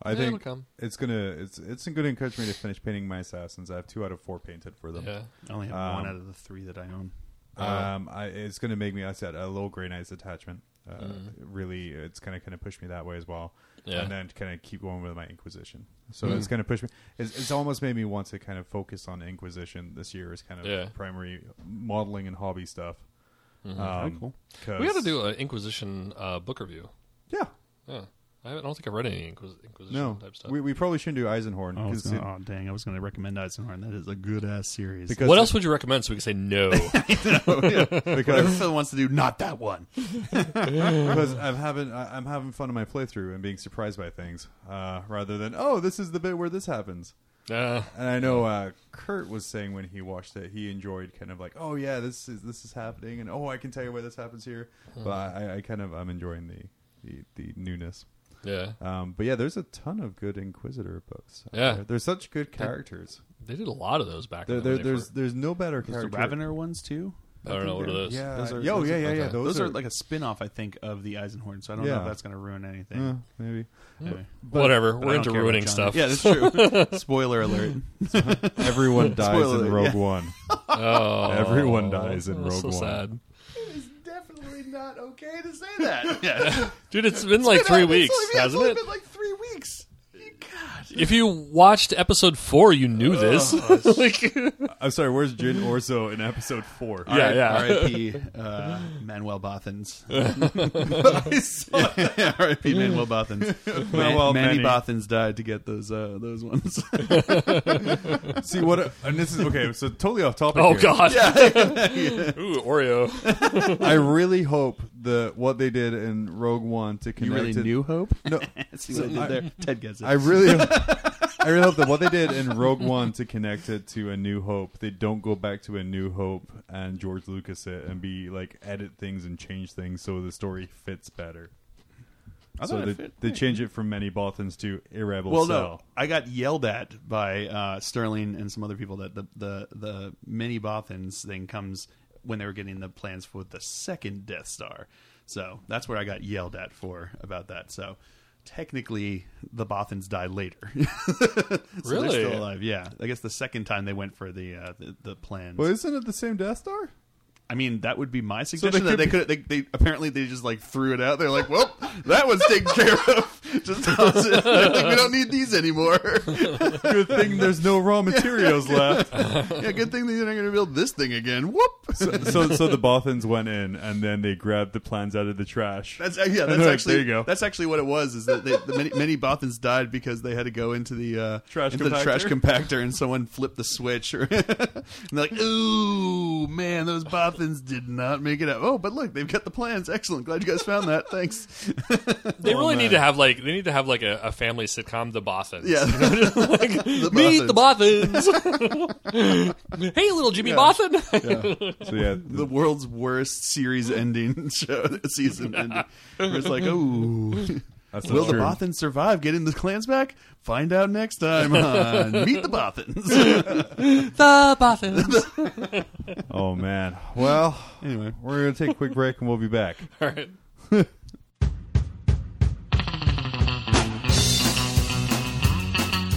[SPEAKER 3] I
[SPEAKER 2] Yeah, it'll
[SPEAKER 3] think
[SPEAKER 2] come.
[SPEAKER 3] it's gonna it's it's gonna encourage me to finish painting my assassins. I have two out of four painted for them.
[SPEAKER 2] yeah,
[SPEAKER 1] I only have
[SPEAKER 3] Um,
[SPEAKER 1] one out of the three that I own.
[SPEAKER 3] Um, I, it's gonna make me. I said a little gray knights attachment. Uh, Really, it's gonna kind of push me that way as well.
[SPEAKER 2] Mm-hmm. Yeah. Mm.
[SPEAKER 3] And then kind of keep going with my Inquisition. So it's gonna push me. It's, it's almost made me want to kind of focus on Inquisition this year as kind of
[SPEAKER 2] Yeah. Mm-hmm.
[SPEAKER 3] primary modeling and hobby stuff. Um,
[SPEAKER 1] Very cool.
[SPEAKER 3] 'cause-
[SPEAKER 2] we got to do an Inquisition uh, book review.
[SPEAKER 3] Yeah.
[SPEAKER 2] Yeah, I, haven't- I don't think I've read any Inquis- Inquisition
[SPEAKER 3] No,
[SPEAKER 2] type stuff.
[SPEAKER 3] we, we probably shouldn't do Eisenhorn
[SPEAKER 1] Oh, I was
[SPEAKER 3] because
[SPEAKER 1] gonna- oh, dang! I was going to recommend Eisenhorn. That is a good ass series.
[SPEAKER 3] Because-
[SPEAKER 2] what else would you recommend so we can say no?
[SPEAKER 1] Whatever
[SPEAKER 3] because
[SPEAKER 1] Phil wants to do, not that one.
[SPEAKER 3] because I'm having I- I'm having fun in my playthrough and being surprised by things uh, rather than oh this is the bit where this happens.
[SPEAKER 2] Uh,
[SPEAKER 3] And I know uh, Kurt was saying when he watched it, he enjoyed kind of like, oh yeah, this is this is happening, and oh, I can tell you why this happens here.
[SPEAKER 2] Hmm.
[SPEAKER 3] But I, I kind of I'm enjoying the the, the newness.
[SPEAKER 2] yeah.
[SPEAKER 3] Um, but yeah, there's a ton of good Inquisitor books. out
[SPEAKER 2] Yeah.
[SPEAKER 3] there. there's such good characters.
[SPEAKER 2] They did a lot of those back
[SPEAKER 3] There,
[SPEAKER 2] then. when
[SPEAKER 3] there,
[SPEAKER 2] they
[SPEAKER 3] there's
[SPEAKER 2] first-
[SPEAKER 3] there's no better
[SPEAKER 1] There's the
[SPEAKER 3] character.
[SPEAKER 1] Ravener ones too. Uh,
[SPEAKER 2] I don't know what are those.
[SPEAKER 3] Yeah,
[SPEAKER 1] Those are-
[SPEAKER 3] yeah, oh,
[SPEAKER 1] those
[SPEAKER 3] yeah,
[SPEAKER 1] are-
[SPEAKER 3] yeah, yeah.
[SPEAKER 2] okay.
[SPEAKER 3] Those,
[SPEAKER 1] Those, are, like a spin-off, I think, of the Eisenhorn. So I don't know
[SPEAKER 3] Yeah.
[SPEAKER 1] if that's going to ruin anything.
[SPEAKER 3] Eh, maybe.
[SPEAKER 1] Anyway.
[SPEAKER 2] Whatever.
[SPEAKER 1] But I
[SPEAKER 2] We're
[SPEAKER 1] don't
[SPEAKER 2] into
[SPEAKER 1] care about
[SPEAKER 2] ruining
[SPEAKER 1] genre.
[SPEAKER 2] stuff.
[SPEAKER 1] Yeah, that's true. Spoiler alert.
[SPEAKER 3] Everyone dies
[SPEAKER 1] Spoiler,
[SPEAKER 3] in
[SPEAKER 1] yeah.
[SPEAKER 3] Rogue One.
[SPEAKER 2] Oh,
[SPEAKER 3] Everyone dies in
[SPEAKER 2] that's
[SPEAKER 3] Rogue
[SPEAKER 2] so
[SPEAKER 3] One.
[SPEAKER 2] sad.
[SPEAKER 1] Definitely not okay to say that. Yeah,
[SPEAKER 2] Dude, it's been like three weeks, hasn't it?
[SPEAKER 1] like three weeks. God.
[SPEAKER 2] If you watched episode four, you knew this. like, yeah,
[SPEAKER 3] I'm sorry. Where's Jin Orso in Episode Four?
[SPEAKER 2] yeah.
[SPEAKER 1] R.I.P. Uh, Manuel Bothans. Yeah, R.I.P. Manuel Bothans.
[SPEAKER 3] Manuel
[SPEAKER 1] Man- Manny
[SPEAKER 3] Manny.
[SPEAKER 1] Bothans died to get those uh, those ones.
[SPEAKER 3] See what? And this is okay. So totally off topic.
[SPEAKER 2] Oh
[SPEAKER 3] here.
[SPEAKER 2] God. Ooh, Oreo.
[SPEAKER 3] I really hope that what they did in Rogue One to connect
[SPEAKER 1] you really
[SPEAKER 3] it,
[SPEAKER 1] knew Hope?
[SPEAKER 3] No,
[SPEAKER 1] See what I did there? Ted gets it.
[SPEAKER 3] I really, I really hope that what they did in Rogue One to connect it to A New Hope, they don't go back to A New Hope and George Lucas it and be like edit things and change things so the story fits better. so
[SPEAKER 1] thought it
[SPEAKER 3] they,
[SPEAKER 1] fit.
[SPEAKER 3] they change it from Many Bothans to Irrevel
[SPEAKER 1] well,
[SPEAKER 3] Cell.
[SPEAKER 1] no, I got yelled at by uh, Sterling and some other people that the the the mini Bothans thing comes when they were getting the plans for the second Death Star. So that's where I got yelled at for about that. So technically, the Bothans die later. so
[SPEAKER 2] Really?
[SPEAKER 1] They're still alive. Yeah, I guess the second time they went for the uh, the, the plans.
[SPEAKER 3] Well, isn't it the same Death Star?
[SPEAKER 1] I mean, that would be my suggestion
[SPEAKER 3] could
[SPEAKER 1] that they
[SPEAKER 3] be-
[SPEAKER 1] could. They, they apparently they just like threw it out. They're like, "Well, that one's taken care of. Just toss it. Like, we don't need these anymore."
[SPEAKER 3] Good thing there's no raw materials left.
[SPEAKER 1] yeah, good thing they're not going to build this thing again. Whoop.
[SPEAKER 3] So, so, so the Bothans went in and then they grabbed the plans out of the trash.
[SPEAKER 1] That's uh, yeah.
[SPEAKER 3] They're
[SPEAKER 1] That's
[SPEAKER 3] like,
[SPEAKER 1] actually
[SPEAKER 3] there you go.
[SPEAKER 1] That's actually what it was. Is that they, the many, many Bothans died because they had to go into the uh,
[SPEAKER 3] Trash
[SPEAKER 1] into the
[SPEAKER 3] compactor?
[SPEAKER 1] trash compactor and someone flipped the switch. Or and they're like, "Ooh, man, those Bothans did not make it out." Oh, but look, they've got the plans. Excellent. Glad you guys found that. Thanks.
[SPEAKER 2] They really need to have like they need to have like a, a family sitcom, The Bothans.
[SPEAKER 1] Yeah.
[SPEAKER 2] Meet the Bothans. hey, little Jimmy Bothan.
[SPEAKER 3] So yeah, th-
[SPEAKER 1] the world's worst series ending show season ending. Where it's like, oh,
[SPEAKER 3] that's
[SPEAKER 1] will the
[SPEAKER 3] true.
[SPEAKER 1] Bothans survive getting the clans back? Find out next time on Meet the Bothans.
[SPEAKER 2] the Bothans.
[SPEAKER 3] Oh man. Well,
[SPEAKER 1] anyway,
[SPEAKER 3] we're gonna take a quick break and we'll be back.
[SPEAKER 2] All right.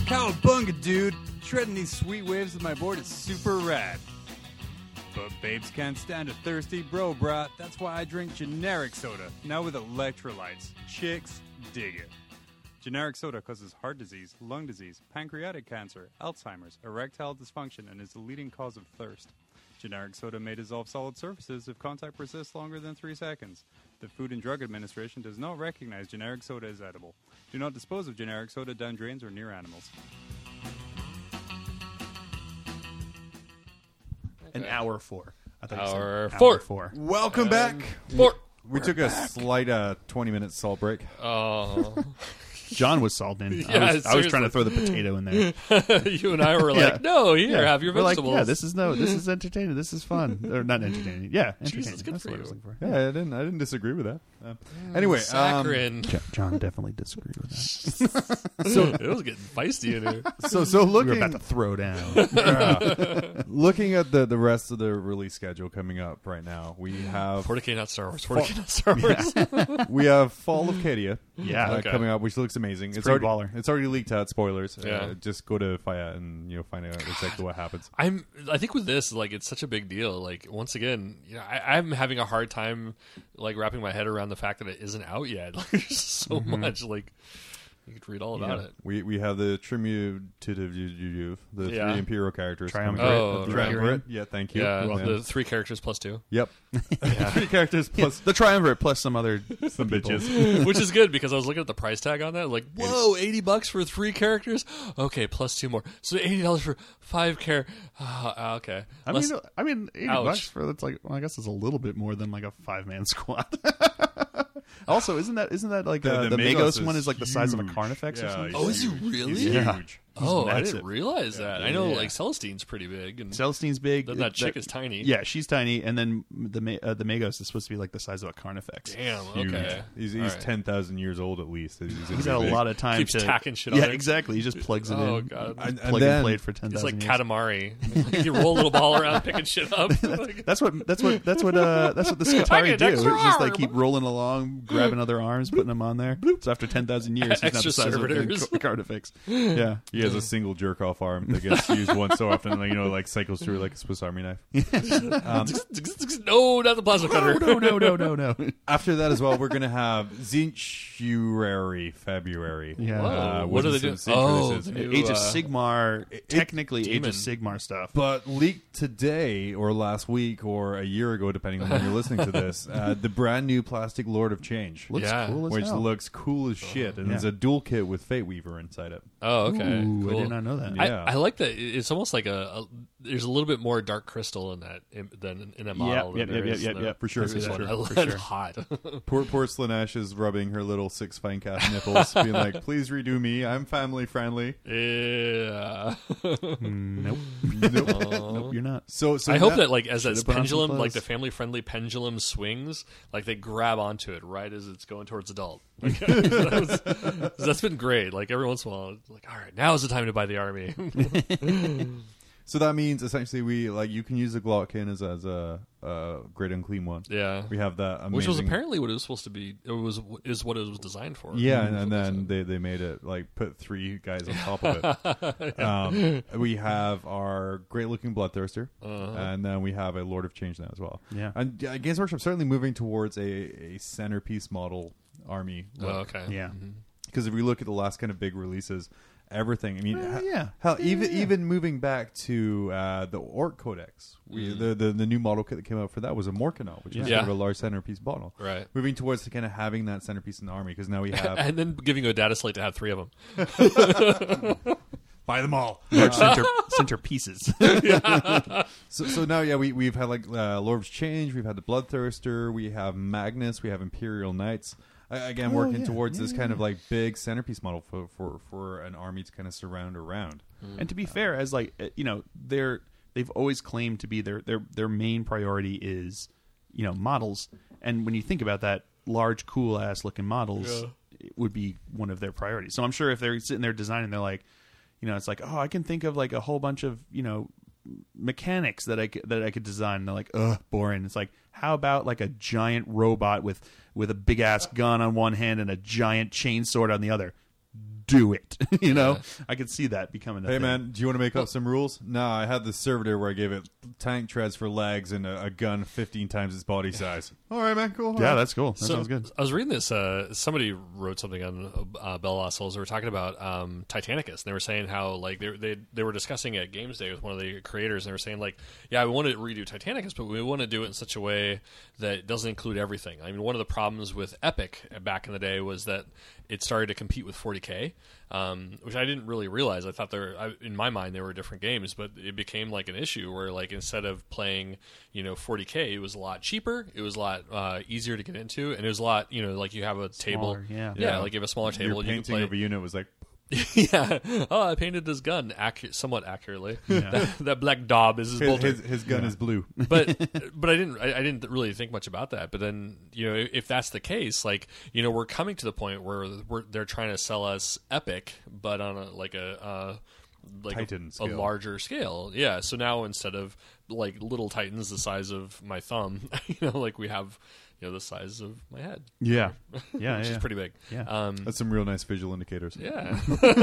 [SPEAKER 5] Cowabunga, dude! Shredding these sweet waves with my board is super rad. But babes can't stand a thirsty bro, brah. That's why I drink generic soda, now with electrolytes. Chicks dig it. Generic soda causes heart disease, lung disease, pancreatic cancer, Alzheimer's, erectile dysfunction, and is the leading cause of thirst. Generic soda may dissolve solid surfaces if contact persists longer than three seconds. The Food and Drug Administration does not recognize generic soda as edible. Do not dispose of generic soda down drains or near animals.
[SPEAKER 1] an hour four. I thought you said
[SPEAKER 2] Hour four.
[SPEAKER 1] four.
[SPEAKER 3] Welcome back.
[SPEAKER 2] Four.
[SPEAKER 3] We took a slight uh, twenty minute salt break.
[SPEAKER 2] Oh,
[SPEAKER 1] John was salting.
[SPEAKER 2] Yeah,
[SPEAKER 1] I, was, I was trying to throw the potato in there.
[SPEAKER 2] you and I were like,
[SPEAKER 1] Yeah.
[SPEAKER 2] no, here, have your
[SPEAKER 1] We're like,
[SPEAKER 2] vegetables.
[SPEAKER 1] yeah, this is no, this is entertaining. This is fun, or not entertaining. Yeah, entertaining.
[SPEAKER 2] Jesus, good
[SPEAKER 1] That's
[SPEAKER 2] for
[SPEAKER 1] what I
[SPEAKER 2] you.
[SPEAKER 1] was looking for.
[SPEAKER 3] Yeah, I didn't. I didn't disagree with that. Um, anyway, um,
[SPEAKER 2] Saccharin.
[SPEAKER 1] Jo- John definitely disagreed with that.
[SPEAKER 2] it was getting feisty in here.
[SPEAKER 3] so so
[SPEAKER 1] We were about
[SPEAKER 3] looking
[SPEAKER 1] to throw down.
[SPEAKER 3] um, looking at the the rest of the release schedule coming up right now, we have
[SPEAKER 2] Forticate not Star Wars. Forticate not Star Wars.
[SPEAKER 3] we have Fall of Cadia.
[SPEAKER 1] Yeah.
[SPEAKER 3] uh,
[SPEAKER 2] Okay.
[SPEAKER 3] coming up, which looks amazing. It's,
[SPEAKER 1] pretty
[SPEAKER 3] already
[SPEAKER 1] baller.
[SPEAKER 3] it's already leaked out. Spoilers.
[SPEAKER 2] Yeah.
[SPEAKER 3] Uh, just go to Faya and you know find out exactly what happens.
[SPEAKER 2] I'm. I think with this, like, it's such a big deal. Like, once again, you know, I, I'm having a hard time, like, wrapping my head around the fact that it isn't out yet. Like, there's so
[SPEAKER 1] Mm-hmm.
[SPEAKER 2] much. Like, you could read all about it.
[SPEAKER 3] Um, We we have the tribute to the, the
[SPEAKER 2] Yeah.
[SPEAKER 3] three Imperial characters. coming
[SPEAKER 1] Triumvirate.
[SPEAKER 3] up.
[SPEAKER 2] Oh,
[SPEAKER 3] The
[SPEAKER 2] right.
[SPEAKER 3] Triumvirate. Yeah, thank you.
[SPEAKER 2] Yeah,
[SPEAKER 3] Yeah.
[SPEAKER 2] the three characters plus two,
[SPEAKER 3] Yep. Three characters plus
[SPEAKER 1] the triumvirate plus some other
[SPEAKER 3] some bitches.
[SPEAKER 2] which is good because I was looking at the price tag on that. Like, whoa, eighty bucks for three characters. Okay, plus two more, so eighty dollars for five care. Ah, okay,
[SPEAKER 1] I
[SPEAKER 2] Less-
[SPEAKER 1] mean, I mean, eighty
[SPEAKER 2] Ouch.
[SPEAKER 1] bucks for that's like. Well, I guess it's a little bit more than like a five man squad. also, isn't that isn't that like
[SPEAKER 3] The-
[SPEAKER 1] uh,
[SPEAKER 3] the
[SPEAKER 1] the,
[SPEAKER 3] Magos
[SPEAKER 1] Magos,
[SPEAKER 3] is
[SPEAKER 1] one is like the size of a
[SPEAKER 3] huge.
[SPEAKER 1] Carnifex
[SPEAKER 3] Yeah,
[SPEAKER 1] or something?
[SPEAKER 2] oh, is he
[SPEAKER 3] He's
[SPEAKER 2] really?
[SPEAKER 3] huge.
[SPEAKER 2] Oh, I
[SPEAKER 1] massive.
[SPEAKER 2] didn't realize that. I know like Celestine's pretty big, and
[SPEAKER 1] Celestine's big.
[SPEAKER 2] that, that
[SPEAKER 1] It-
[SPEAKER 2] chick is tiny.
[SPEAKER 1] Yeah, she's tiny, and then the Ma- uh, the Magos is supposed to be like the size of a Carnifex.
[SPEAKER 2] Damn.
[SPEAKER 3] Huge.
[SPEAKER 2] Oh, Okay.
[SPEAKER 3] He's,
[SPEAKER 2] All
[SPEAKER 3] he's
[SPEAKER 2] right.
[SPEAKER 3] ten thousand years old at least. He's, he's
[SPEAKER 1] He's had a lot of time
[SPEAKER 2] Keeps
[SPEAKER 1] to
[SPEAKER 2] tacking shit on
[SPEAKER 1] Yeah,
[SPEAKER 2] it.
[SPEAKER 1] exactly. He just plugs it
[SPEAKER 2] Oh
[SPEAKER 1] in.
[SPEAKER 2] god.
[SPEAKER 3] And, and
[SPEAKER 1] Plug
[SPEAKER 3] then,
[SPEAKER 1] and played for ten
[SPEAKER 2] it's like
[SPEAKER 1] thousand.
[SPEAKER 2] Katamari. you roll a little ball around, picking shit up. Like,
[SPEAKER 1] That's what that's what that's what uh that's what the
[SPEAKER 2] Tiny
[SPEAKER 1] Skatari do. It's
[SPEAKER 2] extra
[SPEAKER 1] just like
[SPEAKER 2] arm.
[SPEAKER 1] keep rolling along, grabbing other arms, putting them on there. So after ten thousand years, he's not
[SPEAKER 2] Extra
[SPEAKER 1] the size
[SPEAKER 2] servitors.
[SPEAKER 1] of a car- Carnifex. Yeah,
[SPEAKER 3] he has a single jerk off arm that gets used once so often, like you know, like cycles through like a Swiss Army knife.
[SPEAKER 2] no, not the plasma cutter.
[SPEAKER 1] no, no, no, no, no.
[SPEAKER 3] After that as well, we're gonna have Zinchuary February.
[SPEAKER 1] Yeah. Whoa,
[SPEAKER 3] uh,
[SPEAKER 2] what are
[SPEAKER 3] which
[SPEAKER 2] they
[SPEAKER 3] is-
[SPEAKER 2] doing?
[SPEAKER 3] Zinch
[SPEAKER 2] Oh,
[SPEAKER 3] releases.
[SPEAKER 2] the new-
[SPEAKER 1] Age
[SPEAKER 2] uh,
[SPEAKER 1] of Sigmar, technically Age
[SPEAKER 2] demon.
[SPEAKER 1] of Sigmar stuff.
[SPEAKER 3] But leaked today or last week or a year ago, depending on when you're listening to this, uh, the brand new Plastic Lord of Change,
[SPEAKER 1] looks
[SPEAKER 2] yeah.
[SPEAKER 1] cool as
[SPEAKER 3] which
[SPEAKER 1] hell.
[SPEAKER 3] looks cool as shit, and there's a dual kit with Fate Weaver inside it.
[SPEAKER 2] Oh, okay.
[SPEAKER 1] Ooh, I
[SPEAKER 2] cool.
[SPEAKER 1] did not know that.
[SPEAKER 2] I,
[SPEAKER 3] Yeah.
[SPEAKER 2] I like that. it- It's almost like a, a- there's a little bit more dark crystal in that im- than in that model.
[SPEAKER 1] yep,
[SPEAKER 2] than there
[SPEAKER 1] yep,
[SPEAKER 2] is
[SPEAKER 1] yep,
[SPEAKER 2] in
[SPEAKER 1] yep,
[SPEAKER 2] the
[SPEAKER 1] yep, for
[SPEAKER 3] sure,
[SPEAKER 2] previous
[SPEAKER 3] for
[SPEAKER 2] one.
[SPEAKER 3] sure,
[SPEAKER 2] I
[SPEAKER 1] for
[SPEAKER 2] love
[SPEAKER 1] sure.
[SPEAKER 2] It's hot.
[SPEAKER 3] Poor, poor Slanesh is rubbing her little six fine calf nipples, being like, "Please redo me. I'm family friendly."
[SPEAKER 2] yeah.
[SPEAKER 1] Nope. nope, you're not.
[SPEAKER 3] So, so
[SPEAKER 2] Oh. I hope
[SPEAKER 3] that-
[SPEAKER 2] that like as that
[SPEAKER 1] put on some
[SPEAKER 2] pendulum, like
[SPEAKER 1] clothes.
[SPEAKER 2] the family friendly pendulum swings, like they grab onto it right as it's going towards adult. Like, that was- that's been great. Like every once in a while, it's like all right, now is the time to buy the army.
[SPEAKER 3] So that means essentially we like you can use the Glotkin as as a uh, great unclean one.
[SPEAKER 2] yeah,
[SPEAKER 3] We have that, amazing,
[SPEAKER 2] which was apparently what it was supposed to be. It was is what it was designed for.
[SPEAKER 3] Yeah,
[SPEAKER 1] Mm.
[SPEAKER 3] and, and then they, they made it like put three guys on top of it. um, we have our great looking bloodthirster,
[SPEAKER 2] Uh-huh.
[SPEAKER 3] and then we have a Lord of Change now as well.
[SPEAKER 1] Yeah.
[SPEAKER 3] and uh, Games Workshop certainly moving towards a, a centerpiece model army.
[SPEAKER 2] Oh,
[SPEAKER 3] look.
[SPEAKER 2] okay.
[SPEAKER 1] Yeah.
[SPEAKER 3] because if we look at the last kind of big releases, everything. I mean,
[SPEAKER 2] Eh,
[SPEAKER 1] Uh,
[SPEAKER 3] he-
[SPEAKER 1] yeah.
[SPEAKER 3] hell,
[SPEAKER 1] Yeah,
[SPEAKER 3] even
[SPEAKER 1] yeah, yeah.
[SPEAKER 3] even moving back to uh, the Orc Codex, we, the, the the new model kit that came out for that was a Morkanot, which is
[SPEAKER 2] Mm-hmm. Yeah.
[SPEAKER 3] sort of a large centerpiece model.
[SPEAKER 2] Right.
[SPEAKER 3] Moving towards to kind of having that centerpiece in the army because now we have
[SPEAKER 2] And then giving a data slate to have three of them.
[SPEAKER 5] Buy them all.
[SPEAKER 1] Large center, center pieces.
[SPEAKER 3] so, so now yeah we we've had like uh, Lord of Change, we've had the Bloodthirster, we have Magnus, we have Imperial Knights. A- Again, working
[SPEAKER 1] Oh, yeah.
[SPEAKER 3] towards this kind of like big centerpiece model for, for, for an army to kind of surround around.
[SPEAKER 2] Mm-hmm.
[SPEAKER 1] and to be fair, as like uh, you know, they're they've always claimed to be their their their main priority is you know models, and when you think about that, large, cool ass looking models it would be one of their priorities. So I'm sure if they're sitting there designing, they're like, you know, it's like oh, I can think of like a whole bunch of you know mechanics that I could, that I could design. And they're like, ugh, boring. It's like, how about like a giant robot with with a big ass gun on one hand and a giant chainsword on the other? Do it, you know. I could see that becoming. A
[SPEAKER 3] Hey
[SPEAKER 1] thing.
[SPEAKER 3] man, do you want to make up some rules? Nah, I had the servitor where I gave it tank treads for legs and a, a gun fifteen times its body size. All right, man, cool.
[SPEAKER 1] Yeah, that's cool. That
[SPEAKER 2] So,
[SPEAKER 1] sounds good.
[SPEAKER 2] I was reading this. Uh, somebody wrote something on uh, Bell Lost Souls. They were talking about um, Titanicus. And they were saying how like they, they they were discussing at Games Day with one of the creators, and they were saying like, yeah, we want to redo Titanicus, but we want to do it in such a way that doesn't include everything. I mean, one of the problems with Epic back in the day was that it started to compete with 40k, um, which I didn't really realize. I thought there, I, in my mind, there were different games, but it became like an issue where, like, instead of playing, you know, 40k, it was a lot cheaper, it was a lot uh, easier to get into, and it was a lot, you know, like you have a table,
[SPEAKER 1] Smaller, yeah.
[SPEAKER 2] yeah,
[SPEAKER 3] Yeah.
[SPEAKER 2] like you have a smaller
[SPEAKER 3] Your
[SPEAKER 2] table, you can
[SPEAKER 3] painting
[SPEAKER 2] play,
[SPEAKER 3] of a unit was like
[SPEAKER 2] yeah. Oh, I painted this gun accu- somewhat accurately. That, that black daub is his
[SPEAKER 3] his,
[SPEAKER 2] bolter
[SPEAKER 3] his, his gun is blue.
[SPEAKER 2] but but I didn't I, I didn't really think much about that. But then you know if that's the case, like you know we're coming to the point where we're, they're trying to sell us Epic, but on a like a uh, like
[SPEAKER 3] Titan
[SPEAKER 2] a, a
[SPEAKER 3] scale.
[SPEAKER 2] larger scale. Yeah. So now instead of like little Titans the size of my thumb, you know, like we have you know the size of my head,
[SPEAKER 1] Yeah, yeah, yeah.
[SPEAKER 2] which
[SPEAKER 1] yeah.
[SPEAKER 2] is pretty big.
[SPEAKER 1] Yeah.
[SPEAKER 2] Um,
[SPEAKER 3] That's some real nice visual indicators.
[SPEAKER 2] yeah. but I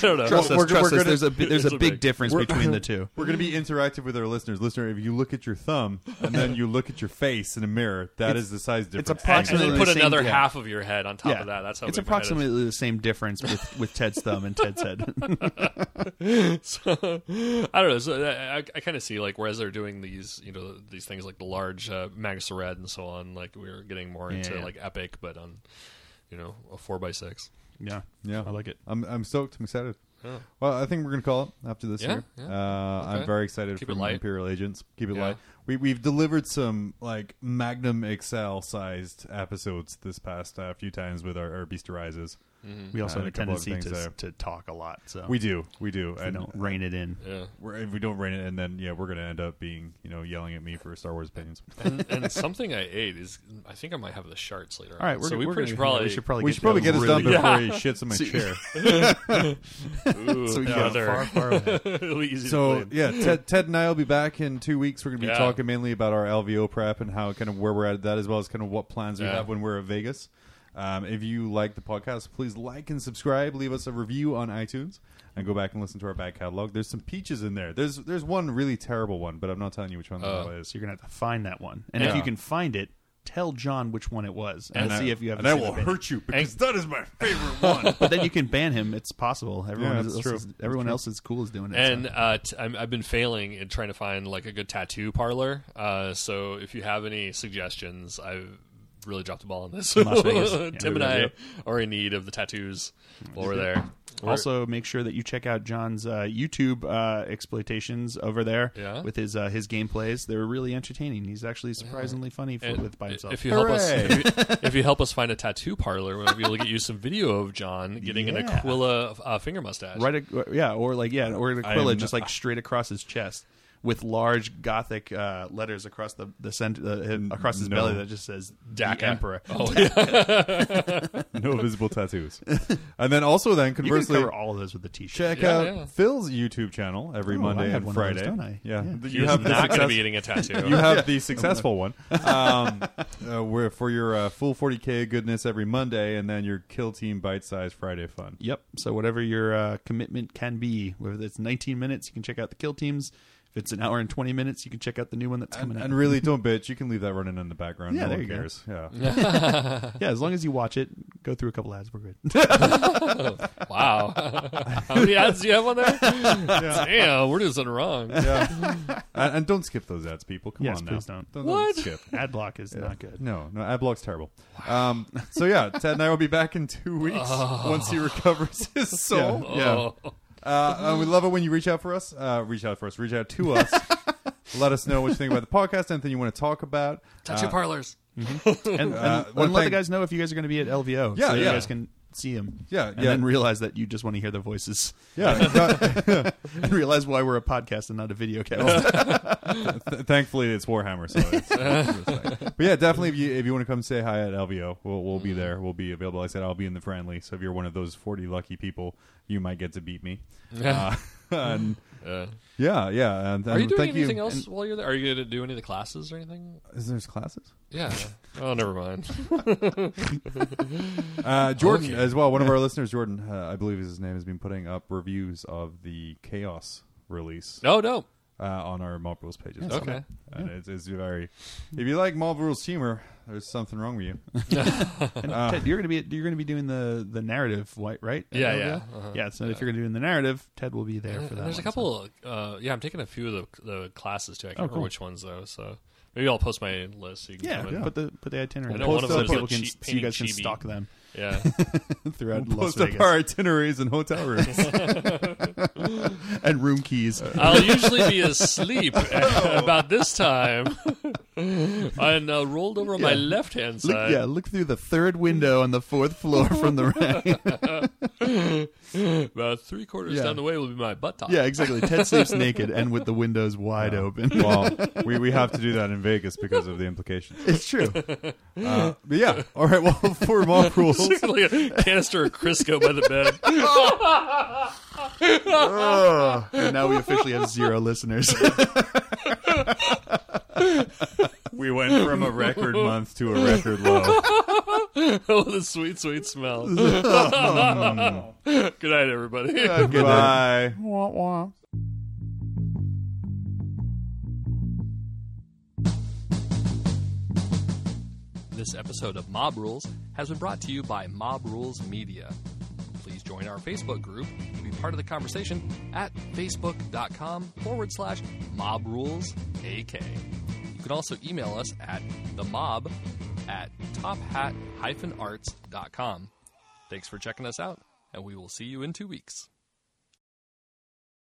[SPEAKER 2] don't know.
[SPEAKER 3] Well, we're-
[SPEAKER 1] Trust us. Trust
[SPEAKER 3] we're
[SPEAKER 1] us.
[SPEAKER 3] gonna-
[SPEAKER 1] there's a bi- there's a
[SPEAKER 2] It's a
[SPEAKER 1] big,
[SPEAKER 2] big-
[SPEAKER 1] difference between the two.
[SPEAKER 3] We're gonna be interactive with our listeners. Listener, if you look at your thumb and then you look at your face in a mirror, that is the size difference.
[SPEAKER 2] And
[SPEAKER 1] approximately-
[SPEAKER 2] then put
[SPEAKER 1] Absolutely the same-
[SPEAKER 2] another
[SPEAKER 1] yeah.
[SPEAKER 2] half of your head on top
[SPEAKER 1] yeah,
[SPEAKER 2] of that. That's how
[SPEAKER 1] it's
[SPEAKER 2] big my head is.
[SPEAKER 1] approximately the same difference with, with Ted's thumb and Ted's head.
[SPEAKER 2] So, I don't know. So I, I, I kind of see like whereas they're doing these, you know, these things like the large uh, Magus Red and so on. Like we're getting more into
[SPEAKER 1] yeah.
[SPEAKER 2] like epic, but on you know a four by six.
[SPEAKER 1] yeah,
[SPEAKER 3] Yeah,
[SPEAKER 1] I like it.
[SPEAKER 3] I'm I'm stoked. I'm excited. Well, I think we're gonna call it after this
[SPEAKER 2] Yeah,
[SPEAKER 3] year. Uh, I'm
[SPEAKER 2] Okay.
[SPEAKER 3] very excited
[SPEAKER 2] Keep
[SPEAKER 3] for
[SPEAKER 2] it light.
[SPEAKER 3] Imperial Agents. Keep it
[SPEAKER 2] Yeah.
[SPEAKER 3] light. we we've delivered some like Magnum Excel sized episodes this past uh, few times with our, our beasterises.
[SPEAKER 2] Mm-hmm.
[SPEAKER 1] We also
[SPEAKER 3] Uh,
[SPEAKER 1] have
[SPEAKER 3] and
[SPEAKER 1] a
[SPEAKER 3] a couple other
[SPEAKER 1] tendency
[SPEAKER 3] things there.
[SPEAKER 1] to, to talk a lot, so
[SPEAKER 3] We do, we do,
[SPEAKER 1] we
[SPEAKER 3] and
[SPEAKER 1] don't rein it in.
[SPEAKER 2] Yeah.
[SPEAKER 3] we're, if we don't rein it, and then yeah, we're gonna end up being you know yelling at me for Star Wars opinions.
[SPEAKER 2] and, and something I ate is I think I might have the sharts later.
[SPEAKER 1] All right,
[SPEAKER 2] on.
[SPEAKER 1] we're,
[SPEAKER 2] so we
[SPEAKER 1] we're
[SPEAKER 2] pretty
[SPEAKER 1] gonna-
[SPEAKER 2] probably
[SPEAKER 1] we should probably
[SPEAKER 3] we
[SPEAKER 1] get
[SPEAKER 3] should probably
[SPEAKER 1] to
[SPEAKER 3] get
[SPEAKER 1] them
[SPEAKER 3] this
[SPEAKER 1] really
[SPEAKER 3] done before he shits in my chair.
[SPEAKER 2] Ooh,
[SPEAKER 1] So we can
[SPEAKER 2] yeah,
[SPEAKER 1] get far, far away.
[SPEAKER 2] really easy to
[SPEAKER 3] So
[SPEAKER 2] blame.
[SPEAKER 3] yeah, Ted, Ted and I will be back in two weeks. We're going to be
[SPEAKER 2] Yeah.
[SPEAKER 3] talking mainly about our LVO prep and how kind of where we're at that, as well as kind of what plans we
[SPEAKER 2] Yeah.
[SPEAKER 3] have when we're at Vegas. Um, if you like the podcast, please like and subscribe. Leave us a review on iTunes and go back and listen to our back catalog. There's some peaches in there. There's there's one really terrible one, but I'm not telling you which one that is.
[SPEAKER 1] So you're gonna have to find that one, and if
[SPEAKER 2] Yeah.
[SPEAKER 1] you can find it, tell John which one it was, and,
[SPEAKER 3] I-
[SPEAKER 1] see if you have.
[SPEAKER 3] and I will hurt you because
[SPEAKER 2] And-
[SPEAKER 3] that is my favorite one.
[SPEAKER 1] But then you can ban him. It's possible. Everyone
[SPEAKER 3] Yeah,
[SPEAKER 1] else,
[SPEAKER 3] that's true.
[SPEAKER 1] Is,
[SPEAKER 3] That's
[SPEAKER 1] everyone
[SPEAKER 3] true.
[SPEAKER 1] else is cool is doing it.
[SPEAKER 2] And
[SPEAKER 1] so.
[SPEAKER 2] uh, t- I'm, I've been failing in trying to find like a good tattoo parlor. Uh, so if you have any suggestions, I've really dropped the ball on this.
[SPEAKER 1] Las Vegas. Yeah.
[SPEAKER 2] Tim and I are in need of the tattoos while we're there. We're-
[SPEAKER 1] also, make sure that you check out John's uh, YouTube uh, exploitations over there
[SPEAKER 2] Yeah.
[SPEAKER 1] with his uh, his gameplays. They're really entertaining. He's actually surprisingly funny for,
[SPEAKER 2] and
[SPEAKER 1] with by himself.
[SPEAKER 2] If you help us, if you, if you help us find a tattoo parlor, we'll be able to get you some video of John getting an
[SPEAKER 1] Yeah.
[SPEAKER 2] Aquila uh, finger mustache.
[SPEAKER 1] right, a, yeah, or like yeah, or an
[SPEAKER 3] I
[SPEAKER 1] Aquila
[SPEAKER 3] am
[SPEAKER 1] just like straight across his chest with large Gothic uh, letters across the the center uh, across his
[SPEAKER 3] No.
[SPEAKER 1] belly that just says
[SPEAKER 2] Daka.
[SPEAKER 1] "The Emperor."
[SPEAKER 2] Oh yeah.
[SPEAKER 3] no visible tattoos. And then also then
[SPEAKER 1] You can
[SPEAKER 3] conversely,
[SPEAKER 1] cover all of those with a t-shirt.
[SPEAKER 3] check
[SPEAKER 2] Yeah,
[SPEAKER 3] out
[SPEAKER 2] yeah.
[SPEAKER 3] Phil's YouTube channel every
[SPEAKER 1] Oh, I
[SPEAKER 3] Monday
[SPEAKER 1] had
[SPEAKER 3] and
[SPEAKER 1] one of those,
[SPEAKER 3] Friday.
[SPEAKER 1] don't I?
[SPEAKER 3] Yeah,
[SPEAKER 1] Yeah.
[SPEAKER 3] you
[SPEAKER 2] He's
[SPEAKER 3] have the
[SPEAKER 2] not going to
[SPEAKER 3] success-
[SPEAKER 2] be getting a tattoo.
[SPEAKER 3] you have the successful one um, uh, where for your uh, full 40k goodness every monday and then your kill team bite-sized friday fun
[SPEAKER 1] Yep. So whatever your uh, commitment can be, whether it's 19 minutes, you can check out the kill teams. If it's an hour and 20 minutes, you can check out the new one that's
[SPEAKER 3] and,
[SPEAKER 1] coming
[SPEAKER 3] and
[SPEAKER 1] out.
[SPEAKER 3] really don't bitch you can leave that running in the background
[SPEAKER 1] Yeah,
[SPEAKER 3] no
[SPEAKER 1] there
[SPEAKER 3] one
[SPEAKER 1] you go.
[SPEAKER 3] cares yeah
[SPEAKER 1] yeah, as long as you watch it, go through a couple ads, we're good.
[SPEAKER 2] Wow. How many ads do you have on there? Damn, we're doing something wrong.
[SPEAKER 3] and, and don't skip those ads people come
[SPEAKER 1] Yes,
[SPEAKER 3] on
[SPEAKER 1] please
[SPEAKER 3] now
[SPEAKER 1] don't.
[SPEAKER 3] what? skip
[SPEAKER 1] Ad block is not good.
[SPEAKER 3] no no ad block's terrible um, so yeah ted and i will be back in two weeks once he recovers his soul
[SPEAKER 2] Oh.
[SPEAKER 3] Uh, uh, we love it when you reach out for us. Uh, reach out for us. Reach out to us. Let us know what you think about the podcast. Anything you want to talk about.
[SPEAKER 2] Tattoo
[SPEAKER 3] Uh,
[SPEAKER 2] parlors.
[SPEAKER 1] And, and,
[SPEAKER 3] one
[SPEAKER 1] and let
[SPEAKER 3] thing-
[SPEAKER 1] the guys know if you guys are going to be at LVO.
[SPEAKER 3] Yeah,
[SPEAKER 1] so
[SPEAKER 3] yeah.
[SPEAKER 1] You guys can see them.
[SPEAKER 3] Yeah,
[SPEAKER 1] and
[SPEAKER 3] yeah.
[SPEAKER 1] then realize that you just want to hear their voices
[SPEAKER 3] yeah.
[SPEAKER 1] and realize why we're a podcast and not a video cast.
[SPEAKER 3] Oh. Th- thankfully, it's Warhammer, so it's, it's but yeah, definitely. If you if you want to come say hi at LVO, we'll we'll
[SPEAKER 2] Mm.
[SPEAKER 3] be there. We'll be available. Like I said I'll be in the friendly. So if you're one of those forty lucky people, you might get to beat me. Uh, and
[SPEAKER 2] Uh,
[SPEAKER 3] yeah, yeah. And,
[SPEAKER 2] are you
[SPEAKER 3] and
[SPEAKER 2] doing
[SPEAKER 3] thank
[SPEAKER 2] anything
[SPEAKER 3] you.
[SPEAKER 2] else while you're there? Are you going to do any of the classes or anything?
[SPEAKER 1] Uh,
[SPEAKER 3] And- is there's classes?
[SPEAKER 2] Yeah. Oh, never mind.
[SPEAKER 3] Uh, Jordan
[SPEAKER 2] Okay.
[SPEAKER 3] as well. One of our listeners, Jordan, uh, I believe is his name, has been putting up reviews of the Chaos release
[SPEAKER 2] No, no.
[SPEAKER 3] uh, on our Mob Rules pages.
[SPEAKER 2] Okay.
[SPEAKER 3] And it's, it's very. If you like Mob Rules humor, there's something wrong with you.
[SPEAKER 1] and
[SPEAKER 3] Uh-huh.
[SPEAKER 1] Ted, you're going to be you're going to be doing the the narrative, wi- right? at
[SPEAKER 2] Yeah,
[SPEAKER 1] LVO?
[SPEAKER 2] yeah. Uh-huh.
[SPEAKER 1] Yeah. So if you're going to do the narrative, Ted will be there for that.
[SPEAKER 2] And there's a
[SPEAKER 1] one,
[SPEAKER 2] couple.
[SPEAKER 1] so-
[SPEAKER 2] Uh, yeah, I'm taking a few of the, the classes too. I can't remember
[SPEAKER 1] Oh, cool.
[SPEAKER 2] which ones though. So maybe I'll post my list. So you can
[SPEAKER 1] Yeah,
[SPEAKER 2] come in.
[SPEAKER 1] put the put the itinerary.
[SPEAKER 2] I know one of
[SPEAKER 1] so
[SPEAKER 2] those
[SPEAKER 1] people
[SPEAKER 2] is
[SPEAKER 1] can,
[SPEAKER 2] chi-
[SPEAKER 1] so you guys can
[SPEAKER 2] painting chibi.
[SPEAKER 1] stalk them
[SPEAKER 2] yeah.
[SPEAKER 1] throughout
[SPEAKER 3] We'll
[SPEAKER 1] Las
[SPEAKER 3] post up
[SPEAKER 1] Vegas
[SPEAKER 3] our itineraries and hotel rooms.
[SPEAKER 1] and room keys.
[SPEAKER 2] I'll usually be asleep about this time, and uh, rolled over on my
[SPEAKER 1] Yeah.
[SPEAKER 2] left hand
[SPEAKER 1] Look,
[SPEAKER 2] side.
[SPEAKER 1] yeah, look through the third window on the fourth floor from the right.
[SPEAKER 2] About three quarters
[SPEAKER 1] Yeah.
[SPEAKER 2] down the way will be my butt
[SPEAKER 1] yeah, exactly. Ted sleeps naked and with the windows wide open.
[SPEAKER 3] well, we, we have to do that in Vegas because of the implications.
[SPEAKER 1] It's true.
[SPEAKER 3] Uh, but yeah, all right. Well, for mob rules,
[SPEAKER 2] like a canister of Crisco by the bed.
[SPEAKER 1] And now we officially have zero listeners.
[SPEAKER 3] we went from a record month to a record low.
[SPEAKER 2] Oh, the sweet, sweet smell. Good
[SPEAKER 1] Oh,
[SPEAKER 2] night, everybody.
[SPEAKER 3] Goodbye.
[SPEAKER 2] This episode of Mob Rules has been brought to you by Mob Rules Media. Please join our Facebook group to be part of the conversation at facebook.com forward slash mob rules AK. You can also email us at the mob at tophat arts.com. Thanks for checking us out, and we will see you in two weeks.